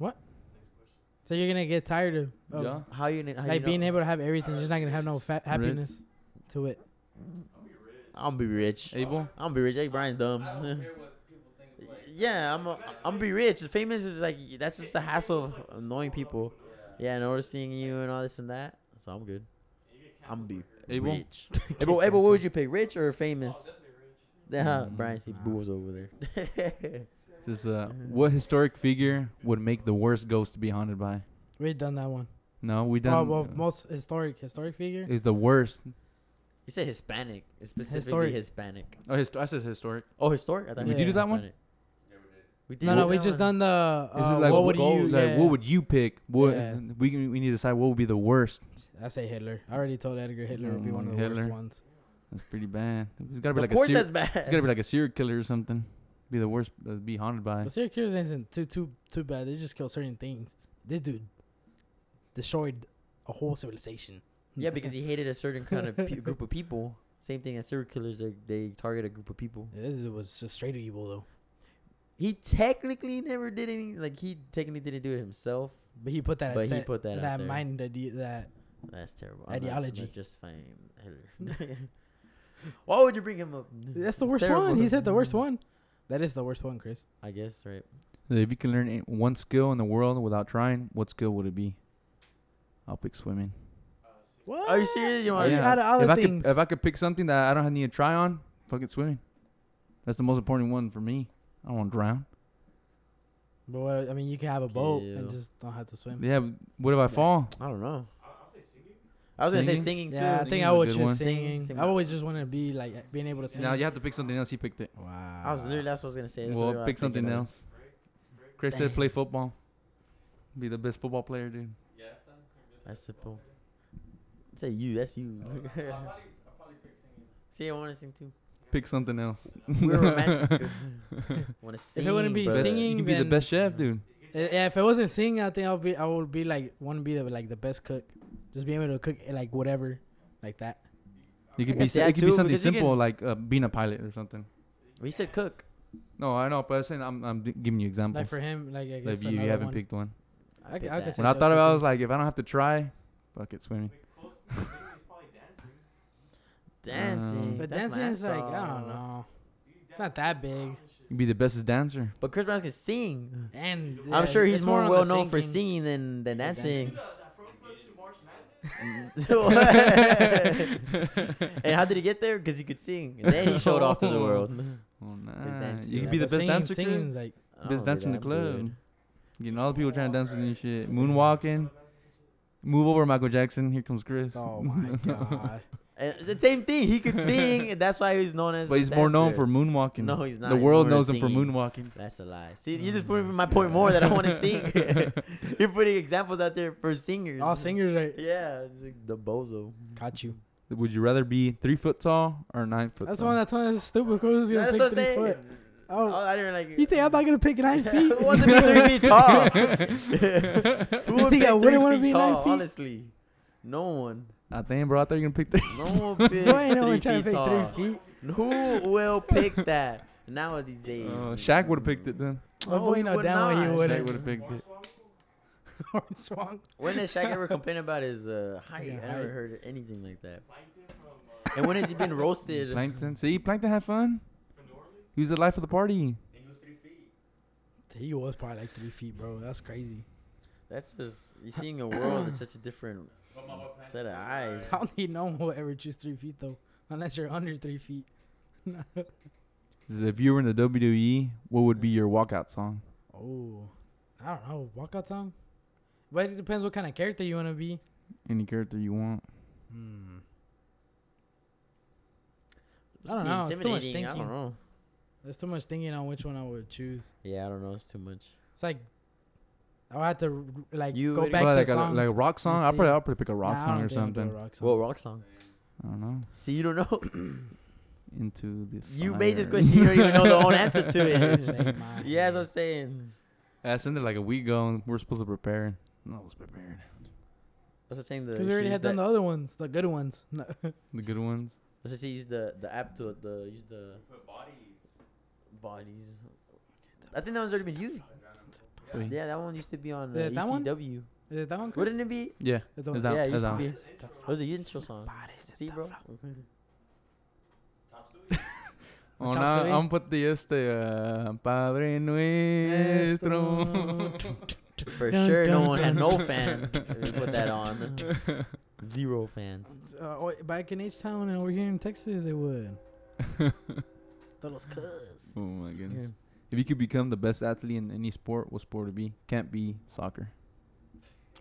Speaker 2: So you're gonna get tired of, of
Speaker 3: yeah,
Speaker 1: How you? kn- How
Speaker 2: like
Speaker 1: you
Speaker 2: being
Speaker 1: know?
Speaker 2: able to have everything. You're just not gonna have no fa- happiness to it.
Speaker 1: I'm be rich.
Speaker 3: able.
Speaker 1: I'm be rich. Hey, Brian's dumb.
Speaker 4: I don't care what people think of like.
Speaker 1: yeah, I'm. A, I'm be rich. Famous is like that's just the hassle of annoying people. Yeah, noticing you and all this and that. So I'm good. I'm be
Speaker 3: Abel?
Speaker 1: rich. Abel, Abel, what would you pick, rich or famous?
Speaker 4: Oh,
Speaker 1: Yeah,
Speaker 2: Mm-hmm.
Speaker 3: Mm.
Speaker 1: Brian see Boo was over there.
Speaker 3: Just uh, what historic figure would make the worst ghost to be haunted by?
Speaker 2: We've done that one.
Speaker 3: No, we
Speaker 2: Oh,
Speaker 3: done.
Speaker 2: well,
Speaker 3: uh,
Speaker 2: most historic historic figure.
Speaker 3: is the worst.
Speaker 1: he said Hispanic, specifically
Speaker 2: Historic.
Speaker 1: Hispanic.
Speaker 3: Oh, hist- I said historic.
Speaker 1: Oh, historic. I thought
Speaker 2: We
Speaker 1: you
Speaker 2: did
Speaker 1: said
Speaker 3: that one?
Speaker 1: Hispanic.
Speaker 5: Never did.
Speaker 1: We did.
Speaker 2: No, no, we
Speaker 1: that
Speaker 2: just
Speaker 1: one.
Speaker 2: done the.
Speaker 3: Is
Speaker 2: Uh,
Speaker 3: it like
Speaker 2: what would you?
Speaker 3: goals? Like,
Speaker 2: yeah.
Speaker 3: what would you pick? What uh,
Speaker 2: Yeah.
Speaker 3: we can, we need to decide what would be the worst.
Speaker 2: I say Hitler. I already told Edgar Hitler would be one of the
Speaker 3: Hitler.
Speaker 2: worst ones.
Speaker 3: That's pretty bad. It's gotta be
Speaker 1: of
Speaker 3: like a
Speaker 1: course,
Speaker 3: ser-
Speaker 1: that's bad.
Speaker 3: it's gotta be like a serial killer or something. Be the worst. Uh, be haunted by.
Speaker 2: But serial killers isn't too too too bad. They just kill certain things. This dude destroyed a whole civilization.
Speaker 1: yeah, because he hated a certain kind of pe- group of people. Same thing as serial killers. They, they target a group of people.
Speaker 2: Yeah, this dude was just straight evil though.
Speaker 1: He technically never did any. Like he technically didn't do it himself.
Speaker 2: But he put that
Speaker 1: But he
Speaker 2: set-
Speaker 1: put that out
Speaker 2: that
Speaker 1: there.
Speaker 2: mind idea that
Speaker 1: That's terrible. I'm not- I'm
Speaker 2: Ideology.
Speaker 1: not justifying Hitler. Why would you bring him up?
Speaker 2: that's the
Speaker 1: It's
Speaker 2: worst
Speaker 1: terrible.
Speaker 2: one. He said the worst one. That is the worst one, Chris.
Speaker 1: I guess right.
Speaker 3: If you can learn any- one skill in the world without trying, what skill would it be? I'll pick swimming.
Speaker 2: What?
Speaker 1: Are you serious? You know,
Speaker 2: Yeah.
Speaker 1: yeah.
Speaker 2: Out of other
Speaker 3: if I
Speaker 2: things.
Speaker 3: could if I could pick something that I don't need to try on, fuck it, swimming. That's the most important one for me. I don't want to drown.
Speaker 2: But what, I mean, you can have a boat and
Speaker 1: Skill.
Speaker 2: just don't have to swim.
Speaker 3: Yeah, but what if I fall?
Speaker 1: I don't know.
Speaker 4: I'll say singing.
Speaker 1: I was gonna say
Speaker 3: Singing?
Speaker 1: singing too.
Speaker 2: Yeah, I think
Speaker 3: Singing's
Speaker 2: I
Speaker 3: a
Speaker 2: would
Speaker 3: good
Speaker 2: choose
Speaker 3: one.
Speaker 2: singing.
Speaker 1: Singing.
Speaker 2: I always just want to be like being able to sing.
Speaker 3: Now you have to pick something else. He picked it.
Speaker 2: wow.
Speaker 1: I was literally that's what I was gonna say. That's
Speaker 3: Well,
Speaker 1: literally what I
Speaker 3: pick
Speaker 1: was thinking
Speaker 3: something
Speaker 1: of.
Speaker 3: else. Chris said play football. Be the best football player, dude.
Speaker 4: Yeah, son. You're
Speaker 1: That's
Speaker 4: the best football
Speaker 1: Say you. That's you.
Speaker 4: player. I'll Oh, probably, I'll probably pick singing.
Speaker 1: See, I want to sing too.
Speaker 3: Pick something else.
Speaker 1: We're romantic. want to sing.
Speaker 2: If it wouldn't be
Speaker 1: but-
Speaker 3: Best-
Speaker 2: singing,
Speaker 3: you can be the
Speaker 2: then-
Speaker 3: best chef, dude.
Speaker 2: Uh, Yeah, if it wasn't singing, I think I'll be I would be like want to be the, like the best cook, just being able to cook eh, like whatever, like that.
Speaker 3: You could
Speaker 1: I
Speaker 3: be
Speaker 1: guess
Speaker 3: si-
Speaker 1: that
Speaker 3: it could be
Speaker 1: too,
Speaker 3: something
Speaker 1: because you
Speaker 3: simple
Speaker 1: can-
Speaker 3: like uh, being a pilot or something.
Speaker 1: We said cook.
Speaker 3: No, I know, but I'm saying I'm, I'm giving you examples.
Speaker 2: Like for him, like I guess
Speaker 3: Like you, you
Speaker 2: another
Speaker 3: haven't
Speaker 2: one.
Speaker 3: picked one.
Speaker 2: I
Speaker 1: picked
Speaker 2: I could
Speaker 1: that.
Speaker 2: say-
Speaker 3: When I
Speaker 2: no
Speaker 3: thought about it, I
Speaker 2: cooking.
Speaker 3: was like, if I don't have to try, fuck it, swimming.
Speaker 4: Wait, close to singing is probably dancing.
Speaker 1: dancing.
Speaker 3: Um,
Speaker 2: But
Speaker 1: that's my
Speaker 2: dancing is like I
Speaker 1: song.
Speaker 2: don't know,
Speaker 4: You
Speaker 2: it's
Speaker 4: dance
Speaker 2: not that
Speaker 4: to the
Speaker 2: big.
Speaker 4: sound and shit.
Speaker 3: You'd be the bestest dancer.
Speaker 1: But Chris Brown can sing.
Speaker 2: and yeah,
Speaker 1: I'm sure he's
Speaker 2: it's
Speaker 1: more,
Speaker 2: on the
Speaker 1: well known for singing
Speaker 2: singing.
Speaker 1: than than
Speaker 2: Than
Speaker 1: dancing.
Speaker 4: Do the- that front flip to March Madness?
Speaker 1: and how did he get there? Because he could sing. And then he showed off to the world.
Speaker 3: Oh, nah.
Speaker 1: dancing.
Speaker 3: You
Speaker 1: Yeah,
Speaker 3: could be the
Speaker 2: but
Speaker 3: best
Speaker 2: singing-
Speaker 3: dancer, Chris.
Speaker 2: Singing's like
Speaker 1: I don't wanna
Speaker 3: Best
Speaker 1: do
Speaker 3: dancer in the
Speaker 1: that, I'm
Speaker 3: club.
Speaker 1: good.
Speaker 3: Getting all the people trying to dance with you and shit. Moonwalking. Move over, Michael Jackson. Here comes Chris.
Speaker 2: oh my god.
Speaker 1: And it's Uh, the same thing. He could sing. and that's why he's known as.
Speaker 3: But
Speaker 1: a
Speaker 3: he's more known
Speaker 1: dancer.
Speaker 3: for moonwalking.
Speaker 1: No, he's not.
Speaker 3: The
Speaker 1: He's
Speaker 3: world
Speaker 1: more
Speaker 3: knows him for Mm.
Speaker 1: singing.
Speaker 3: moonwalking.
Speaker 1: That's a lie. See, you're just proving my point more that I want to sing. you're putting examples out there for singers.
Speaker 2: All singers right.
Speaker 1: Yeah, it's like the bozo.
Speaker 2: Got you.
Speaker 3: Would you rather be three foot tall or nine foot
Speaker 2: That's the
Speaker 3: tall?
Speaker 2: one that's one that's stupid. Chris is gonna
Speaker 1: That's
Speaker 2: pick
Speaker 1: what I'm
Speaker 2: three
Speaker 1: saying.
Speaker 2: foot.
Speaker 1: Oh,
Speaker 2: Oh,
Speaker 1: I didn't like.
Speaker 2: you think I'm not gonna pick nine feet?
Speaker 1: Who wants to be three feet tall? Who
Speaker 2: You
Speaker 1: would
Speaker 2: think
Speaker 1: pick
Speaker 2: I
Speaker 1: three
Speaker 2: wouldn't wanna
Speaker 1: feet
Speaker 2: be nine
Speaker 1: tall?
Speaker 2: feet?
Speaker 1: Honestly, no one.
Speaker 3: I think, bro. I thought you were going to pick three.
Speaker 1: No one pick
Speaker 2: Why ain't no
Speaker 1: three
Speaker 2: one trying
Speaker 1: feet
Speaker 2: to pick
Speaker 1: tall.
Speaker 2: three feet? Oh,
Speaker 1: Who will pick that nowadays?
Speaker 3: Oh, Shaq would have picked it then.
Speaker 1: No,
Speaker 2: Oh,
Speaker 1: he
Speaker 2: you know
Speaker 1: would
Speaker 2: damn
Speaker 1: not.
Speaker 2: well he
Speaker 3: Shaq
Speaker 2: wouldn't.
Speaker 3: would have picked it.
Speaker 2: Swank.
Speaker 1: When did Shaq ever complain about his uh, height?
Speaker 2: Yeah,
Speaker 1: I never
Speaker 2: height.
Speaker 1: heard anything like that. And when has he been roasted?
Speaker 3: Plankton. See, Plankton had fun. He was the life of the party.
Speaker 5: He was three feet.
Speaker 2: He was probably like three feet, bro. That's crazy.
Speaker 1: That's just you're seeing a world that's such a different
Speaker 5: But my boy
Speaker 1: set of
Speaker 5: Plankton-
Speaker 1: eyes.
Speaker 2: I don't need no one will ever choose three feet though, unless you're under three feet.
Speaker 3: If you were in the WWE, what would be your walkout song?
Speaker 2: oh, I don't know. Walkout song, but it depends what kind of character you want to be.
Speaker 3: Any character you want.
Speaker 2: Hmm.
Speaker 1: It's
Speaker 2: I don't
Speaker 1: being
Speaker 2: know, it's too much
Speaker 1: intimidating, I
Speaker 2: thinking.
Speaker 1: don't know.
Speaker 2: There's too much thinking on which one I would choose.
Speaker 1: Yeah, I don't know. It's too much.
Speaker 2: It's like I would have to like
Speaker 1: You
Speaker 2: go
Speaker 1: would-
Speaker 2: back
Speaker 3: Probably
Speaker 2: to
Speaker 3: like, a,
Speaker 2: songs.
Speaker 3: like a rock song.
Speaker 2: Let's
Speaker 3: I'll
Speaker 2: see.
Speaker 3: probably, I'll probably pick a
Speaker 2: Nah,
Speaker 3: rock
Speaker 2: I don't
Speaker 3: song or
Speaker 2: think I'd do a
Speaker 3: something.
Speaker 2: rock song.
Speaker 1: What rock song?
Speaker 3: I don't know.
Speaker 1: See, you don't know.
Speaker 3: Into the
Speaker 1: you made this
Speaker 3: fire.
Speaker 1: question. You don't even know the own answer to it.
Speaker 2: Shake my
Speaker 1: yeah, that's what I'm
Speaker 2: hand.
Speaker 1: saying.
Speaker 3: I sent it like a week ago, and we're supposed to prepare. No, I was prepared.
Speaker 1: That's what I'm saying. The
Speaker 2: Because we already
Speaker 1: should use
Speaker 2: had done the
Speaker 1: that-
Speaker 2: other ones, the good ones. No.
Speaker 3: The good ones.
Speaker 1: That's what I say. Use the the app to the use the
Speaker 5: Put bodies.
Speaker 1: bodies. I think that one's already been used.
Speaker 3: Really?
Speaker 1: Yeah, that one used to be on uh,
Speaker 2: Yeah, that one?
Speaker 1: ECW.
Speaker 2: Is it that one? Chris?
Speaker 1: Wouldn't it be?
Speaker 3: Yeah.
Speaker 2: It's the
Speaker 3: It's
Speaker 2: one-
Speaker 3: that-
Speaker 1: yeah, it
Speaker 3: it's
Speaker 1: used
Speaker 3: that
Speaker 1: to
Speaker 3: one.
Speaker 1: be. It was the intro song. See, bro.
Speaker 5: Top suey.
Speaker 3: Oh,
Speaker 2: Chop
Speaker 3: no,
Speaker 2: suey.
Speaker 3: I'm put the este uh, Padre Nuestro.
Speaker 1: For
Speaker 2: Dun,
Speaker 1: sure, no
Speaker 2: dun,
Speaker 1: one had
Speaker 2: dun.
Speaker 1: no fans. when we put that on. Zero fans.
Speaker 2: Uh, oh, back in H Town and over here in Texas, it would. Todos cuz.
Speaker 3: oh my goodness.
Speaker 1: Yeah.
Speaker 3: If you could become the best athlete in any sport, what sport would it be? Can't be soccer.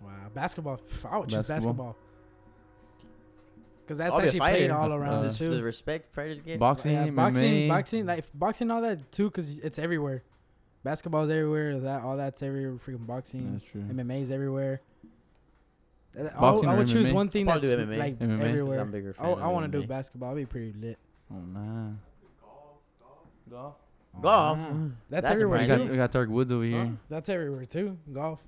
Speaker 2: Wow, basketball. Pff, I would choose
Speaker 3: Basketball.
Speaker 2: basketball. Because that's
Speaker 1: I'll be a
Speaker 2: actually
Speaker 1: fighter.
Speaker 2: played all around
Speaker 3: Uh,
Speaker 2: the
Speaker 1: This is the
Speaker 2: too.
Speaker 1: respect fighters get.
Speaker 3: Boxing,
Speaker 2: Yeah, boxing,
Speaker 3: MMA.
Speaker 2: boxing, like boxing, all that too, because it's everywhere. Basketball's everywhere. That all that's everywhere. Freaking
Speaker 3: Yeah,
Speaker 2: boxing,
Speaker 3: That's true.
Speaker 2: MMA's everywhere. Uh, I-
Speaker 3: Boxing
Speaker 2: I
Speaker 3: or
Speaker 2: would choose
Speaker 3: MMA?
Speaker 2: one thing
Speaker 1: Probably
Speaker 2: that's
Speaker 1: MMA.
Speaker 2: like
Speaker 3: MMA. Just 'cause
Speaker 1: Just 'cause
Speaker 2: everywhere.
Speaker 1: I'm a bigger
Speaker 2: I,
Speaker 1: fan of
Speaker 2: want to do
Speaker 1: MMA.
Speaker 2: basketball. That'd be pretty lit.
Speaker 3: Oh man.
Speaker 5: Golf.
Speaker 1: golf.
Speaker 3: Mm,
Speaker 2: That's,
Speaker 1: That's
Speaker 2: everywhere
Speaker 3: We
Speaker 1: surprising.
Speaker 2: too.
Speaker 3: got, we got Dark Woods over here.
Speaker 2: That's everywhere too. Golf,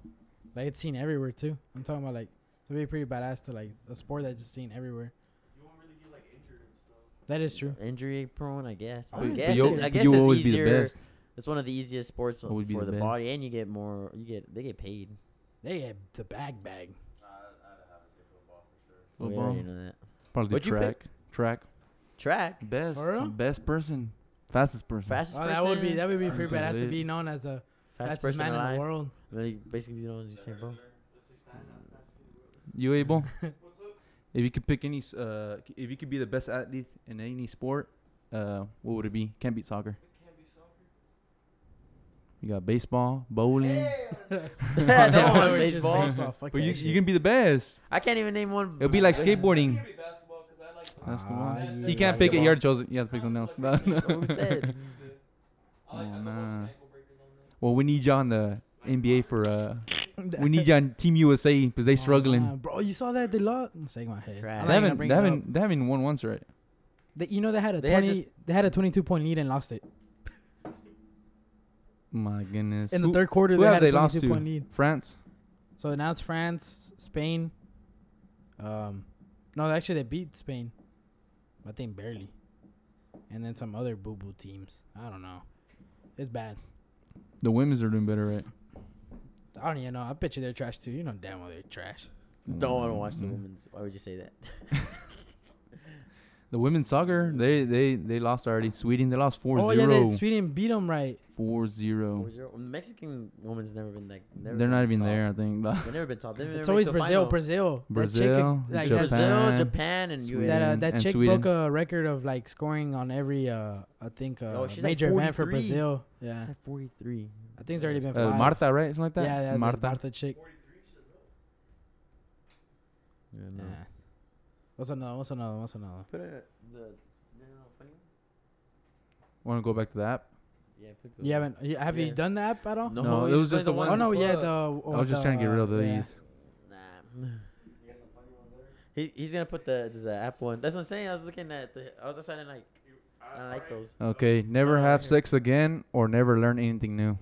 Speaker 2: like it's seen everywhere too. I'm talking about like so it'd be pretty badass to like a sport that's just seen everywhere.
Speaker 4: You won't really get like injured and stuff.
Speaker 2: That is true.
Speaker 1: Injury prone, I guess.
Speaker 2: I
Speaker 3: Oh,
Speaker 1: I
Speaker 2: would
Speaker 1: guess.
Speaker 2: think
Speaker 1: It's,
Speaker 2: so.
Speaker 1: I guess
Speaker 3: you
Speaker 1: it's
Speaker 3: always
Speaker 1: easier.
Speaker 3: be the best.
Speaker 1: It's one of the easiest sports
Speaker 3: Always be
Speaker 1: for
Speaker 3: the
Speaker 1: the,
Speaker 3: best.
Speaker 1: body, and you get more. You get they get paid.
Speaker 2: They had the bag bag.
Speaker 5: Nah, I'd I'd have to say football for sure.
Speaker 1: We
Speaker 3: Football.
Speaker 1: already know that.
Speaker 3: Probably
Speaker 1: What'd you
Speaker 3: track.
Speaker 1: pick?
Speaker 3: Track.
Speaker 1: Track
Speaker 3: Best.
Speaker 2: For real?
Speaker 3: Best person. Fastest person.
Speaker 1: fastest
Speaker 2: Oh,
Speaker 1: person.
Speaker 2: that would be that would be
Speaker 3: I'm
Speaker 2: pretty
Speaker 3: gonna
Speaker 2: badass to
Speaker 3: lit.
Speaker 2: be known as the
Speaker 1: fastest
Speaker 2: fastest,
Speaker 1: person
Speaker 2: man
Speaker 1: alive.
Speaker 2: in the world.
Speaker 1: And then you basically, you know what you say, bro.
Speaker 3: You able? if you could pick any, s- uh, if you could be the best athlete in any sport, uh, what would it be? Can't beat soccer. You got baseball, bowling.
Speaker 1: Yeah,
Speaker 2: Oh,
Speaker 1: no,
Speaker 2: I
Speaker 1: I'm
Speaker 2: would choose
Speaker 1: baseball.
Speaker 2: baseball. Fuck
Speaker 3: But you,
Speaker 2: that
Speaker 3: you
Speaker 2: shit.
Speaker 3: can be the best.
Speaker 1: I can't even name one.
Speaker 3: It'll be like skateboarding. That's good
Speaker 2: Ah,
Speaker 3: one.
Speaker 2: yeah.
Speaker 3: You can't pick it. You
Speaker 1: Basketball.
Speaker 3: already chose it. You have to pick something else.
Speaker 1: Who said?
Speaker 3: Oh, well, we need you on the NBA for. Uh, we need you on Team USA because they
Speaker 2: Oh, nah,
Speaker 3: struggling.
Speaker 2: bro. You saw that they lost. I'm shaking my head.
Speaker 1: Trash.
Speaker 2: I'm
Speaker 3: They
Speaker 2: not even gonna
Speaker 3: haven't,
Speaker 2: bring
Speaker 3: they,
Speaker 2: it up.
Speaker 3: haven't, they haven't won once, right?
Speaker 2: They- you know they had a
Speaker 1: They had
Speaker 2: twenty. they had a twenty-two point lead and lost it
Speaker 3: My goodness.
Speaker 2: in the
Speaker 3: Who-
Speaker 2: third quarter.
Speaker 3: who
Speaker 2: They
Speaker 3: have
Speaker 2: had
Speaker 3: they
Speaker 2: a
Speaker 3: lost
Speaker 2: twenty-two
Speaker 3: to?
Speaker 2: point lead.
Speaker 3: France.
Speaker 2: So now it's France, Spain. Um, no, actually they beat Spain, I think barely, and then some other boo boo teams. I don't know. It's bad.
Speaker 3: The women's are doing better, right?
Speaker 2: I don't even know. I bet you they're trash too. You know damn well they're trash.
Speaker 1: Don't want to watch the
Speaker 3: Mm.
Speaker 1: women's. Why would you say that?
Speaker 3: The women's soccer, they they they lost already. Sweden, they lost 4-0.
Speaker 2: oh yeah, they, Sweden beat them right.
Speaker 3: 4-0.
Speaker 1: Was your- um, Mexican women's never been like. Never
Speaker 3: They're
Speaker 1: been
Speaker 3: not even
Speaker 1: top.
Speaker 3: there, I think.
Speaker 1: They've never been top. They've never
Speaker 2: It's
Speaker 1: been
Speaker 2: always
Speaker 1: to a
Speaker 2: Brazil,
Speaker 1: final.
Speaker 2: Brazil,
Speaker 3: Brazil,
Speaker 2: That chick, like,
Speaker 3: Japan.
Speaker 2: that-
Speaker 1: Brazil, Japan, and U.S.
Speaker 2: that uh,
Speaker 3: Sweden
Speaker 2: that
Speaker 3: and
Speaker 2: chick
Speaker 3: Sweden.
Speaker 2: broke a record of like scoring on every uh I think uh
Speaker 1: Oh, she's, like,
Speaker 2: major event for
Speaker 1: 43.
Speaker 2: Brazil. Yeah,
Speaker 1: At 43.
Speaker 2: I think it's already been
Speaker 3: Uh,
Speaker 2: five.
Speaker 3: Marta, right? Something like that?
Speaker 2: Yeah, yeah,
Speaker 3: Marta.
Speaker 2: Marta. Marta chick.
Speaker 1: Yeah,
Speaker 2: Yeah.
Speaker 1: no.
Speaker 2: What's another? What's another? What's another?
Speaker 1: Put it the. no, no, no, funny one?
Speaker 3: Want to go back to the app?
Speaker 1: Yeah, pick the
Speaker 2: You haven't? you- Have you
Speaker 1: Yeah.
Speaker 2: done the app at all?
Speaker 1: No,
Speaker 3: No,
Speaker 1: we
Speaker 3: it was
Speaker 1: play
Speaker 3: just the
Speaker 1: ones-
Speaker 2: Oh no, yeah,
Speaker 3: Fuck.
Speaker 2: the. uh,
Speaker 3: I was just trying to get rid of these.
Speaker 1: Nah. He, he's gonna put the, the app one. That's what I'm saying. I was looking at the. I was just trying to like. I don't like those.
Speaker 3: Okay, never
Speaker 1: No,
Speaker 3: have
Speaker 1: right here.
Speaker 3: sex again or never learn anything new.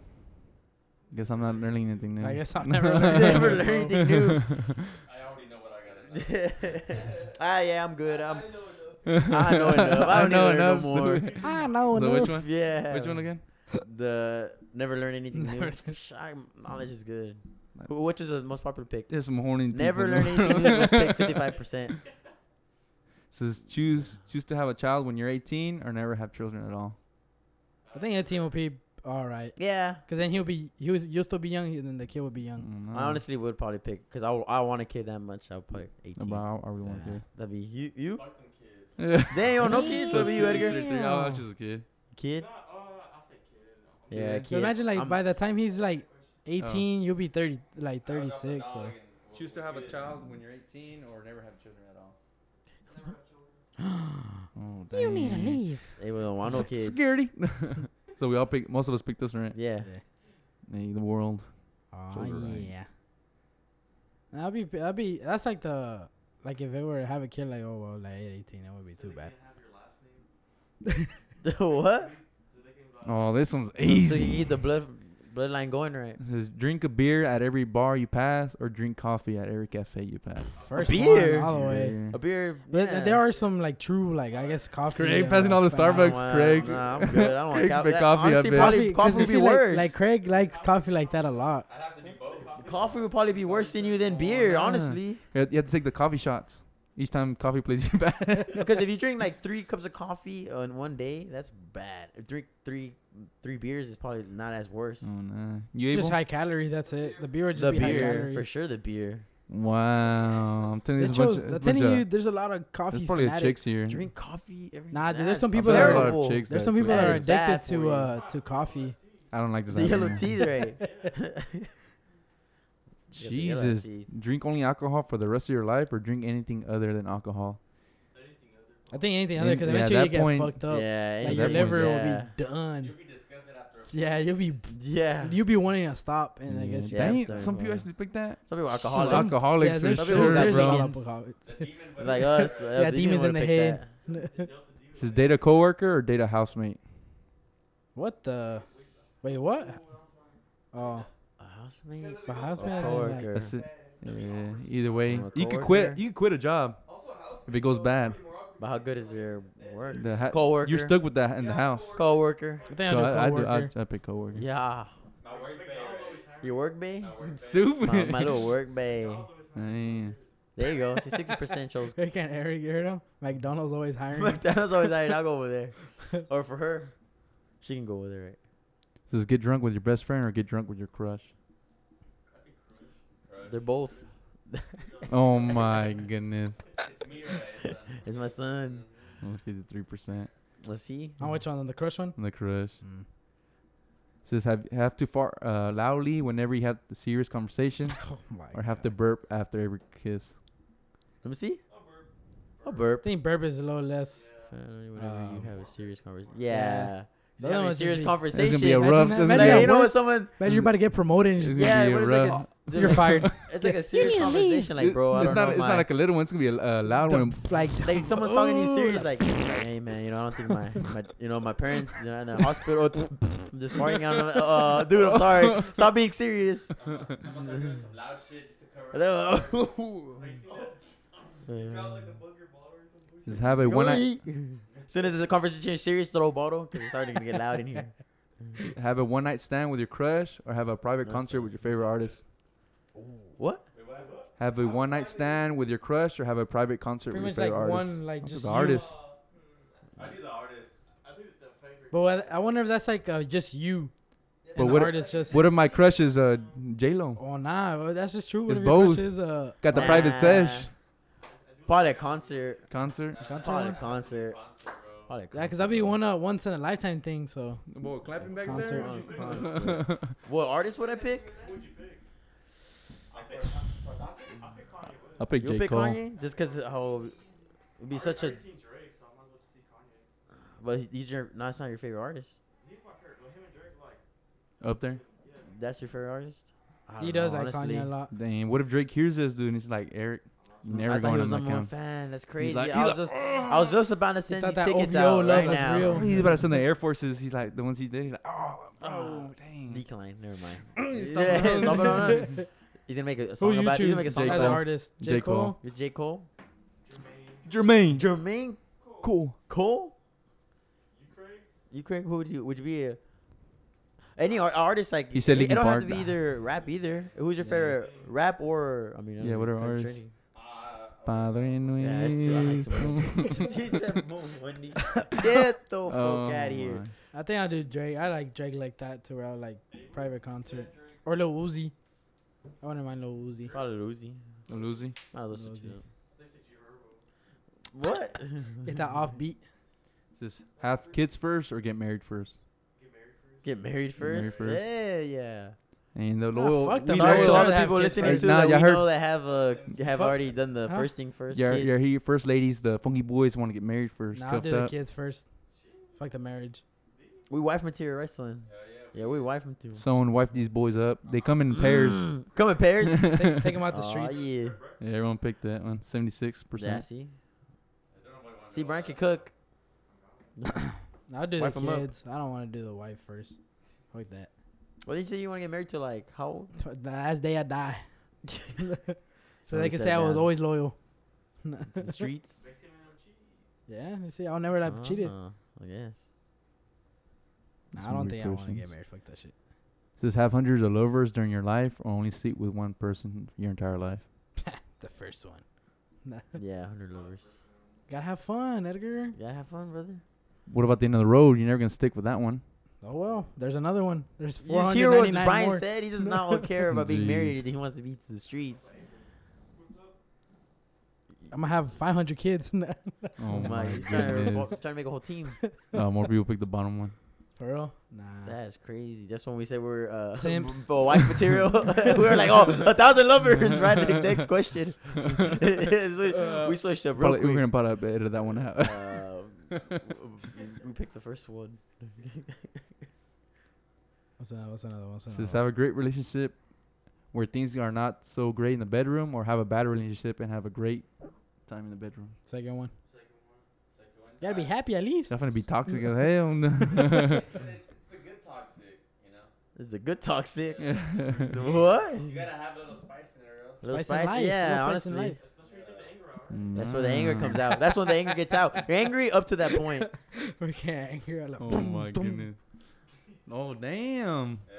Speaker 3: Guess I'm not learning anything new.
Speaker 2: I guess I'll never learn.
Speaker 1: Never learn anything new.
Speaker 5: I already know what I gotta do.
Speaker 1: ah, yeah, I'm good. I'm. I know enough. I don't need to learn no
Speaker 3: so-
Speaker 1: more.
Speaker 2: I know.
Speaker 3: So
Speaker 2: Ah, Oh, no.
Speaker 3: which one?
Speaker 1: Yeah.
Speaker 3: Which one again?
Speaker 1: The never learn anything new.
Speaker 2: Never-
Speaker 1: Psh, I, knowledge is good. Wh- Which is the most popular pick?
Speaker 3: There's some horny.
Speaker 1: Never
Speaker 3: people.
Speaker 1: learn anything new. Was picked 55 percent.
Speaker 3: Says choose choose to have a child when you're 18 or never have children at all.
Speaker 2: I think your team will be all right.
Speaker 1: Yeah.
Speaker 2: Cause then he'll be he was you'll still be young and then the kid will be young.
Speaker 3: Mm,
Speaker 1: I honestly would probably pick because I, w- I want a kid that much. I'll pick 18.
Speaker 3: about are we one kid?
Speaker 1: That'd be you. You?
Speaker 5: Fuck them kids.
Speaker 1: They don't know kids. What about you,
Speaker 3: Two,
Speaker 1: Edgar?
Speaker 3: three, three. I'll I'll choose a kid.
Speaker 1: Kid?
Speaker 5: Nah, uh, I'll say kid. I'm
Speaker 1: Yeah,
Speaker 3: Yeah.
Speaker 1: kid.
Speaker 2: So imagine like
Speaker 1: I'm-
Speaker 2: by the time he's like
Speaker 3: Oh.
Speaker 2: 18, you'll be 30, like 36.
Speaker 5: Dog
Speaker 2: So.
Speaker 5: and we'll-
Speaker 3: Choose to
Speaker 5: we'll
Speaker 3: have a
Speaker 5: get it.
Speaker 3: child when you're 18 or never have children at all.
Speaker 2: you
Speaker 3: Oh, dang.
Speaker 2: leave.
Speaker 3: Oh,
Speaker 1: They don't want no kids.
Speaker 3: Security. So we all picked. Most of us picked this one, right?
Speaker 1: Yeah.
Speaker 3: Hey, the world.
Speaker 2: Oh
Speaker 3: Sober, right?
Speaker 2: yeah. That'd be that'd be that's like the like if it were to have a kid like oh well like eight, eighteen that would be
Speaker 4: So
Speaker 2: too
Speaker 4: they
Speaker 2: bad.
Speaker 4: can't have your last name? So they
Speaker 1: what?
Speaker 4: can go out-
Speaker 3: Oh, this one's
Speaker 1: So you
Speaker 3: easy.
Speaker 1: keep the blood bloodline going, right?
Speaker 3: It says drink a beer at every bar you pass, or drink coffee at every cafe you pass.
Speaker 2: First
Speaker 1: beer?
Speaker 2: one all the way.
Speaker 1: A beer.
Speaker 2: But th- there
Speaker 1: yeah.
Speaker 2: are some like true like I guess coffee.
Speaker 3: Craig
Speaker 2: uh,
Speaker 3: passing all the
Speaker 1: I don't
Speaker 2: fanatic-
Speaker 3: Starbucks,
Speaker 1: wanna-
Speaker 3: Craig.
Speaker 1: Nah, I'm good. I don't want
Speaker 3: Craig
Speaker 1: coffee.
Speaker 3: make
Speaker 1: That-
Speaker 3: coffee, I
Speaker 1: honestly,
Speaker 3: bet.
Speaker 1: probably
Speaker 2: coffee, 'cause
Speaker 1: coffee
Speaker 2: you
Speaker 1: would be
Speaker 2: see, like-
Speaker 1: worse.
Speaker 2: Like Craig likes coffee like that a lot.
Speaker 5: I'd have to do both.
Speaker 1: coffee would probably be worse than you
Speaker 2: Oh,
Speaker 1: than beer, honestly.
Speaker 3: You have you have to take the coffee shots each time coffee plays you back.
Speaker 1: Because if you drink like three cups of coffee on one day, that's bad. If Drink three three beers is probably not as worse.
Speaker 3: oh no, you
Speaker 2: Just
Speaker 3: able?
Speaker 2: high calorie. That's it. The beer would just
Speaker 1: the
Speaker 2: be high
Speaker 1: beer,
Speaker 2: calorie.
Speaker 1: for sure. The beer.
Speaker 3: wow, I'm telling you,
Speaker 2: They
Speaker 3: there's a bunch
Speaker 2: chose,
Speaker 3: of,
Speaker 2: I'm
Speaker 3: bunch
Speaker 2: telling
Speaker 3: of-
Speaker 2: you, there's a lot of coffee
Speaker 3: there's probably a
Speaker 2: fanatics.
Speaker 3: chicks here.
Speaker 1: Drink coffee every.
Speaker 2: Nah, dude, there's
Speaker 1: That's
Speaker 2: some
Speaker 3: I'm
Speaker 2: people that
Speaker 3: telling you, there's a
Speaker 1: terrible.
Speaker 3: lot of chicks
Speaker 2: There's
Speaker 3: that
Speaker 2: some people
Speaker 1: That
Speaker 2: that are
Speaker 1: is bad
Speaker 2: addicted
Speaker 1: for
Speaker 2: to
Speaker 1: you.
Speaker 2: uh to coffee.
Speaker 3: I don't like this.
Speaker 1: The yellow
Speaker 3: acronym.
Speaker 1: teeth, right? Yeah, the yellow
Speaker 3: Jesus.
Speaker 1: teeth.
Speaker 3: Drink only alcohol for the rest of your life, or drink anything other than alcohol.
Speaker 4: Anything other.
Speaker 2: I think anything other because
Speaker 3: Yeah,
Speaker 2: eventually you
Speaker 3: at that
Speaker 2: get
Speaker 3: point-
Speaker 2: fucked up.
Speaker 1: Yeah,
Speaker 2: like
Speaker 3: at
Speaker 2: your
Speaker 3: that point,
Speaker 2: liver
Speaker 1: yeah.
Speaker 2: will be done.
Speaker 5: You'll be disgusted after a
Speaker 2: Yeah, you'll be
Speaker 1: Yeah.
Speaker 2: you'll be wanting to stop, and I
Speaker 3: Yeah,
Speaker 2: guess
Speaker 1: Yeah,
Speaker 3: dang,
Speaker 1: I'm sorry,
Speaker 3: some people
Speaker 1: bro.
Speaker 3: actually pick that.
Speaker 1: Some people are
Speaker 3: Some
Speaker 1: alcoholics.
Speaker 3: alcohol- alcoholics for
Speaker 1: sure,
Speaker 2: there's- there's
Speaker 1: bro.
Speaker 2: definitely
Speaker 1: Demons.
Speaker 2: alcoholics.
Speaker 5: The demon would
Speaker 1: like us. uh,
Speaker 2: Yeah,
Speaker 1: the
Speaker 2: demons
Speaker 1: demon
Speaker 2: in the
Speaker 1: would've picked
Speaker 2: head.
Speaker 1: that.
Speaker 3: It says date a coworker or date a housemate.
Speaker 2: What the? Wait, what? Oh,
Speaker 1: A housemate.
Speaker 2: my
Speaker 1: A
Speaker 2: husband. has
Speaker 1: coworker.
Speaker 3: That's it. Yeah. Either way,
Speaker 1: Or a
Speaker 3: you could quit.
Speaker 1: coworker.
Speaker 3: You could quit a job
Speaker 4: Also, house.
Speaker 3: if it goes bad.
Speaker 1: But how good is your work?
Speaker 3: The ha-
Speaker 1: Coworker.
Speaker 3: You're stuck with that in the house.
Speaker 1: Coworker.
Speaker 2: I think
Speaker 3: So
Speaker 2: I,
Speaker 3: I, I
Speaker 2: do
Speaker 3: do.
Speaker 2: coworker.
Speaker 3: I, I pick coworker.
Speaker 1: Yeah.
Speaker 5: My work bay, right?
Speaker 1: Your work bay.
Speaker 5: My work bay.
Speaker 3: Stupid.
Speaker 1: my, my little work bay.
Speaker 3: Man.
Speaker 1: There you go. See, sixty percent chose.
Speaker 2: They can't hear you heard him. McDonald's always hiring.
Speaker 1: McDonald's always hired. I'll go over there. Or for her, she can go over there, right?
Speaker 3: Says get drunk with your best friend or get drunk with your crush.
Speaker 5: Crush.
Speaker 1: They're both.
Speaker 3: Oh my goodness.
Speaker 5: It's me, right? It's, uh,
Speaker 1: It's my son.
Speaker 3: Fifty-three percent
Speaker 4: Mm-hmm.
Speaker 1: Let's see.
Speaker 2: On which one? On the crush one?
Speaker 3: on the crush.
Speaker 2: Mm.
Speaker 3: Says have have to fart uh, loudly whenever you have the serious conversation,
Speaker 2: Oh my.
Speaker 3: or have to
Speaker 2: God.
Speaker 3: burp after every kiss.
Speaker 1: Let me see. A burp.
Speaker 2: I think burp is a little less.
Speaker 3: Uh,
Speaker 1: Finally, Whenever
Speaker 2: Um,
Speaker 1: you have a serious conversation.
Speaker 2: yeah.
Speaker 1: Yeah. yeah.
Speaker 2: The other
Speaker 1: Having a
Speaker 2: one's just
Speaker 1: serious
Speaker 2: be-
Speaker 1: conversation.
Speaker 3: It's gonna be a
Speaker 2: Imagine
Speaker 3: rough.
Speaker 2: that-
Speaker 3: it's gonna
Speaker 2: imagine
Speaker 3: be
Speaker 2: that
Speaker 3: a
Speaker 1: like, you know,
Speaker 2: work-
Speaker 1: when someone.
Speaker 2: Imagine you're about to get promoted. And
Speaker 3: It's
Speaker 2: just,
Speaker 3: gonna
Speaker 1: Yeah,
Speaker 3: be
Speaker 1: what
Speaker 3: a
Speaker 1: is like a
Speaker 3: rough-
Speaker 1: s-
Speaker 2: you're fired.
Speaker 1: It's like a serious
Speaker 2: need to leave.
Speaker 1: conversation, like, bro. I
Speaker 3: it's
Speaker 1: don't
Speaker 3: not.
Speaker 1: know.
Speaker 3: it's
Speaker 1: my,
Speaker 3: not like a little one. It's gonna be a uh, loud
Speaker 2: The-
Speaker 3: one.
Speaker 2: like
Speaker 1: like someone's talking to you serious,
Speaker 3: Oh.
Speaker 1: like, hey man, you know, I don't think my, my you know, my parents, you know, in the hospital, this morning, I'm, uh, dude, I'm sorry, stop being serious.
Speaker 5: I'm gonna start doing some loud shit just to cover it up.
Speaker 1: Hello.
Speaker 4: Like, see that? You got like the bugger bottle or some bullshit.
Speaker 3: Just have a one night
Speaker 1: As soon as there's a conversation serious, throw a bottle because it's starting to get loud in here.
Speaker 3: have a one night stand with your crush, or have a private
Speaker 1: That's
Speaker 3: concert
Speaker 1: a-
Speaker 3: with your favorite artist.
Speaker 1: What?
Speaker 5: Wait, what?
Speaker 3: Have a one night stand with your crush, or have a private concert
Speaker 2: pretty
Speaker 3: with
Speaker 2: much
Speaker 3: your
Speaker 2: like
Speaker 3: favorite artist.
Speaker 2: one like
Speaker 3: Up to
Speaker 2: just
Speaker 3: the
Speaker 2: you.
Speaker 3: artist.
Speaker 5: I do the artist.
Speaker 4: I think the favorite.
Speaker 2: But what, I wonder if that's like uh, just you.
Speaker 3: But
Speaker 2: and
Speaker 3: what-
Speaker 2: the artist just.
Speaker 3: What if my crush is uh, J Lo?
Speaker 2: Oh nah, well, that's just true. What
Speaker 3: It's
Speaker 2: if your crush
Speaker 3: both.
Speaker 2: Is, uh,
Speaker 3: Got the
Speaker 1: Nah.
Speaker 3: private sesh
Speaker 1: Probably a concert.
Speaker 3: concert.
Speaker 2: Concert
Speaker 1: Probably a
Speaker 2: one?
Speaker 1: concert.
Speaker 5: Concert, bro.
Speaker 1: Probably a
Speaker 2: Yeah, cause that'd be one uh, once in a lifetime thing. So
Speaker 3: Boy, clapping
Speaker 2: back there?
Speaker 1: Oh, Concert. What artist would I pick?
Speaker 4: Who'd you pick?
Speaker 5: I pick-
Speaker 4: I pick Kanye West.
Speaker 3: I'll pick
Speaker 1: You'll
Speaker 3: J
Speaker 1: pick
Speaker 3: Cole.
Speaker 1: Kanye? Just because how it'd be
Speaker 4: I've
Speaker 1: such a.
Speaker 4: already seen Drake, so I might as well just see Kanye.
Speaker 1: But he's your. No, it's not your favorite artist.
Speaker 4: He's my favorite. Well, him and Drake, like,
Speaker 3: Up there.
Speaker 4: yeah.
Speaker 1: That's your favorite artist. I
Speaker 2: he
Speaker 1: don't
Speaker 2: does
Speaker 1: know,
Speaker 2: like Kanye a lot.
Speaker 3: Dang, what if Drake hears this dude and he's like, Eric, never
Speaker 1: I thought
Speaker 3: going
Speaker 1: he was
Speaker 3: on that
Speaker 1: number one
Speaker 3: count.
Speaker 1: fan. That's crazy.
Speaker 3: like-
Speaker 1: I
Speaker 3: he's
Speaker 1: was just, I was just about to send
Speaker 2: thought
Speaker 1: these
Speaker 2: that
Speaker 1: tickets
Speaker 2: OVO
Speaker 1: out
Speaker 2: love
Speaker 1: right
Speaker 2: was
Speaker 1: now.
Speaker 2: real.
Speaker 3: He's about to send the Air Forces. He's like, the ones he did. He's like, oh,
Speaker 1: Ah,
Speaker 3: oh, dang.
Speaker 1: Decline. Never mind.
Speaker 3: stomping
Speaker 1: Yeah,
Speaker 3: on it.
Speaker 1: stomping on it. He's gonna make a
Speaker 2: Who
Speaker 1: song
Speaker 2: you
Speaker 1: about. He's
Speaker 2: choose
Speaker 1: gonna make a
Speaker 2: as
Speaker 1: song
Speaker 3: J.
Speaker 2: an
Speaker 1: about.
Speaker 3: Cole.
Speaker 2: artist?
Speaker 3: J. Cole.
Speaker 1: You're J Cole.
Speaker 3: Jermaine.
Speaker 1: Jermaine
Speaker 3: Cool.
Speaker 1: Cole.
Speaker 4: You Craig?
Speaker 1: You Craig? Who would you? Would you be? A, any ar- artist like
Speaker 3: You said
Speaker 1: It, it
Speaker 3: Linkin
Speaker 1: don't have to
Speaker 3: Park.
Speaker 1: be either rap either. Who's your
Speaker 3: Yeah.
Speaker 1: favorite rap or? I mean, I
Speaker 3: Yeah,
Speaker 1: don't
Speaker 3: whatever
Speaker 1: know,
Speaker 3: artist.
Speaker 1: Journey.
Speaker 5: Uh,
Speaker 3: Padre
Speaker 1: Yeah, that's too, I like too
Speaker 3: nuestro.
Speaker 1: much. He said, "Mo money." Get the fuck
Speaker 3: Oh
Speaker 1: out of here.
Speaker 3: my.
Speaker 2: I think I do Drake. I like Drake like that to where I like private concert or Lil Uzi. I wouldn't mind Lil Uzi.
Speaker 1: Probably Lucy.
Speaker 3: Lucy.
Speaker 1: Might as well switch
Speaker 2: Lil
Speaker 1: it up.
Speaker 4: They said G Herbo.
Speaker 1: What?
Speaker 2: Get that offbeat.
Speaker 3: Says, have kids first or get married first?
Speaker 4: Get married first.
Speaker 1: Get married
Speaker 3: married
Speaker 1: first?
Speaker 3: first.
Speaker 1: Yeah, yeah.
Speaker 3: And the
Speaker 2: Nah,
Speaker 3: loyal.
Speaker 2: fuck
Speaker 3: we
Speaker 2: them.
Speaker 1: Sorry
Speaker 2: know
Speaker 1: to
Speaker 2: all
Speaker 1: all
Speaker 3: loyal-
Speaker 1: the
Speaker 2: that
Speaker 1: people
Speaker 2: kids
Speaker 1: listening
Speaker 3: first.
Speaker 1: to
Speaker 3: Nah,
Speaker 1: that
Speaker 3: you
Speaker 1: we
Speaker 3: heard-
Speaker 1: know that have uh, have
Speaker 2: Fuck.
Speaker 1: already done the
Speaker 2: Huh?
Speaker 1: first thing first.
Speaker 3: Your,
Speaker 1: kids.
Speaker 3: your, he- first ladies, the funky boys want to get married first.
Speaker 2: Nah, I'll
Speaker 3: cuffed
Speaker 2: do the
Speaker 3: up.
Speaker 2: kids first. Fuck the marriage.
Speaker 1: We wife material wrestling.
Speaker 5: Hell yeah.
Speaker 1: Yeah, we wife material.
Speaker 3: Someone wipe these boys up. They come in pairs.
Speaker 1: Mm, Come in pairs.
Speaker 2: Take, take 'em out the
Speaker 1: Aw,
Speaker 2: streets.
Speaker 1: yeah.
Speaker 3: Yeah, everyone picked that one. Seventy-six
Speaker 1: Yeah,
Speaker 3: percent.
Speaker 1: see?
Speaker 5: I don't know why I wanna
Speaker 1: See,
Speaker 5: know
Speaker 1: Brian
Speaker 5: that.
Speaker 1: can cook.
Speaker 2: I'll do
Speaker 1: Wife
Speaker 2: the
Speaker 1: 'em up.
Speaker 2: kids. I don't want to do the wife first. Fuck that.
Speaker 1: What did you say you want to get married to? Like, how old?
Speaker 2: The last day I die. so
Speaker 1: Already
Speaker 2: they can
Speaker 1: said
Speaker 2: say I was
Speaker 1: that.
Speaker 2: always loyal.
Speaker 1: The streets?
Speaker 5: Mexican man don't cheat.
Speaker 2: yeah, you see, I'll never have cheated.
Speaker 1: Uh, I guess.
Speaker 2: Nah, I don't think I want to get married. Fuck that shit.
Speaker 3: Says have hundreds of lovers during your life, or only sleep with one person your entire life.
Speaker 2: The first one. Nah.
Speaker 1: Yeah, 100 lovers.
Speaker 2: Gotta have fun, Edgar.
Speaker 1: Yeah, have fun, brother.
Speaker 3: What about the end of the road? You're never gonna stick with that one.
Speaker 2: Oh well, there's another one. There's
Speaker 1: You just hear what
Speaker 2: 499
Speaker 1: Brian
Speaker 2: more.
Speaker 1: said. He does not care about being married. or
Speaker 3: Jeez.
Speaker 1: anything. He wants to be to the streets.
Speaker 2: I'm gonna have 500 kids. Nah,
Speaker 3: Oh
Speaker 1: my,
Speaker 3: my
Speaker 1: he's trying to,
Speaker 3: goodness.
Speaker 1: trying to make a whole team.
Speaker 3: Uh, more people pick the bottom one.
Speaker 2: For real? Nah.
Speaker 1: That is crazy. That's when we said we're uh,
Speaker 2: Simps.
Speaker 1: for wife material. we were like, oh, a thousand lovers. Right. Nick? Next question. we switched up real
Speaker 3: Probably, we're
Speaker 1: quick.
Speaker 3: gonna probably edit that one out.
Speaker 1: Um, w- we picked the first one.
Speaker 2: What's another? What's another? What's another?
Speaker 3: Says have a great relationship where things are not so great in the bedroom, or have a bad relationship and have a great time in the bedroom.
Speaker 2: Second one.
Speaker 5: Second one. Second one.
Speaker 2: gotta be
Speaker 5: Toxic.
Speaker 2: happy at least. uh,
Speaker 3: It's not gonna be toxic eh? as hell.
Speaker 5: it's, it's, it's the good toxic, you know?
Speaker 1: This is a good toxic.
Speaker 3: Yeah.
Speaker 1: What?
Speaker 5: You gotta have a little spice in there, or else.
Speaker 1: Little
Speaker 2: Spice and life,
Speaker 1: Yeah,
Speaker 2: little spice and
Speaker 1: honestly.
Speaker 2: life.
Speaker 5: That's, that's where you take the anger out, right?
Speaker 1: That's where the anger comes out. That's when the anger gets out. You're angry up to that point.
Speaker 2: we can't hear like,
Speaker 3: Oh
Speaker 2: boom,
Speaker 3: my
Speaker 2: boom.
Speaker 3: goodness. Oh damn!
Speaker 5: Yeah,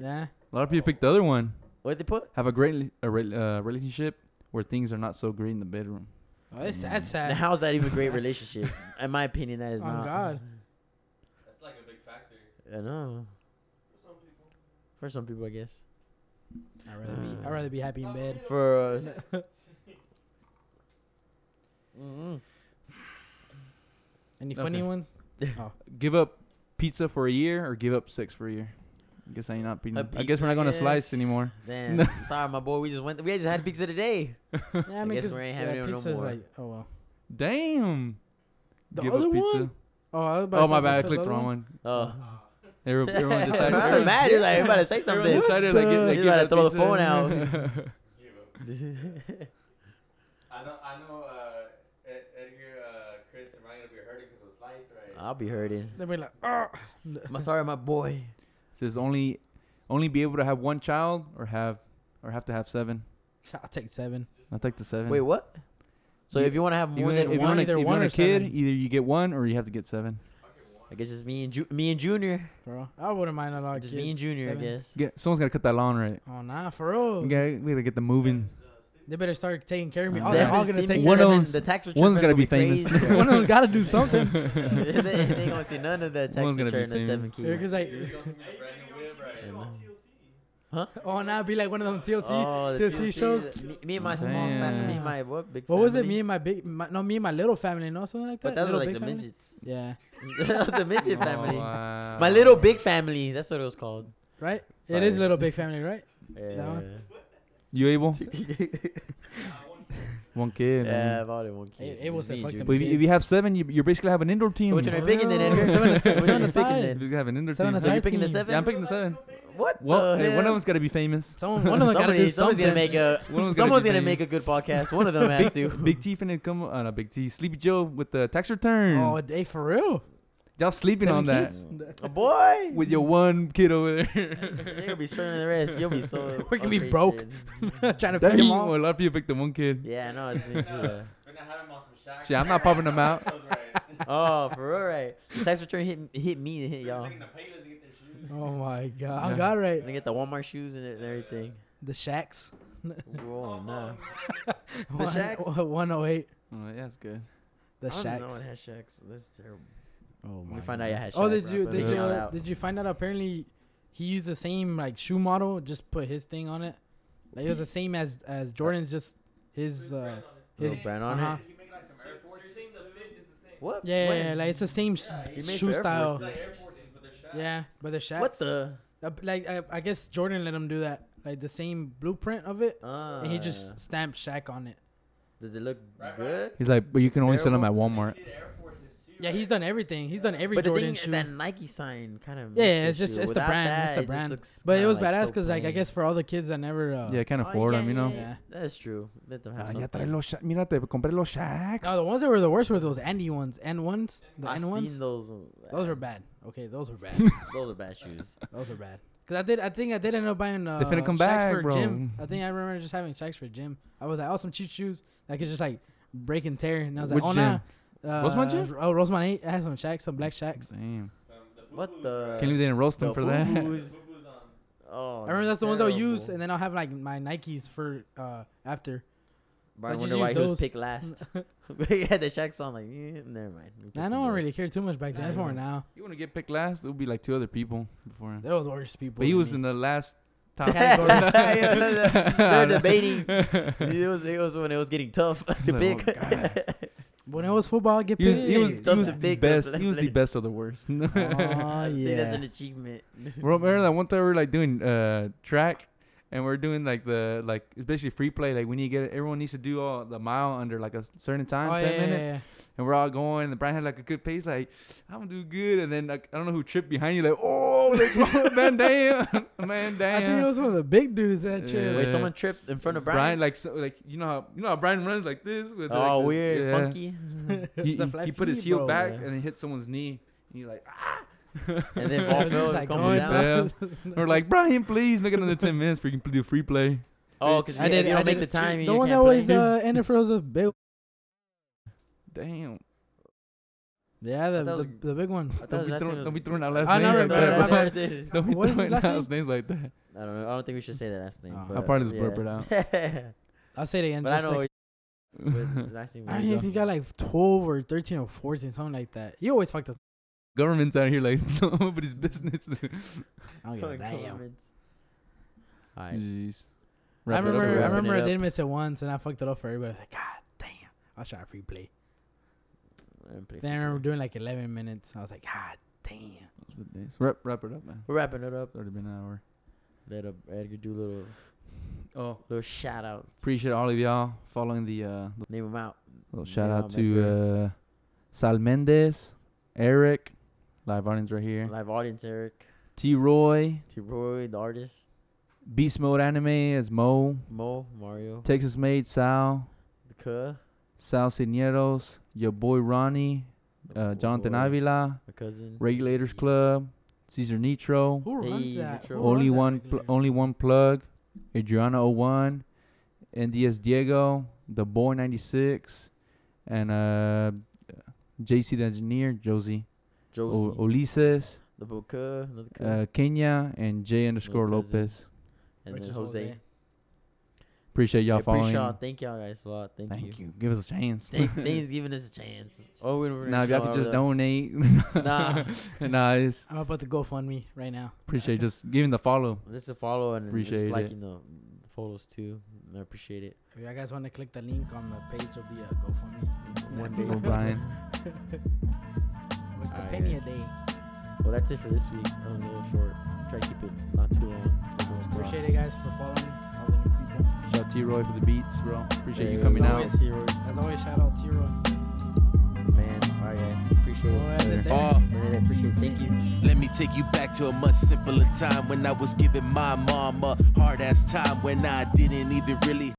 Speaker 5: yeah.
Speaker 2: Yeah.
Speaker 3: A lot of people picked the other one.
Speaker 1: What they put?
Speaker 3: Have a great a re- uh, relationship where things are not so great in the bedroom.
Speaker 2: Oh, it's
Speaker 3: Mm.
Speaker 2: sad, sad.
Speaker 1: How's that even a great relationship? In my opinion, that is
Speaker 2: Oh,
Speaker 1: not.
Speaker 2: God.
Speaker 5: That's like a big factor for
Speaker 1: I know.
Speaker 5: some people.
Speaker 1: For some people, I guess. Mm.
Speaker 2: I'd rather be. I'd rather be happy in bed.
Speaker 1: For us. mm
Speaker 2: Any
Speaker 3: Okay.
Speaker 2: funny ones?
Speaker 3: Give up pizza for a year or give up sex for a year. I guess I ain't not beating.
Speaker 1: A
Speaker 3: I guess we're not gonna
Speaker 1: pizza
Speaker 3: slice
Speaker 1: is-
Speaker 3: anymore.
Speaker 1: Damn.
Speaker 3: No.
Speaker 1: I'm sorry, my boy. We just went. we just had pizza today.
Speaker 2: Yeah, I mean,
Speaker 1: guess
Speaker 2: 'cause
Speaker 1: we ain't having
Speaker 2: that
Speaker 1: it no
Speaker 2: pizza's
Speaker 1: more.
Speaker 2: Like, oh well.
Speaker 3: Damn.
Speaker 2: The other one? Oh, I was about to
Speaker 3: Oh
Speaker 2: say
Speaker 3: my bad, I
Speaker 2: pizza's
Speaker 3: clicked
Speaker 2: other
Speaker 3: wrong
Speaker 2: one.
Speaker 3: one.
Speaker 1: Oh.
Speaker 3: Everyone, Uh-huh. everyone
Speaker 1: That's
Speaker 3: decided.
Speaker 1: why I was
Speaker 3: everyone-
Speaker 1: mad. He's like, everybody say
Speaker 3: everyone
Speaker 1: something.
Speaker 3: decided like, give- like,
Speaker 1: He's
Speaker 3: give
Speaker 1: about to
Speaker 3: up
Speaker 1: throw the
Speaker 3: pizza.
Speaker 1: phone out.
Speaker 5: Give up. I know, I know, uh, Ed, Edgar, uh, Chris, and Ryan will be hurting because of slice, right?
Speaker 1: I'll be hurting.
Speaker 2: They'd be like, oh.
Speaker 1: I'm sorry, my boy.
Speaker 3: Says only, only be able to have one child or have, or have to have seven.
Speaker 2: I'll take seven.
Speaker 3: I take the seven.
Speaker 1: Wait, what? So
Speaker 3: You-
Speaker 1: if you want to have more
Speaker 3: Even
Speaker 1: than
Speaker 3: if you
Speaker 1: one,
Speaker 3: want a-
Speaker 2: either
Speaker 3: if you
Speaker 2: one
Speaker 3: want
Speaker 2: or
Speaker 3: a kid,
Speaker 2: seven.
Speaker 3: either you get one or you have to get seven.
Speaker 1: I guess it's me and Ju- me and Junior.
Speaker 2: For real. I wouldn't mind a lot. of
Speaker 1: just
Speaker 2: kids.
Speaker 1: me and Junior,
Speaker 2: Seven.
Speaker 1: I guess.
Speaker 3: Get, someone's gotta cut that lawn right.
Speaker 2: Oh nah, for real.
Speaker 3: We gotta, we gotta get them moving.
Speaker 2: They better start taking care of me. Oh,
Speaker 1: Seven
Speaker 2: they're all
Speaker 1: is
Speaker 2: gonna
Speaker 1: Stevie
Speaker 2: take
Speaker 3: One
Speaker 2: care
Speaker 1: Seven.
Speaker 2: of
Speaker 3: of 'em's-
Speaker 1: the tax return.
Speaker 3: one's
Speaker 1: man
Speaker 3: gotta
Speaker 1: will
Speaker 3: be famous.
Speaker 1: crazy.
Speaker 2: me. One of them gotta do something.
Speaker 1: they, they ain't gonna see none of that tax
Speaker 3: One's gonna be
Speaker 1: return at
Speaker 3: famous.
Speaker 1: seven kids.
Speaker 2: Because like,
Speaker 5: You're gonna see the brand new whip, right?
Speaker 1: Yeah.
Speaker 2: oh nah, be like one of them TLC.
Speaker 1: Oh, the
Speaker 2: TLC shows.
Speaker 1: Me, me and my small family. Me and
Speaker 2: Damn.
Speaker 1: my what? Big
Speaker 2: what was it?
Speaker 1: family?
Speaker 2: Me and my big, my, no, me and my little family, no, something like
Speaker 1: But
Speaker 2: that.
Speaker 1: that was
Speaker 2: Little
Speaker 1: like
Speaker 2: big
Speaker 1: the
Speaker 2: family?
Speaker 1: midgets.
Speaker 2: Yeah,
Speaker 1: that was the midget family.
Speaker 3: wow.
Speaker 1: My little big family. That's what it was called.
Speaker 2: right. It
Speaker 1: Sorry.
Speaker 2: is little big family, right? one?
Speaker 3: You able? one kid. I
Speaker 1: yeah,
Speaker 3: mean.
Speaker 1: I've only one kid.
Speaker 2: It- it was
Speaker 1: Just me
Speaker 2: a
Speaker 1: and
Speaker 2: fucking
Speaker 1: Junior.
Speaker 3: But if you, if you have seven, you you basically have an indoor team.
Speaker 1: So which one are you
Speaker 2: Oh.
Speaker 1: picking then, Edgar?
Speaker 2: Seven
Speaker 1: Which one
Speaker 2: aside-
Speaker 1: are you
Speaker 2: seven
Speaker 1: picking then?
Speaker 3: You have an indoor
Speaker 2: Seven
Speaker 3: team.
Speaker 1: So you're
Speaker 2: aside
Speaker 1: picking the
Speaker 2: team.
Speaker 1: seven? Oh,
Speaker 3: Yeah, I'm picking the seven.
Speaker 1: What?
Speaker 3: Well,
Speaker 1: the
Speaker 3: hey, one
Speaker 1: hell?
Speaker 3: of them's gotta be famous.
Speaker 2: Someone, one of them gotta
Speaker 1: Somebody-
Speaker 2: do
Speaker 1: somebody's
Speaker 2: something.
Speaker 1: gonna make a.
Speaker 3: One of them's gotta be
Speaker 1: Someone's gonna
Speaker 3: famous.
Speaker 1: make a good podcast. One of them has to.
Speaker 3: Big T finna come on a Big T. Sleepy Joe with the tax return.
Speaker 2: Oh, day for real.
Speaker 3: Y'all sleeping
Speaker 2: Seven
Speaker 3: on that
Speaker 2: kids?
Speaker 1: A boy.
Speaker 3: with your one kid over there.
Speaker 1: You're gonna be struggling the rest. You'll be so.
Speaker 2: We're gonna be
Speaker 1: okay,
Speaker 2: broke.
Speaker 1: shit.
Speaker 2: Trying to feed
Speaker 3: Dang,
Speaker 2: them
Speaker 3: well,
Speaker 2: all.
Speaker 3: a lot of people picked the one kid.
Speaker 1: Yeah, I know it's me too. though.
Speaker 5: We're not having them on some shack.
Speaker 3: Shit, I'm not popping them out.
Speaker 5: That's right.
Speaker 1: Oh, for real, right? The tax return hit hit me and hit
Speaker 5: They're
Speaker 1: y'all.
Speaker 5: taking the Payless to get their shoes.
Speaker 2: Oh my god,
Speaker 3: Yeah.
Speaker 2: I'm god right.
Speaker 1: I'm gonna get the Walmart shoes and, and everything.
Speaker 2: The Shacks.
Speaker 1: Oh no.
Speaker 2: One-
Speaker 1: Shacks?
Speaker 2: 108.
Speaker 3: Oh, yeah, that's good.
Speaker 2: The
Speaker 1: I don't know what
Speaker 2: Shacks.
Speaker 1: has shacks. That's terrible.
Speaker 2: Oh
Speaker 1: We find out you had
Speaker 2: Oh,
Speaker 1: shacks,
Speaker 2: did
Speaker 1: bro,
Speaker 2: you
Speaker 1: but
Speaker 2: did
Speaker 1: we
Speaker 2: you
Speaker 1: found out.
Speaker 2: did you find out? Apparently, he used the same like shoe model, just put his thing on it. Like it was the same as as Jordan's, just his. Uh,
Speaker 1: His
Speaker 2: His-
Speaker 1: brand on
Speaker 2: uh-huh.
Speaker 1: it.
Speaker 5: You make like some
Speaker 4: So
Speaker 5: Air
Speaker 4: so
Speaker 5: Force.
Speaker 4: you're saying the fit is the same.
Speaker 1: What?
Speaker 2: yeah, yeah,
Speaker 1: When?
Speaker 2: yeah, like it's the same sh-
Speaker 5: Yeah, he
Speaker 1: made for
Speaker 2: shoe
Speaker 1: Air
Speaker 2: style.
Speaker 5: It's like Air Forces, but they're shacks.
Speaker 2: Yeah, but the Shacks.
Speaker 1: What the?
Speaker 2: Uh, like I, I guess Jordan let him do that. Like the same blueprint of it,
Speaker 1: Uh,
Speaker 2: and he just stamped Shaq on it.
Speaker 1: Does it look
Speaker 5: Right, right.
Speaker 1: good?
Speaker 3: He's like, but you can only sell them at
Speaker 5: They
Speaker 3: Walmart.
Speaker 5: did Air Forces too.
Speaker 2: Yeah, he's done everything. He's done every
Speaker 1: but the
Speaker 2: Jordan
Speaker 1: thing,
Speaker 2: shoe.
Speaker 1: that Nike sign kind of
Speaker 2: Yeah, yeah, it's just- it's the brand, it's the brand. but it was badass because, like, I guess for all the kids that never. Uh,
Speaker 3: Oh, yeah, kind of floored him, you know.
Speaker 2: yeah.
Speaker 1: that's true. Let them have
Speaker 3: Ah, ya trae
Speaker 1: something.
Speaker 3: los Sha- Mira, te compré los shacks.
Speaker 2: No, the ones that were the worst were those Andy ones. N ones? The
Speaker 1: I've
Speaker 2: N
Speaker 1: seen
Speaker 2: ones?
Speaker 1: those. uh,
Speaker 2: Those are bad. Okay, those were bad.
Speaker 1: Those are bad shoes.
Speaker 2: those are bad. Cause I did, I think I did end up buying. Uh,
Speaker 3: They finna come
Speaker 2: Shaqs
Speaker 3: back,
Speaker 2: for
Speaker 3: bro.
Speaker 2: Gym. I think I remember just having Shaqs for gym. I was like, oh, some cheap shoes that could just like break and tear, and I was like,
Speaker 3: Which
Speaker 2: oh
Speaker 3: gym?
Speaker 2: nah. Uh,
Speaker 3: Rosemont gym?
Speaker 2: Oh, Rosemont eight. I had some Shaqs, some black Shaqs.
Speaker 3: Damn.
Speaker 5: Some, the
Speaker 1: What
Speaker 5: FUBUs,
Speaker 1: the-
Speaker 5: right?
Speaker 3: Can't believe they didn't roast him
Speaker 1: The
Speaker 3: for that.
Speaker 1: Fubu's.
Speaker 5: FUBUs on.
Speaker 1: Oh,
Speaker 2: I remember that's the ones I'll use,
Speaker 1: terrible.
Speaker 2: and then I'll have like my Nikes for uh after.
Speaker 1: But
Speaker 2: I
Speaker 1: I
Speaker 2: just
Speaker 1: wonder
Speaker 2: use
Speaker 1: why he was
Speaker 2: those.
Speaker 1: picked last. yeah, the Shaq song, like, eh, never mind. We picked
Speaker 2: Nah, no
Speaker 1: somebody
Speaker 2: one
Speaker 1: else.
Speaker 2: really cared too much back then. It's more
Speaker 1: Nah.
Speaker 2: now.
Speaker 3: You want to get picked last? It would be like two other people before him.
Speaker 2: There was worse people.
Speaker 3: But he
Speaker 2: than
Speaker 3: was
Speaker 2: me.
Speaker 3: in the last top.
Speaker 2: Category.
Speaker 1: Yeah, they're- they're debating.
Speaker 3: debating.
Speaker 1: It was, it was when it was getting tough to
Speaker 3: Like,
Speaker 1: pick.
Speaker 3: oh, God.
Speaker 2: when it was football. I get
Speaker 3: He was,
Speaker 2: picked.
Speaker 3: he was,
Speaker 1: Tough
Speaker 3: he was
Speaker 1: to
Speaker 3: the
Speaker 1: pick,
Speaker 3: best.
Speaker 1: though.
Speaker 3: He was the best of the worst.
Speaker 2: Aw,
Speaker 1: I think that's
Speaker 2: Oh, yeah.
Speaker 1: an achievement.
Speaker 3: Remember that one time we were like doing uh, track, and we're doing like the like it's basically free play. Like we need to get everyone needs to do all the mile under like a certain time,
Speaker 2: Oh,
Speaker 3: ten
Speaker 2: yeah, yeah,
Speaker 3: minutes,
Speaker 2: yeah.
Speaker 3: and we're all going. And Brian had like a good pace, like I'm gonna do good. And then like, I don't know who tripped behind you, like oh like, man damn
Speaker 2: I
Speaker 3: man
Speaker 2: think it
Speaker 3: damn.
Speaker 2: was one of the big dudes that
Speaker 3: Yeah.
Speaker 2: year.
Speaker 1: Wait, someone tripped in front of Brian.
Speaker 3: like so, like you know how you know how Brian runs like this with like,
Speaker 1: oh,
Speaker 3: this-
Speaker 1: weird,
Speaker 3: yeah.
Speaker 1: funky.
Speaker 3: He,
Speaker 2: It's a
Speaker 3: he-
Speaker 2: flat
Speaker 3: he put his
Speaker 2: fee,
Speaker 3: heel
Speaker 2: bro.
Speaker 3: back
Speaker 1: Yeah.
Speaker 3: and he hit someone's knee. And you're like, ah.
Speaker 1: And then
Speaker 2: It
Speaker 1: ball
Speaker 2: was
Speaker 1: fell and
Speaker 2: just, like,
Speaker 1: tumbled
Speaker 2: going
Speaker 1: down.
Speaker 3: down. We're like, Brian, please make it another 10 minutes for you can do free play.
Speaker 1: Oh, because
Speaker 2: I
Speaker 1: you,
Speaker 2: did-
Speaker 1: you
Speaker 2: I
Speaker 1: don't make the
Speaker 2: did
Speaker 1: time.
Speaker 2: The
Speaker 1: you
Speaker 2: one
Speaker 1: can't
Speaker 2: that always
Speaker 1: play.
Speaker 2: uh, NFL was a big.
Speaker 3: Damn.
Speaker 2: Yeah, the,
Speaker 1: thought it was
Speaker 2: the, the big one.
Speaker 1: I thought it
Speaker 3: Don't
Speaker 1: was
Speaker 3: be,
Speaker 1: last
Speaker 3: throwing,
Speaker 1: name was-
Speaker 3: don't be throwing out last
Speaker 2: I
Speaker 3: names.
Speaker 2: know, my
Speaker 3: like that,
Speaker 2: bad,
Speaker 3: bro.
Speaker 2: my
Speaker 3: Don't be
Speaker 2: What is his
Speaker 3: throwing out
Speaker 2: last name?
Speaker 3: last names like that.
Speaker 1: I don't know. I don't think we should say that last name.
Speaker 2: Oh. I'll
Speaker 1: but,
Speaker 3: probably just
Speaker 1: yeah.
Speaker 3: blurp it out.
Speaker 2: I'll say it again.
Speaker 1: but I
Speaker 2: just
Speaker 1: know
Speaker 2: like,
Speaker 1: what you- what last name.
Speaker 2: I
Speaker 1: was.
Speaker 2: think he got like 12 or 13 or 14, something like that. You always fucked up.
Speaker 3: Government's out here like nobody's business.
Speaker 2: I don't give a damn.
Speaker 1: All right.
Speaker 3: Jeez.
Speaker 2: I
Speaker 3: Wrap it up,
Speaker 2: remember, I
Speaker 3: wrap it
Speaker 2: remember
Speaker 1: it
Speaker 2: I
Speaker 1: up.
Speaker 2: did miss it once and I fucked it up for everybody. I was like, God damn. I'll try a free play.
Speaker 1: I'm pretty
Speaker 2: Then I
Speaker 1: freaking-
Speaker 2: remember doing like 11 minutes. I was like, God damn.
Speaker 3: up. Wrap, wrap it up, man.
Speaker 1: We're wrapping it up.
Speaker 3: It's already been an hour.
Speaker 1: Let up Edgar do little
Speaker 3: Oh.
Speaker 1: little shout outs.
Speaker 3: Appreciate all of y'all following the uh,
Speaker 1: Name them out.
Speaker 3: Little
Speaker 1: Yeah,
Speaker 3: shout out
Speaker 1: man,
Speaker 3: to uh, Sal Mendez, Eric, live audience right here,
Speaker 1: Live audience Eric,
Speaker 3: T Roy,
Speaker 1: T Roy, the artist,
Speaker 3: Beast Mode Anime as Mo,
Speaker 1: Mo, Mario,
Speaker 3: Texas Made Sal,
Speaker 1: the Cuh,
Speaker 3: Sal Cineros, your boy Ronnie, uh, Jonathan
Speaker 1: Boy,
Speaker 3: Avila,
Speaker 1: my cousin.
Speaker 3: Regulators Club, Caesar Nitro,
Speaker 2: Who runs
Speaker 1: Hey,
Speaker 2: that?
Speaker 1: Metro.
Speaker 2: Who
Speaker 3: only
Speaker 2: runs that
Speaker 3: one pl-
Speaker 2: regularly?
Speaker 3: only one plug, Adriana 01, NDS Diego, the boy 96, and uh, JC the engineer Josie,
Speaker 1: Josie,
Speaker 3: o- Ulises.
Speaker 1: the Boca, another Cuh,
Speaker 3: uh, Kenya and J underscore
Speaker 1: cousin.
Speaker 3: Lopez.
Speaker 1: and
Speaker 2: Which
Speaker 1: then
Speaker 2: is
Speaker 1: Jose.
Speaker 2: Jose.
Speaker 3: Appreciate y'all
Speaker 1: Yeah,
Speaker 3: following.
Speaker 1: appreciate y'all. Thank y'all guys a lot. Thank,
Speaker 3: Thank
Speaker 1: you.
Speaker 3: you. Give us a chance.
Speaker 1: Thank, thanks for giving us a chance. Oh, we were
Speaker 3: now if y'all could just donate.
Speaker 1: Nah.
Speaker 3: nah, it's
Speaker 2: I'm about to GoFundMe right now.
Speaker 3: appreciate just giving the follow.
Speaker 1: Just a follow and
Speaker 3: Appreciate
Speaker 1: just
Speaker 3: it.
Speaker 1: liking the the photos too. I appreciate it.
Speaker 2: If you guys want to click the link on the page, it'll be a GoFundMe.
Speaker 1: One
Speaker 3: Little Brian.
Speaker 2: With a
Speaker 1: Alright,
Speaker 2: penny a
Speaker 1: guys.
Speaker 2: day.
Speaker 1: Well, that's it for this week. That was a little short. Try to keep it not too long.
Speaker 2: Appreciate it, guys, for following all the new people.
Speaker 3: Shout out to you, Roy, for the beats, bro. Appreciate you
Speaker 1: Hey,
Speaker 3: coming
Speaker 2: as
Speaker 3: out.
Speaker 2: always. As always, shout out to Tiro.
Speaker 1: Man, all right, guys. Appreciate it.
Speaker 6: Uh,
Speaker 1: Man, I appreciate it. Thank you.
Speaker 6: let me take you back to a much simpler time when I was giving my mom a hard ass time when I didn't even really